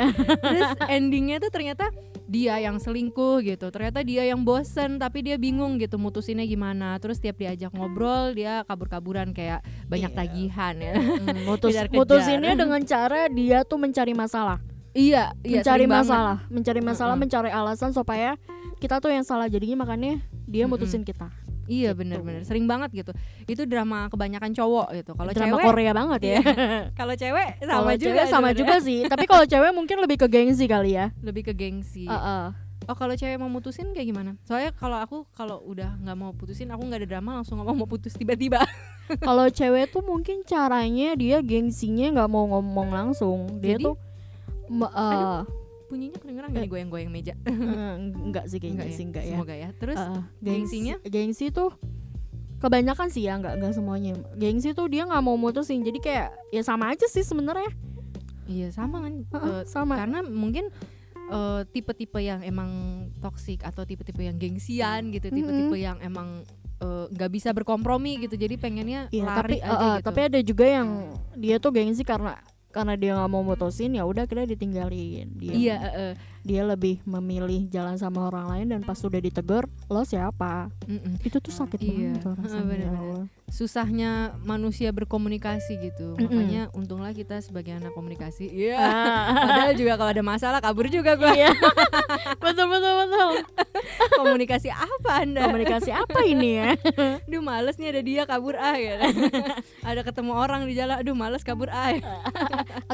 Speaker 2: terus endingnya tuh ternyata dia yang selingkuh gitu ternyata dia yang bosen tapi dia bingung gitu mutusinnya gimana terus tiap diajak ngobrol dia kabur-kaburan kayak banyak
Speaker 1: Iya.
Speaker 2: tagihan ya
Speaker 1: Hmm, mutus
Speaker 2: Kejar-kejar.
Speaker 1: mutusinnya dengan cara dia tuh mencari masalah
Speaker 2: <laughs> iya iya
Speaker 1: mencari
Speaker 2: sering banget.
Speaker 1: masalah, mencari masalah,
Speaker 2: Mm-mm.
Speaker 1: mencari alasan supaya kita tuh yang salah jadinya makanya dia mutusin kita.
Speaker 2: Iya
Speaker 1: Gitu.
Speaker 2: bener-bener sering banget gitu. Itu drama kebanyakan cowok gitu. Kalau
Speaker 1: Drama
Speaker 2: cewek, <laughs> iya.
Speaker 1: Korea banget ya.
Speaker 2: kalau cewek sama
Speaker 1: Kalau
Speaker 2: juga,
Speaker 1: cewek sama
Speaker 2: sebenarnya.
Speaker 1: juga sih, tapi kalau cewek mungkin lebih ke gengsi kali ya.
Speaker 2: Lebih ke gengsi.
Speaker 1: Heeh.
Speaker 2: Oh kalau cewek mau mutusin kayak gimana? Soalnya kalau aku kalau udah nggak mau putusin, aku nggak ada drama langsung ngomong mau putus tiba-tiba. <laughs>
Speaker 1: Kalau cewek tuh mungkin caranya dia gengsinya nggak mau ngomong langsung. Dia
Speaker 2: Jadi?
Speaker 1: tuh me- eh,
Speaker 2: Bunyinya kedengeran nggak nih goyang-goyang meja?
Speaker 1: eh, enggak sih kayaknya sih enggak ya.
Speaker 2: Semoga ya. Terus
Speaker 1: Heeh,
Speaker 2: gengsinya?
Speaker 1: Gengsi tuh kebanyakan sih ya nggak nggak semuanya. Gengsi tuh dia nggak mau mutusin. Jadi kayak ya sama aja sih sebenarnya.
Speaker 2: iya sama kan.
Speaker 1: Heeh,
Speaker 2: Eh,
Speaker 1: Ah, sama.
Speaker 2: karena mungkin eh, tipe-tipe yang emang toksik atau tipe-tipe yang gengsian gitu, tipe-tipe yang emang eh, nggak bisa berkompromi gitu. Jadi pengennya
Speaker 1: Iya, tapi eh, eh,
Speaker 2: lari aja gitu. Hmm.
Speaker 1: tapi ada juga yang dia tuh gengsi karena karena dia nggak mau mutusin ya udah akhirnya ditinggalin dia.
Speaker 2: Iya, eh, eh.
Speaker 1: dia lebih memilih jalan sama orang lain dan pas sudah ditegur lo siapa
Speaker 2: Mm-mm.
Speaker 1: itu tuh sakit
Speaker 2: Iya.
Speaker 1: banget tuh rasanya ya di
Speaker 2: Bener-bener.
Speaker 1: awal.
Speaker 2: susahnya manusia berkomunikasi gitu
Speaker 1: Mm-mm.
Speaker 2: makanya untunglah kita sebagai anak komunikasi iya <laughs> padahal juga kalau ada masalah kabur juga gua
Speaker 1: Iya. betul betul betul
Speaker 2: <laughs> komunikasi apa anda
Speaker 1: komunikasi apa ini ya <laughs>
Speaker 2: aduh males nih ada dia kabur ah gitu. ada ketemu orang di jalan aduh males kabur ah
Speaker 1: <laughs>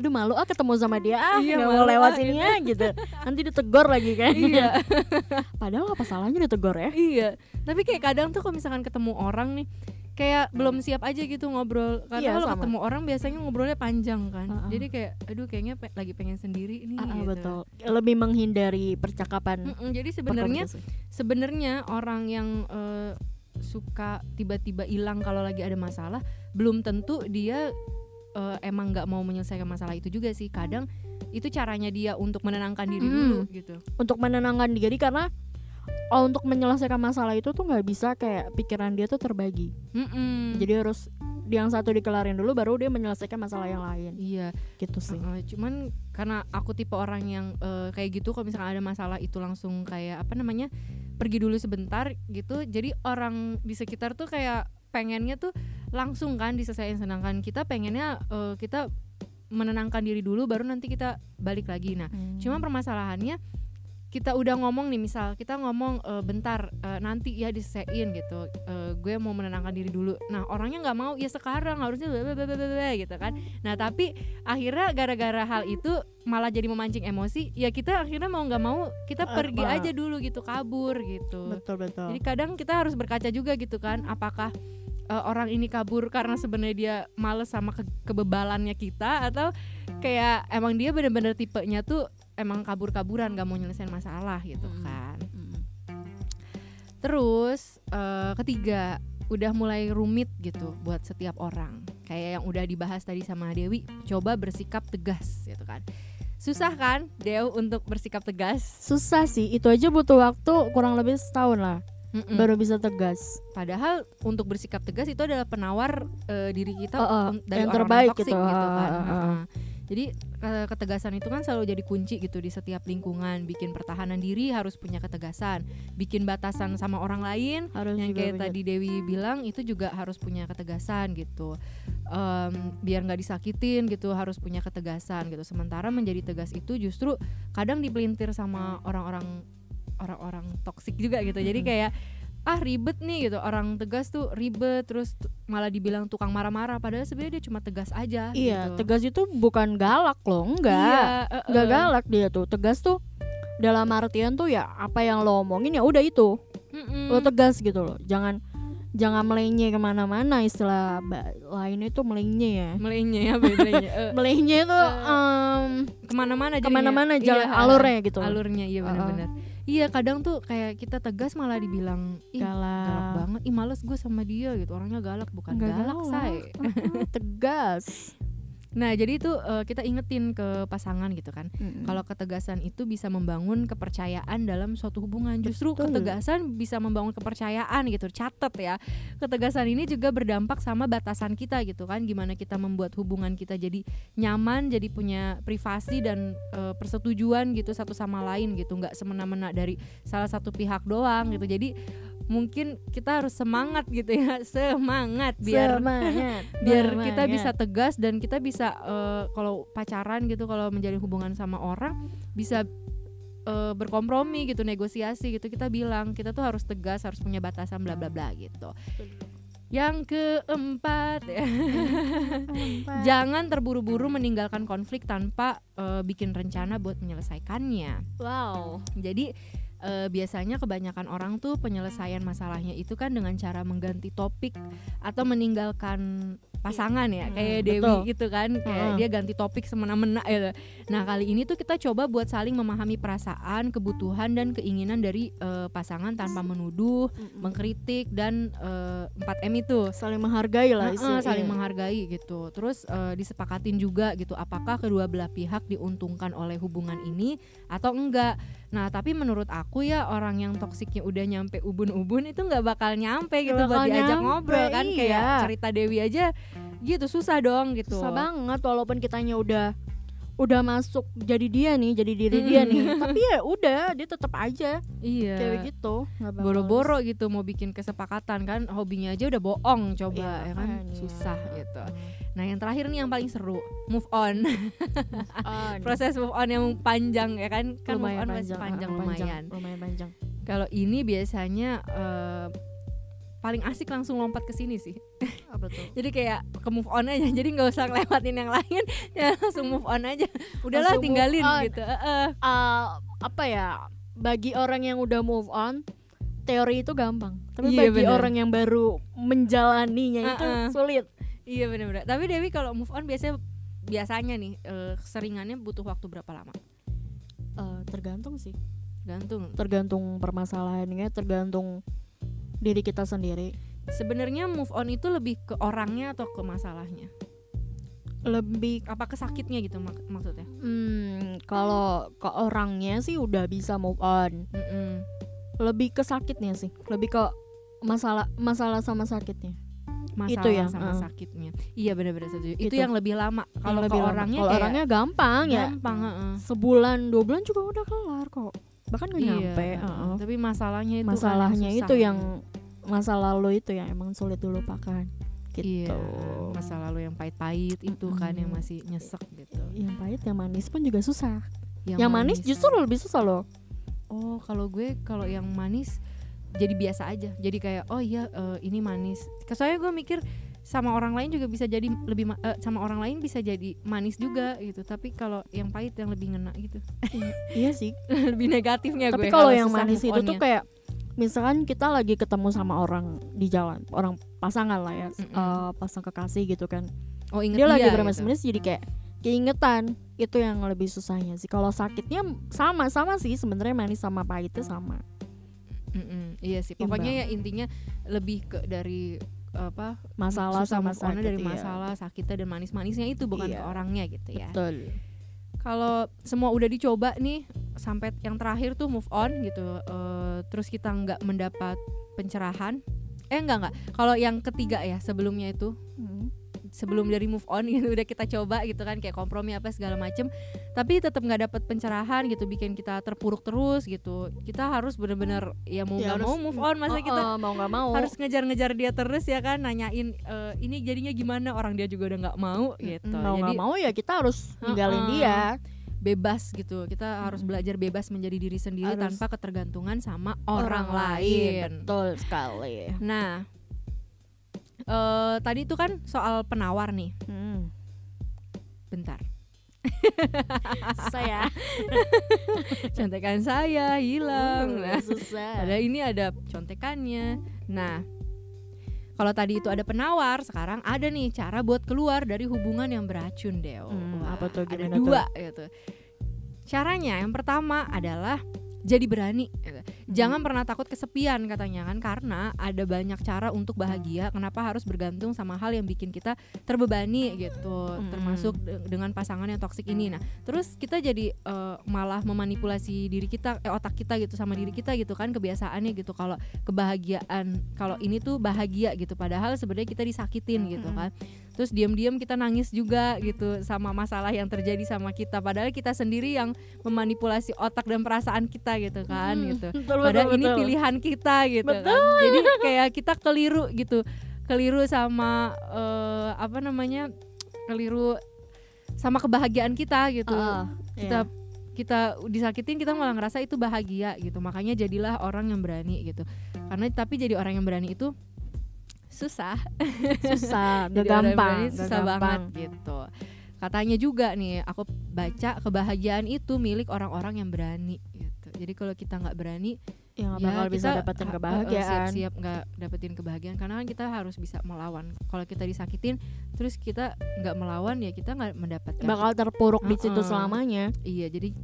Speaker 1: aduh malu ah ketemu sama dia ah
Speaker 2: Iya,
Speaker 1: nggak mau
Speaker 2: malu
Speaker 1: lewat
Speaker 2: ah,
Speaker 1: sini ya gitu nanti ditegur lagi kan
Speaker 2: iya
Speaker 1: <laughs> padahal apa salahnya ditegur ya
Speaker 2: <laughs> iya tapi kayak kadang tuh kalau misalkan ketemu orang nih kayak belum siap aja gitu ngobrol karena
Speaker 1: Iya,
Speaker 2: kalau
Speaker 1: sama.
Speaker 2: ketemu orang biasanya ngobrolnya panjang kan
Speaker 1: Ah, ah.
Speaker 2: jadi kayak aduh kayaknya pe- lagi pengen sendiri nih
Speaker 1: Ah, ah,
Speaker 2: gitu.
Speaker 1: betul lebih menghindari percakapan
Speaker 2: Mm-mm, jadi sebenarnya
Speaker 1: perkomunikasi.
Speaker 2: sebenarnya orang yang eh, suka tiba-tiba hilang kalau lagi ada masalah belum tentu dia eh, emang nggak mau menyelesaikan masalah itu juga sih kadang itu caranya dia untuk menenangkan diri
Speaker 1: Mm.
Speaker 2: dulu gitu
Speaker 1: untuk menenangkan diri karena oh, untuk menyelesaikan masalah itu tuh nggak bisa kayak pikiran dia tuh terbagi
Speaker 2: Mm-mm.
Speaker 1: jadi harus yang satu dikelarin dulu baru dia menyelesaikan masalah yang lain
Speaker 2: iya
Speaker 1: gitu sih
Speaker 2: uh-uh, cuman karena aku tipe orang yang eh, kayak gitu kalau misalkan ada masalah itu langsung kayak apa namanya pergi dulu sebentar gitu jadi orang di sekitar tuh kayak pengennya tuh langsung kan diselesaikan sedangkan kita pengennya eh, kita menenangkan diri dulu baru nanti kita balik lagi nah Cuma permasalahannya kita udah ngomong nih misal kita ngomong e, bentar e, nanti ya disein gitu E, gue mau menenangkan diri dulu nah orangnya nggak mau ya sekarang harusnya bla bla bla bla bla gitu kan nah tapi akhirnya gara-gara hal itu malah jadi memancing emosi ya kita akhirnya mau nggak mau kita
Speaker 1: Eh,
Speaker 2: pergi
Speaker 1: Pak.
Speaker 2: aja dulu gitu kabur gitu
Speaker 1: betul betul
Speaker 2: jadi kadang kita harus berkaca juga gitu kan apakah eh, orang ini kabur karena sebenarnya dia males sama ke- kebebalannya kita atau kayak emang dia bener-bener tipenya tuh emang kabur-kaburan gak mau nyelesain masalah gitu
Speaker 1: Mm.
Speaker 2: kan.
Speaker 1: Mm.
Speaker 2: Terus eh, ketiga udah mulai rumit gitu buat setiap orang. Kayak yang udah dibahas tadi sama Dewi, coba bersikap tegas gitu kan. Susah kan Dew untuk bersikap tegas?
Speaker 1: susah sih itu aja butuh waktu kurang lebih setahun lah
Speaker 2: Mm-mm.
Speaker 1: baru bisa tegas
Speaker 2: Padahal untuk bersikap tegas itu adalah penawar eh, diri kita
Speaker 1: Oh, oh,
Speaker 2: un- dari
Speaker 1: yang
Speaker 2: orang-orang
Speaker 1: terbaik
Speaker 2: toksik
Speaker 1: gitu.
Speaker 2: kan.
Speaker 1: Ah, ah, ah.
Speaker 2: Heeh. Jadi ke- ketegasan itu kan selalu jadi kunci gitu di setiap lingkungan. Bikin pertahanan diri harus punya ketegasan. Bikin batasan sama orang lain
Speaker 1: harus
Speaker 2: yang
Speaker 1: juga
Speaker 2: kayak
Speaker 1: begitu.
Speaker 2: tadi Dewi bilang itu juga harus punya ketegasan gitu Em, biar nggak disakitin gitu harus punya ketegasan gitu sementara menjadi tegas itu justru kadang dipelintir sama orang-orang orang-orang toksik juga gitu jadi
Speaker 1: Mhm.
Speaker 2: kayak ah ribet nih gitu orang tegas tuh ribet terus tu- malah dibilang tukang marah-marah padahal sebenarnya dia cuma tegas aja
Speaker 1: iya
Speaker 2: gitu.
Speaker 1: tegas itu bukan galak loh enggak
Speaker 2: Iya, eh,
Speaker 1: enggak
Speaker 2: eh.
Speaker 1: galak dia tuh tegas tuh dalam artian tuh ya apa yang lo omongin ya udah itu
Speaker 2: Mm-mm.
Speaker 1: lo tegas gitu loh jangan jangan melenye kemana-mana istilah ba- lain itu melenye ya
Speaker 2: Melenye ya belenye. Eh,
Speaker 1: melenye itu
Speaker 2: Eh,
Speaker 1: em,
Speaker 2: kemana-mana jadinya.
Speaker 1: kemana-mana jalan
Speaker 2: Iya.
Speaker 1: alurnya gitu loh.
Speaker 2: alurnya iya benar-benar iya kadang tuh kayak kita tegas malah dibilang ih galak,
Speaker 1: galak
Speaker 2: banget ih males gue sama dia gitu orangnya galak bukan
Speaker 1: Nggak
Speaker 2: galak, say
Speaker 1: Mm-mm, <laughs> tegas
Speaker 2: nah jadi itu eh, kita ingetin ke pasangan gitu kan
Speaker 1: Hmm.
Speaker 2: kalau ketegasan itu bisa membangun kepercayaan dalam suatu hubungan justru
Speaker 1: Betul.
Speaker 2: ketegasan bisa membangun kepercayaan gitu catat ya ketegasan ini juga berdampak sama batasan kita gitu kan gimana kita membuat hubungan kita jadi nyaman jadi punya privasi dan eh, persetujuan gitu satu sama lain gitu nggak semena-mena dari salah satu pihak doang gitu jadi mungkin kita harus semangat gitu ya <laughs> semangat
Speaker 1: <laughs>
Speaker 2: biar
Speaker 1: Semangat,
Speaker 2: biar
Speaker 1: semangat.
Speaker 2: kita bisa tegas dan kita bisa eh, kalau pacaran gitu kalau menjalin hubungan sama orang bisa eh, berkompromi gitu negosiasi gitu kita bilang kita tuh harus tegas harus punya batasan bla bla bla gitu yang keempat <laughs> ya, jangan terburu-buru meninggalkan konflik tanpa eh, bikin rencana buat menyelesaikannya
Speaker 1: wow
Speaker 2: jadi eh, biasanya kebanyakan orang tuh penyelesaian masalahnya itu kan dengan cara mengganti topik atau meninggalkan pasangan ya
Speaker 1: Hmm,
Speaker 2: kayak Dewi
Speaker 1: betul.
Speaker 2: gitu kan kayak
Speaker 1: Heeh.
Speaker 2: dia ganti topik semena-mena gitu. Nah, kali ini tuh kita coba buat saling memahami perasaan, kebutuhan dan keinginan dari eh, pasangan tanpa menuduh, mengkritik dan eh, 4M itu
Speaker 1: saling menghargai lah
Speaker 2: Heeh,
Speaker 1: istilahnya.
Speaker 2: saling menghargai gitu. Terus eh, disepakatin juga gitu apakah kedua belah pihak diuntungkan oleh hubungan ini atau enggak. Nah, tapi menurut aku ya orang yang toksiknya udah nyampe ubun-ubun itu nggak bakal nyampe gitu
Speaker 1: Nggak bakal
Speaker 2: buat diajak
Speaker 1: nyampe,
Speaker 2: ngobrol kan kayak
Speaker 1: iya.
Speaker 2: cerita Dewi aja gitu susah dong gitu.
Speaker 1: susah banget walaupun kitanya udah udah masuk jadi dia nih jadi diri dia
Speaker 2: Mm.
Speaker 1: nih tapi ya udah dia tetap aja
Speaker 2: iya
Speaker 1: kayak gitu nggak bakal-
Speaker 2: boro-boro gitu mau bikin kesepakatan kan hobinya aja udah bohong coba
Speaker 1: Iya,
Speaker 2: ya kan
Speaker 1: makanya.
Speaker 2: susah gitu nah yang terakhir nih yang paling seru move on
Speaker 1: On.
Speaker 2: proses move on yang panjang ya kan kan move on masih panjang,
Speaker 1: ah,
Speaker 2: lumayan
Speaker 1: lumayan panjang
Speaker 2: kalau ini biasanya eh, paling asik langsung lompat ke sini sih
Speaker 1: apa tuh
Speaker 2: jadi kayak ke move on aja <laughs> jadi nggak usah ngelewatin yang lain <laughs> ya langsung move on aja
Speaker 1: Langsung
Speaker 2: udahlah
Speaker 1: move
Speaker 2: tinggalin
Speaker 1: on.
Speaker 2: gitu Heeh.
Speaker 1: Eh, apa ya bagi orang yang udah move on teori itu gampang tapi
Speaker 2: Iya,
Speaker 1: bagi
Speaker 2: bener.
Speaker 1: orang yang baru menjalaninya itu
Speaker 2: Ah, ah.
Speaker 1: sulit
Speaker 2: iya benar-benar tapi Dewi kalau move on biasanya biasanya nih eh, seringannya butuh waktu berapa lama
Speaker 1: Eh, tergantung sih
Speaker 2: gantung
Speaker 1: tergantung permasalahannya tergantung diri kita sendiri
Speaker 2: sebenarnya move on itu lebih ke orangnya atau ke masalahnya
Speaker 1: lebih
Speaker 2: apa ke sakitnya gitu mak- maksudnya
Speaker 1: Hmm, kalau ke orangnya sih udah bisa move on.
Speaker 2: Mm-mm.
Speaker 1: Lebih ke sakitnya sih, lebih ke masalah masalah sama sakitnya. Itu
Speaker 2: masalah
Speaker 1: ya,
Speaker 2: sama
Speaker 1: heeh.
Speaker 2: sakitnya iya benar-benar setuju itu,
Speaker 1: Itu.
Speaker 2: yang lebih lama
Speaker 1: Yang
Speaker 2: kalau ke
Speaker 1: lebih lama.
Speaker 2: orangnya
Speaker 1: Kalau
Speaker 2: kayak
Speaker 1: orangnya gampang ya.
Speaker 2: gampang heeh.
Speaker 1: Sebulan, dua bulan juga udah kelar kok. Bahkan gak nyampe.
Speaker 2: Iya,
Speaker 1: heeh.
Speaker 2: tapi masalahnya itu kan
Speaker 1: Masalahnya
Speaker 2: susah.
Speaker 1: itu yang masa lalu itu yang emang sulit dilupakan. Gitu.
Speaker 2: iya, masa lalu yang pahit-pahit itu kan yang
Speaker 1: Mm-mm.
Speaker 2: masih nyesek gitu.
Speaker 1: Yang pahit, yang manis pun juga susah. Yang, manis, justru lebih susah loh.
Speaker 2: oh kalau gue kalau yang manis jadi biasa aja. Jadi kayak oh iya eh, ini manis. Soalnya gue mikir sama orang lain juga bisa jadi lebih ma- eh, sama orang lain bisa jadi manis juga gitu. Tapi kalau yang pahit yang lebih ngena gitu.
Speaker 1: Iya sih.
Speaker 2: <laughs> lebih negatifnya
Speaker 1: Tapi
Speaker 2: Ya, gue.
Speaker 1: kalau yang
Speaker 2: susah
Speaker 1: manis
Speaker 2: move
Speaker 1: itu tuh
Speaker 2: on-nya.
Speaker 1: kayak misalkan kita lagi ketemu sama orang di jalan, orang pasangan lah ya,
Speaker 2: Mm-mm.
Speaker 1: eh, pasang kekasih gitu kan.
Speaker 2: oh inget
Speaker 1: Dia, lagi
Speaker 2: gitu.
Speaker 1: bermanis-manis jadi kayak keingetan. Itu yang lebih susahnya sih. Kalau sakitnya sama-sama sih sebenarnya manis sama pahitnya sama.
Speaker 2: Mm-mm, Iya sih. Pokoknya ya intinya lebih ke dari apa
Speaker 1: Masalah
Speaker 2: susah
Speaker 1: sama
Speaker 2: move on-nya
Speaker 1: sakit
Speaker 2: dari
Speaker 1: iya.
Speaker 2: masalah sakitnya dan manis-manisnya itu bukan
Speaker 1: Iya.
Speaker 2: ke orangnya gitu ya.
Speaker 1: Betul.
Speaker 2: Kalau semua udah dicoba nih sampai yang terakhir tuh move on gitu, eh, terus kita nggak mendapat pencerahan, eh nggak nggak. Kalau yang ketiga ya sebelumnya itu
Speaker 1: Mm.
Speaker 2: sebelum dari move on gitu udah kita coba gitu kan kayak kompromi apa segala macem tapi tetap nggak dapat pencerahan gitu bikin kita terpuruk terus gitu kita harus bener-bener ya mau
Speaker 1: Ya
Speaker 2: nggak
Speaker 1: harus-
Speaker 2: mau move on masa kita
Speaker 1: Oh, oh, mau nggak mau
Speaker 2: harus ngejar-ngejar dia terus ya kan nanyain e, ini jadinya gimana orang dia juga udah nggak mau gitu
Speaker 1: mau
Speaker 2: jadi
Speaker 1: nggak mau ya kita harus ninggalin
Speaker 2: Heeh.
Speaker 1: dia.
Speaker 2: bebas gitu kita harus belajar bebas menjadi diri sendiri
Speaker 1: Harus.
Speaker 2: tanpa ketergantungan sama orang, lain
Speaker 1: Betul sekali.
Speaker 2: nah eh tadi itu kan soal penawar nih
Speaker 1: Hmm.
Speaker 2: bentar <laughs>
Speaker 1: Saya
Speaker 2: contekan saya hilang Nah,
Speaker 1: Hmm, susah.
Speaker 2: Padahal ini ada contekannya. Nah, kalau tadi itu ada penawar, sekarang ada nih cara buat keluar dari hubungan yang beracun, Deo.
Speaker 1: Hmm, apa tuh,
Speaker 2: ada
Speaker 1: gimana
Speaker 2: dua gitu. Caranya yang pertama adalah jadi berani. gitu.
Speaker 1: Hmm.
Speaker 2: Jangan pernah takut kesepian katanya kan karena ada banyak cara untuk bahagia. Kenapa harus bergantung sama hal yang bikin kita terbebani gitu,
Speaker 1: Hmm.
Speaker 2: termasuk de- dengan pasangan yang toksik ini. Nah, terus kita jadi eh, malah memanipulasi diri kita eh, otak kita gitu sama diri kita gitu kan kebiasaannya gitu kalau kebahagiaan kalau ini tuh bahagia gitu padahal sebenarnya kita disakitin gitu
Speaker 1: Mm-mm.
Speaker 2: kan terus diam-diam kita nangis juga gitu sama masalah yang terjadi sama kita padahal kita sendiri yang memanipulasi otak dan perasaan kita gitu kan
Speaker 1: Hmm,
Speaker 2: gitu
Speaker 1: betul, betul,
Speaker 2: padahal ini
Speaker 1: betul.
Speaker 2: pilihan kita gitu kan
Speaker 1: <laughs>
Speaker 2: jadi kayak kita keliru gitu keliru sama eh, apa namanya keliru sama kebahagiaan kita gitu
Speaker 1: Ah,
Speaker 2: kita
Speaker 1: iya.
Speaker 2: kita disakitin kita malah ngerasa itu bahagia gitu makanya jadilah orang yang berani gitu karena tapi jadi orang yang berani itu susah
Speaker 1: <laughs> susah gak
Speaker 2: Jadi orang yang
Speaker 1: gampang
Speaker 2: berani
Speaker 1: gak
Speaker 2: susah
Speaker 1: gampang.
Speaker 2: banget gitu katanya juga nih aku baca kebahagiaan itu milik orang-orang yang berani gitu jadi kalau kita nggak berani
Speaker 1: ya nggak bakal bisa
Speaker 2: Iya, kita
Speaker 1: dapetin
Speaker 2: ha- ha-
Speaker 1: kebahagiaan Iya.
Speaker 2: siap-siap nggak dapetin kebahagiaan karena kan kita harus bisa melawan kalau kita disakitin terus kita nggak melawan ya kita nggak mendapatkan
Speaker 1: bakal terpuruk di situ
Speaker 2: Heeh.
Speaker 1: selamanya
Speaker 2: Iya, jadi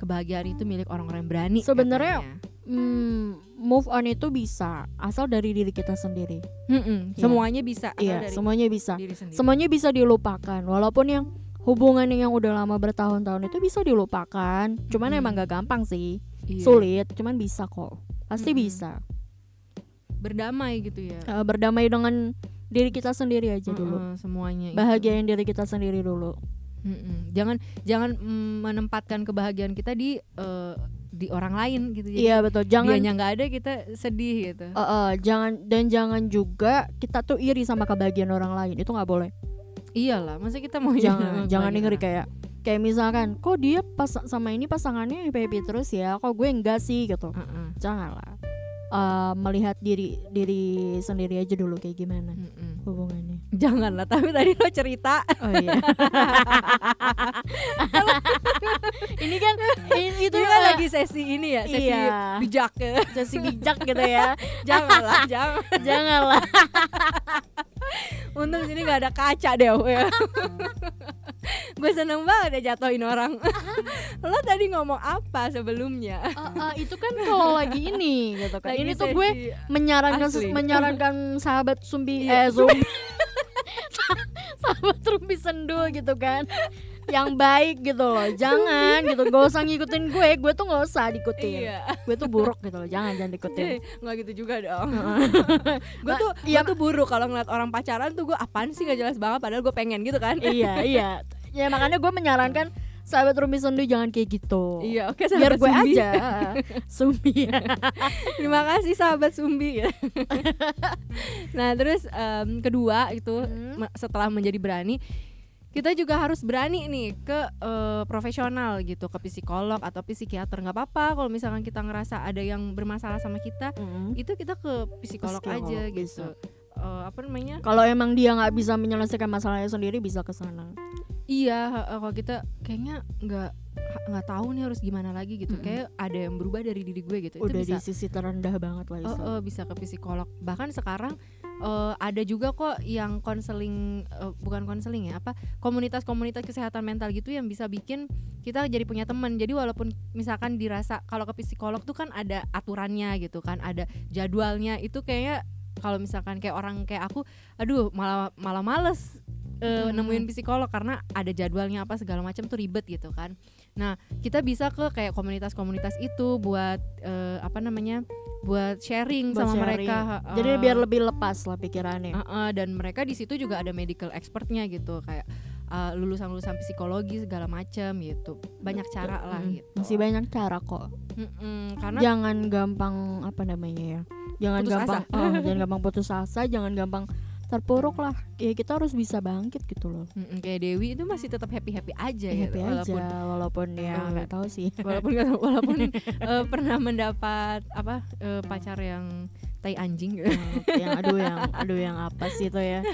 Speaker 2: kebahagiaan itu milik orang-orang yang berani.
Speaker 1: Sebenarnya-
Speaker 2: katanya.
Speaker 1: hmm, move on itu bisa asal dari diri kita sendiri
Speaker 2: Mm-mm, semuanya bisa asal
Speaker 1: iya
Speaker 2: dari
Speaker 1: semuanya bisa
Speaker 2: diri sendiri.
Speaker 1: semuanya bisa dilupakan walaupun yang hubungan yang udah lama bertahun-tahun itu bisa dilupakan cuman
Speaker 2: Mm-mm.
Speaker 1: emang gak gampang sih
Speaker 2: Hmm. Iya. Hmm.
Speaker 1: sulit cuman bisa kok pasti
Speaker 2: Mm-mm.
Speaker 1: bisa
Speaker 2: Berdamai gitu ya.
Speaker 1: Eh, berdamai dengan diri kita sendiri aja dulu
Speaker 2: Mm-mm, Iya. semuanya. itu.
Speaker 1: bahagiain diri kita sendiri dulu
Speaker 2: Mm-mm. Jangan jangan mm, menempatkan kebahagiaan kita di eh, di orang lain gitu. Jadi
Speaker 1: Iya betul. Jangan
Speaker 2: dianya nggak ada kita sedih gitu.
Speaker 1: Eh, eh, jangan dan jangan juga kita tuh iri sama kebahagiaan orang lain. Itu nggak boleh.
Speaker 2: Iyalah, masa kita mau <laughs>
Speaker 1: Jangan jangan
Speaker 2: Oh, Iya.
Speaker 1: ngeri kayak kayak misalkan kok dia pas sama ini pasangannya happy happy terus ya kok gue enggak sih gitu
Speaker 2: Heeh.
Speaker 1: janganlah Eh, melihat diri diri sendiri aja dulu kayak gimana
Speaker 2: Mm-mm.
Speaker 1: hubungannya
Speaker 2: Janganlah, tapi tadi lo
Speaker 1: <laughs>
Speaker 2: cerita
Speaker 1: oh iya ini kan i- itu
Speaker 2: itu kan
Speaker 1: eh,
Speaker 2: lagi sesi ini ya, sesi
Speaker 1: iya.
Speaker 2: bijak. ya.
Speaker 1: <laughs> sesi bijak gitu <laughs> ya
Speaker 2: janganlah, jangan.
Speaker 1: janganlah
Speaker 2: Untung sini nggak ada kaca deh. ya.
Speaker 1: <laughs>
Speaker 2: Gue seneng banget ya jatuhin
Speaker 1: <laughs>
Speaker 2: orang. lo tadi ngomong apa sebelumnya?
Speaker 1: Eh, eh, itu kan kalau lagi ini gitu kan
Speaker 2: Lagi
Speaker 1: ini tuh
Speaker 2: sesi-
Speaker 1: gue menyarankan
Speaker 2: Asli.
Speaker 1: menyarankan sahabat sumbi eh
Speaker 2: Iya.
Speaker 1: sumbi Sa- <laughs> sahabat rumpi sendu gitu kan yang baik gitu loh jangan gitu gak usah ngikutin gue gue tuh gak usah diikutin
Speaker 2: Iya,
Speaker 1: gue tuh buruk gitu loh jangan jangan diikutin
Speaker 2: nggak gitu juga dong. gue
Speaker 1: Nah,
Speaker 2: tuh,
Speaker 1: iya.
Speaker 2: gue tuh buruk kalau ngeliat orang pacaran tuh gue apaan sih nggak jelas banget. Padahal gue pengen gitu kan.
Speaker 1: <laughs> iya iya ya makanya gue menyarankan sahabat rumpi sendu jangan kayak gitu
Speaker 2: Iya,
Speaker 1: biar
Speaker 2: oke sahabat
Speaker 1: gue
Speaker 2: Sumbi.
Speaker 1: aja sumbi <laughs>
Speaker 2: Terima kasih sahabat Sumbi. ya. nah, terus em, kedua itu
Speaker 1: Hmm.
Speaker 2: me- setelah menjadi berani kita juga harus berani nih ke eh, profesional gitu ke psikolog atau psikiater nggak apa-apa kalau misalkan kita ngerasa ada yang bermasalah sama kita itu kita ke psikolog,
Speaker 1: Psikolog,
Speaker 2: aja
Speaker 1: bisa.
Speaker 2: gitu Eh, apa namanya
Speaker 1: kalau emang dia nggak bisa menyelesaikan masalahnya sendiri bisa ke sana
Speaker 2: iya eh, kalau kita kayaknya nggak ha- nggak tahu nih harus gimana lagi gitu
Speaker 1: Mm-mm.
Speaker 2: kayak ada yang berubah dari diri gue gitu
Speaker 1: Hmm. udah di
Speaker 2: itu bisa
Speaker 1: sisi terendah banget lah
Speaker 2: Oh,
Speaker 1: Isa.
Speaker 2: oh, bisa ke psikolog. Bahkan sekarang eh, ada juga kok yang konseling eh, bukan konseling ya, apa komunitas-komunitas kesehatan mental gitu yang bisa bikin kita jadi punya teman. Jadi walaupun misalkan dirasa kalau ke psikolog tuh kan ada aturannya gitu kan, ada jadwalnya. Itu kayaknya kalau misalkan kayak orang kayak aku, aduh malah malah males eh,
Speaker 1: Hmm.
Speaker 2: nemuin psikolog karena ada jadwalnya apa segala macam tuh ribet gitu kan. Nah, kita bisa ke kayak komunitas-komunitas itu buat eh, apa namanya? buat sharing
Speaker 1: Buat
Speaker 2: sama
Speaker 1: sharing.
Speaker 2: mereka. eh,
Speaker 1: Jadi biar lebih lepas lah pikirannya.
Speaker 2: Heeh, dan mereka di situ juga ada medical expertnya gitu kayak eh, lulusan-lulusan psikologi segala macam gitu. Banyak cara lah
Speaker 1: Mm,
Speaker 2: gitu.
Speaker 1: Masih banyak Iya. cara kok.
Speaker 2: Mm-mm, karena
Speaker 1: Jangan gampang apa namanya ya. Jangan
Speaker 2: Putus
Speaker 1: gampang eh,
Speaker 2: <laughs>
Speaker 1: jangan gampang putus asa, jangan gampang terpuruk lah. Ya kita harus bisa bangkit gitu loh.
Speaker 2: Mm-mm, kayak Dewi itu masih tetap happy-happy aja
Speaker 1: Ya,
Speaker 2: gitu
Speaker 1: happy
Speaker 2: walaupun
Speaker 1: aja walaupun ya
Speaker 2: Walaupun-
Speaker 1: nggak tahu sih.
Speaker 2: walaupun nggak-
Speaker 1: <laughs>
Speaker 2: walaupun eh, pernah mendapat apa eh, pacar yang tai anjing <laughs> gitu.
Speaker 1: yang aduh yang aduh yang apa sih itu
Speaker 2: <laughs>
Speaker 1: ya.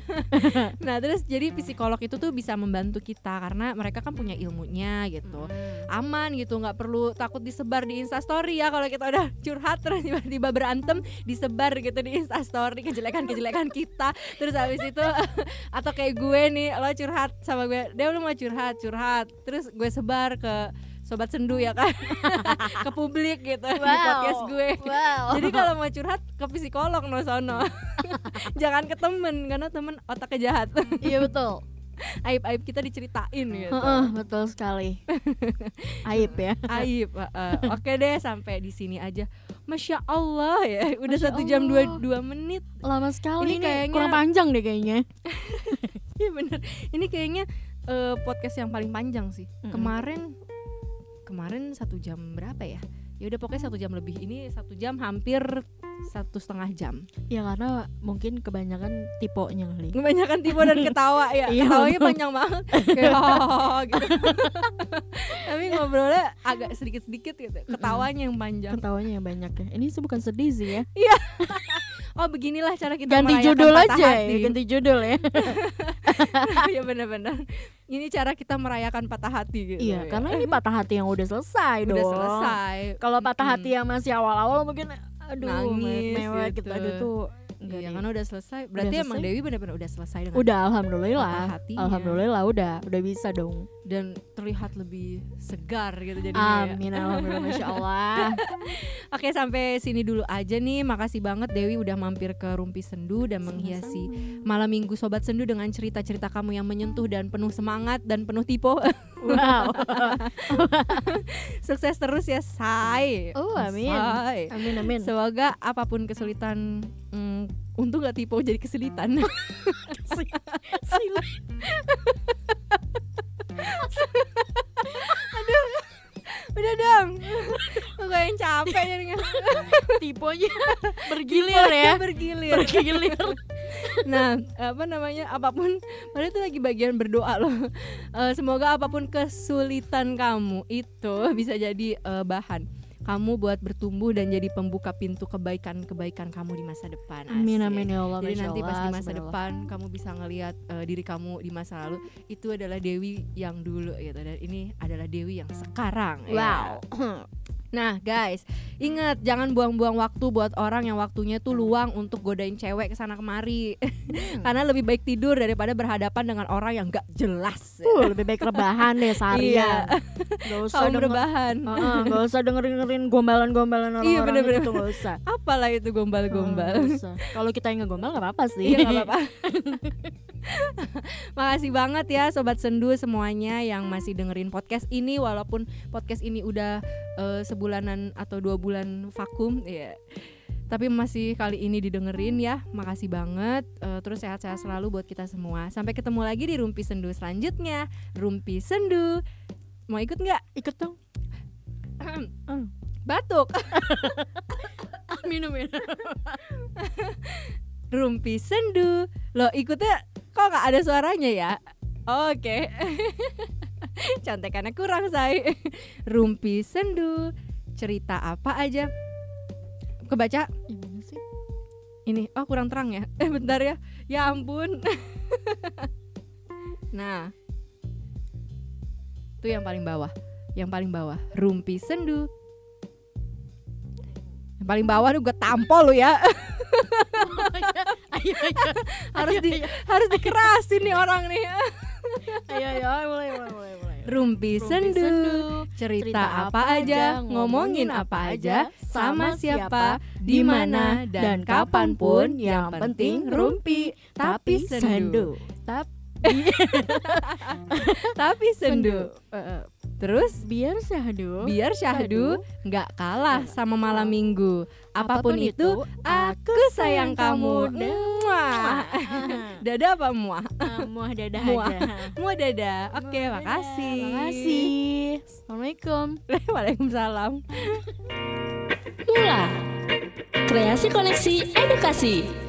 Speaker 2: Nah, terus jadi psikolog itu tuh bisa membantu kita karena mereka kan punya ilmunya gitu. Aman gitu, nggak perlu takut disebar di Instastory ya kalau kita udah curhat terus tiba-tiba berantem disebar gitu di Instastory kejelekan-kejelekan kita. Terus habis itu <laughs> atau kayak gue nih, lo curhat sama gue, dia lu mau curhat, curhat. Terus gue sebar ke sobat sendu ya kan <laughs> ke publik gitu di podcast gue.
Speaker 1: Wow.
Speaker 2: Jadi kalau mau curhat ke psikolog no sono. Jangan ke temen karena temen otaknya jahat.
Speaker 1: iya betul.
Speaker 2: Aib-aib kita diceritain gitu.
Speaker 1: Heeh, betul
Speaker 2: <laughs>
Speaker 1: sekali. Aib ya.
Speaker 2: Aib. heeh. Oke deh sampai di sini aja. Masya Allah ya. <laughs> Udah
Speaker 1: Masya
Speaker 2: satu jam
Speaker 1: Allah.
Speaker 2: dua, dua menit. <laughs>
Speaker 1: Lama sekali
Speaker 2: Ini
Speaker 1: ini,
Speaker 2: kayaknya-
Speaker 1: kurang panjang deh kayaknya.
Speaker 2: Iya bener. Ini kayaknya eh, podcast yang paling panjang sih.
Speaker 1: Mm-mm.
Speaker 2: Kemarin kemarin satu jam berapa ya? Ya udah pokoknya satu jam lebih. Ini satu jam hampir satu setengah jam.
Speaker 1: Ya karena mungkin kebanyakan tipenya kali.
Speaker 2: kebanyakan tipu dan ketawa
Speaker 1: <laughs>
Speaker 2: ya
Speaker 1: Iya,
Speaker 2: ketawanya
Speaker 1: betul.
Speaker 2: panjang banget kayak "Hahaha," gitu <laughs> tapi ngobrolnya agak sedikit sedikit gitu ketawanya yang panjang
Speaker 1: Ketawanya yang banyak ya. Ini sih bukan sedih sih ya.
Speaker 2: oh beginilah cara kita
Speaker 1: ganti
Speaker 2: merayakan
Speaker 1: judul
Speaker 2: patah
Speaker 1: aja
Speaker 2: hati. Iya,
Speaker 1: ya, ganti judul
Speaker 2: <laughs>
Speaker 1: ya.
Speaker 2: ya benar-benar ini cara kita merayakan patah hati gitu
Speaker 1: Iya,
Speaker 2: ya.
Speaker 1: karena ini patah hati yang udah selesai
Speaker 2: udah
Speaker 1: dong.
Speaker 2: selesai
Speaker 1: Kalau patah
Speaker 2: Mm-mm.
Speaker 1: hati yang masih awal-awal mungkin aduh
Speaker 2: Nangis
Speaker 1: mewek
Speaker 2: gitu.
Speaker 1: gitu. Aduh tuh enggak
Speaker 2: Iya,
Speaker 1: deh.
Speaker 2: karena udah selesai berarti emang
Speaker 1: selesai.
Speaker 2: Dewi benar-benar udah selesai dengan
Speaker 1: Udah
Speaker 2: patah
Speaker 1: alhamdulillah.
Speaker 2: hatinya
Speaker 1: Alhamdulillah udah, udah bisa dong.
Speaker 2: dan terlihat lebih segar gitu jadinya ya.
Speaker 1: Amin alhamdulillah Masya Allah
Speaker 2: Oke sampai sini dulu aja nih Makasih banget Dewi udah mampir ke Rumpi Sendu Dan menghiasi malam minggu Sobat Sendu Dengan cerita-cerita kamu yang menyentuh Dan penuh semangat dan penuh tipe <laughs>
Speaker 1: Wow.
Speaker 2: Sukses terus ya Say
Speaker 1: Oh, amin.
Speaker 2: Say.
Speaker 1: Amin amin.
Speaker 2: Semoga apapun kesulitan mm, Untung gak tipe jadi
Speaker 1: <laughs>
Speaker 2: kesulitan
Speaker 1: Silat.
Speaker 2: <laughs> bang gue yang capek jadinya
Speaker 1: tipenya bergilir ya
Speaker 2: <laughs> bergilir
Speaker 1: bergilir
Speaker 2: nah apa namanya apapun padahal itu lagi bagian berdoa loh Eh, semoga apapun kesulitan kamu itu bisa jadi eh, bahan kamu buat bertumbuh dan jadi pembuka pintu kebaikan-kebaikan kamu di masa depan
Speaker 1: amin
Speaker 2: Asik.
Speaker 1: amin ya Allah
Speaker 2: Jadi
Speaker 1: Masya
Speaker 2: nanti pas
Speaker 1: Allah,
Speaker 2: di masa
Speaker 1: subhanallah.
Speaker 2: depan kamu bisa ngelihat eh, diri kamu di masa lalu itu adalah Dewi yang dulu gitu dan ini adalah Dewi yang sekarang. ya.
Speaker 1: wow
Speaker 2: Nah guys, ingat jangan buang-buang waktu buat orang yang waktunya tuh luang untuk godain cewek kesana kemari. <laughs> Karena lebih baik tidur daripada berhadapan dengan orang yang gak jelas.
Speaker 1: Uh, lebih baik rebahan deh seharian.
Speaker 2: Iya.
Speaker 1: Gak usah
Speaker 2: Kaum
Speaker 1: denger,
Speaker 2: rebahan.
Speaker 1: Heeh, gak usah dengerin dengerin gombalan-gombalan orang-orang
Speaker 2: Iya, bener-bener.
Speaker 1: itu gak usah.
Speaker 2: Apalah
Speaker 1: Heeh,
Speaker 2: itu gombal-gombal.
Speaker 1: gak usah. Kalau kita yang ngegombal gak apa-apa sih.
Speaker 2: Iya nggak apa-apa. <laughs> Makasih banget ya sobat sendu semuanya yang masih dengerin podcast ini walaupun podcast ini udah eh, sebulanan atau dua bulan vakum ya. Tapi masih kali ini didengerin ya. Makasih banget. Eh, terus sehat-sehat selalu buat kita semua. Sampai ketemu lagi di Rumpi Sendu selanjutnya. Rumpi Sendu. Mau ikut nggak?
Speaker 1: <laughs> Ikut dong.
Speaker 2: <clears throat> Batuk. <laughs>
Speaker 1: Minum ya.
Speaker 2: Rumpi Sendu. Loh, ikutnya kok nggak ada suaranya ya? Oke. <laughs> Contekannya kurang, say. <laughs> Rumpi Sendu. Cerita apa aja? Kebaca
Speaker 1: Gimana Iya,
Speaker 2: <laughs>
Speaker 1: sih?
Speaker 2: ini. Oh, kurang terang ya. <laughs> Eh, bentar ya. Ya ampun. <laughs> nah. Itu yang paling bawah. Yang paling bawah. Rumpi Sendu. Yang paling bawah tuh gue tampol lu ya. <laughs>
Speaker 1: ayo, ayo,
Speaker 2: harus di harus dikerasin nih orang <laughs> nih.
Speaker 1: ayo, ayo, mulai, mulai, mulai, mulai.
Speaker 2: Rumpi sendu, cerita apa aja, ngomongin apa aja, sama siapa, di mana dan kapanpun, yang penting rumpi, tapi sendu, Tap- tapi sendu. Eh, eh. Terus
Speaker 1: Biar syahdu.
Speaker 2: biar syahdu nggak kalah sama malam minggu. Iya. Apapun itu, aku sayang kamu. <laughs> Muah. Dadah apa muah?
Speaker 1: Muah dadah
Speaker 2: Ah, Muah.
Speaker 1: aja.
Speaker 2: Muah dadah. Oke,
Speaker 1: Muah dadah.
Speaker 2: makasih.
Speaker 1: Makasih. Assalamualaikum.
Speaker 2: <laughs> Waalaikumsalam.
Speaker 3: Mula. Kreasi koneksi edukasi.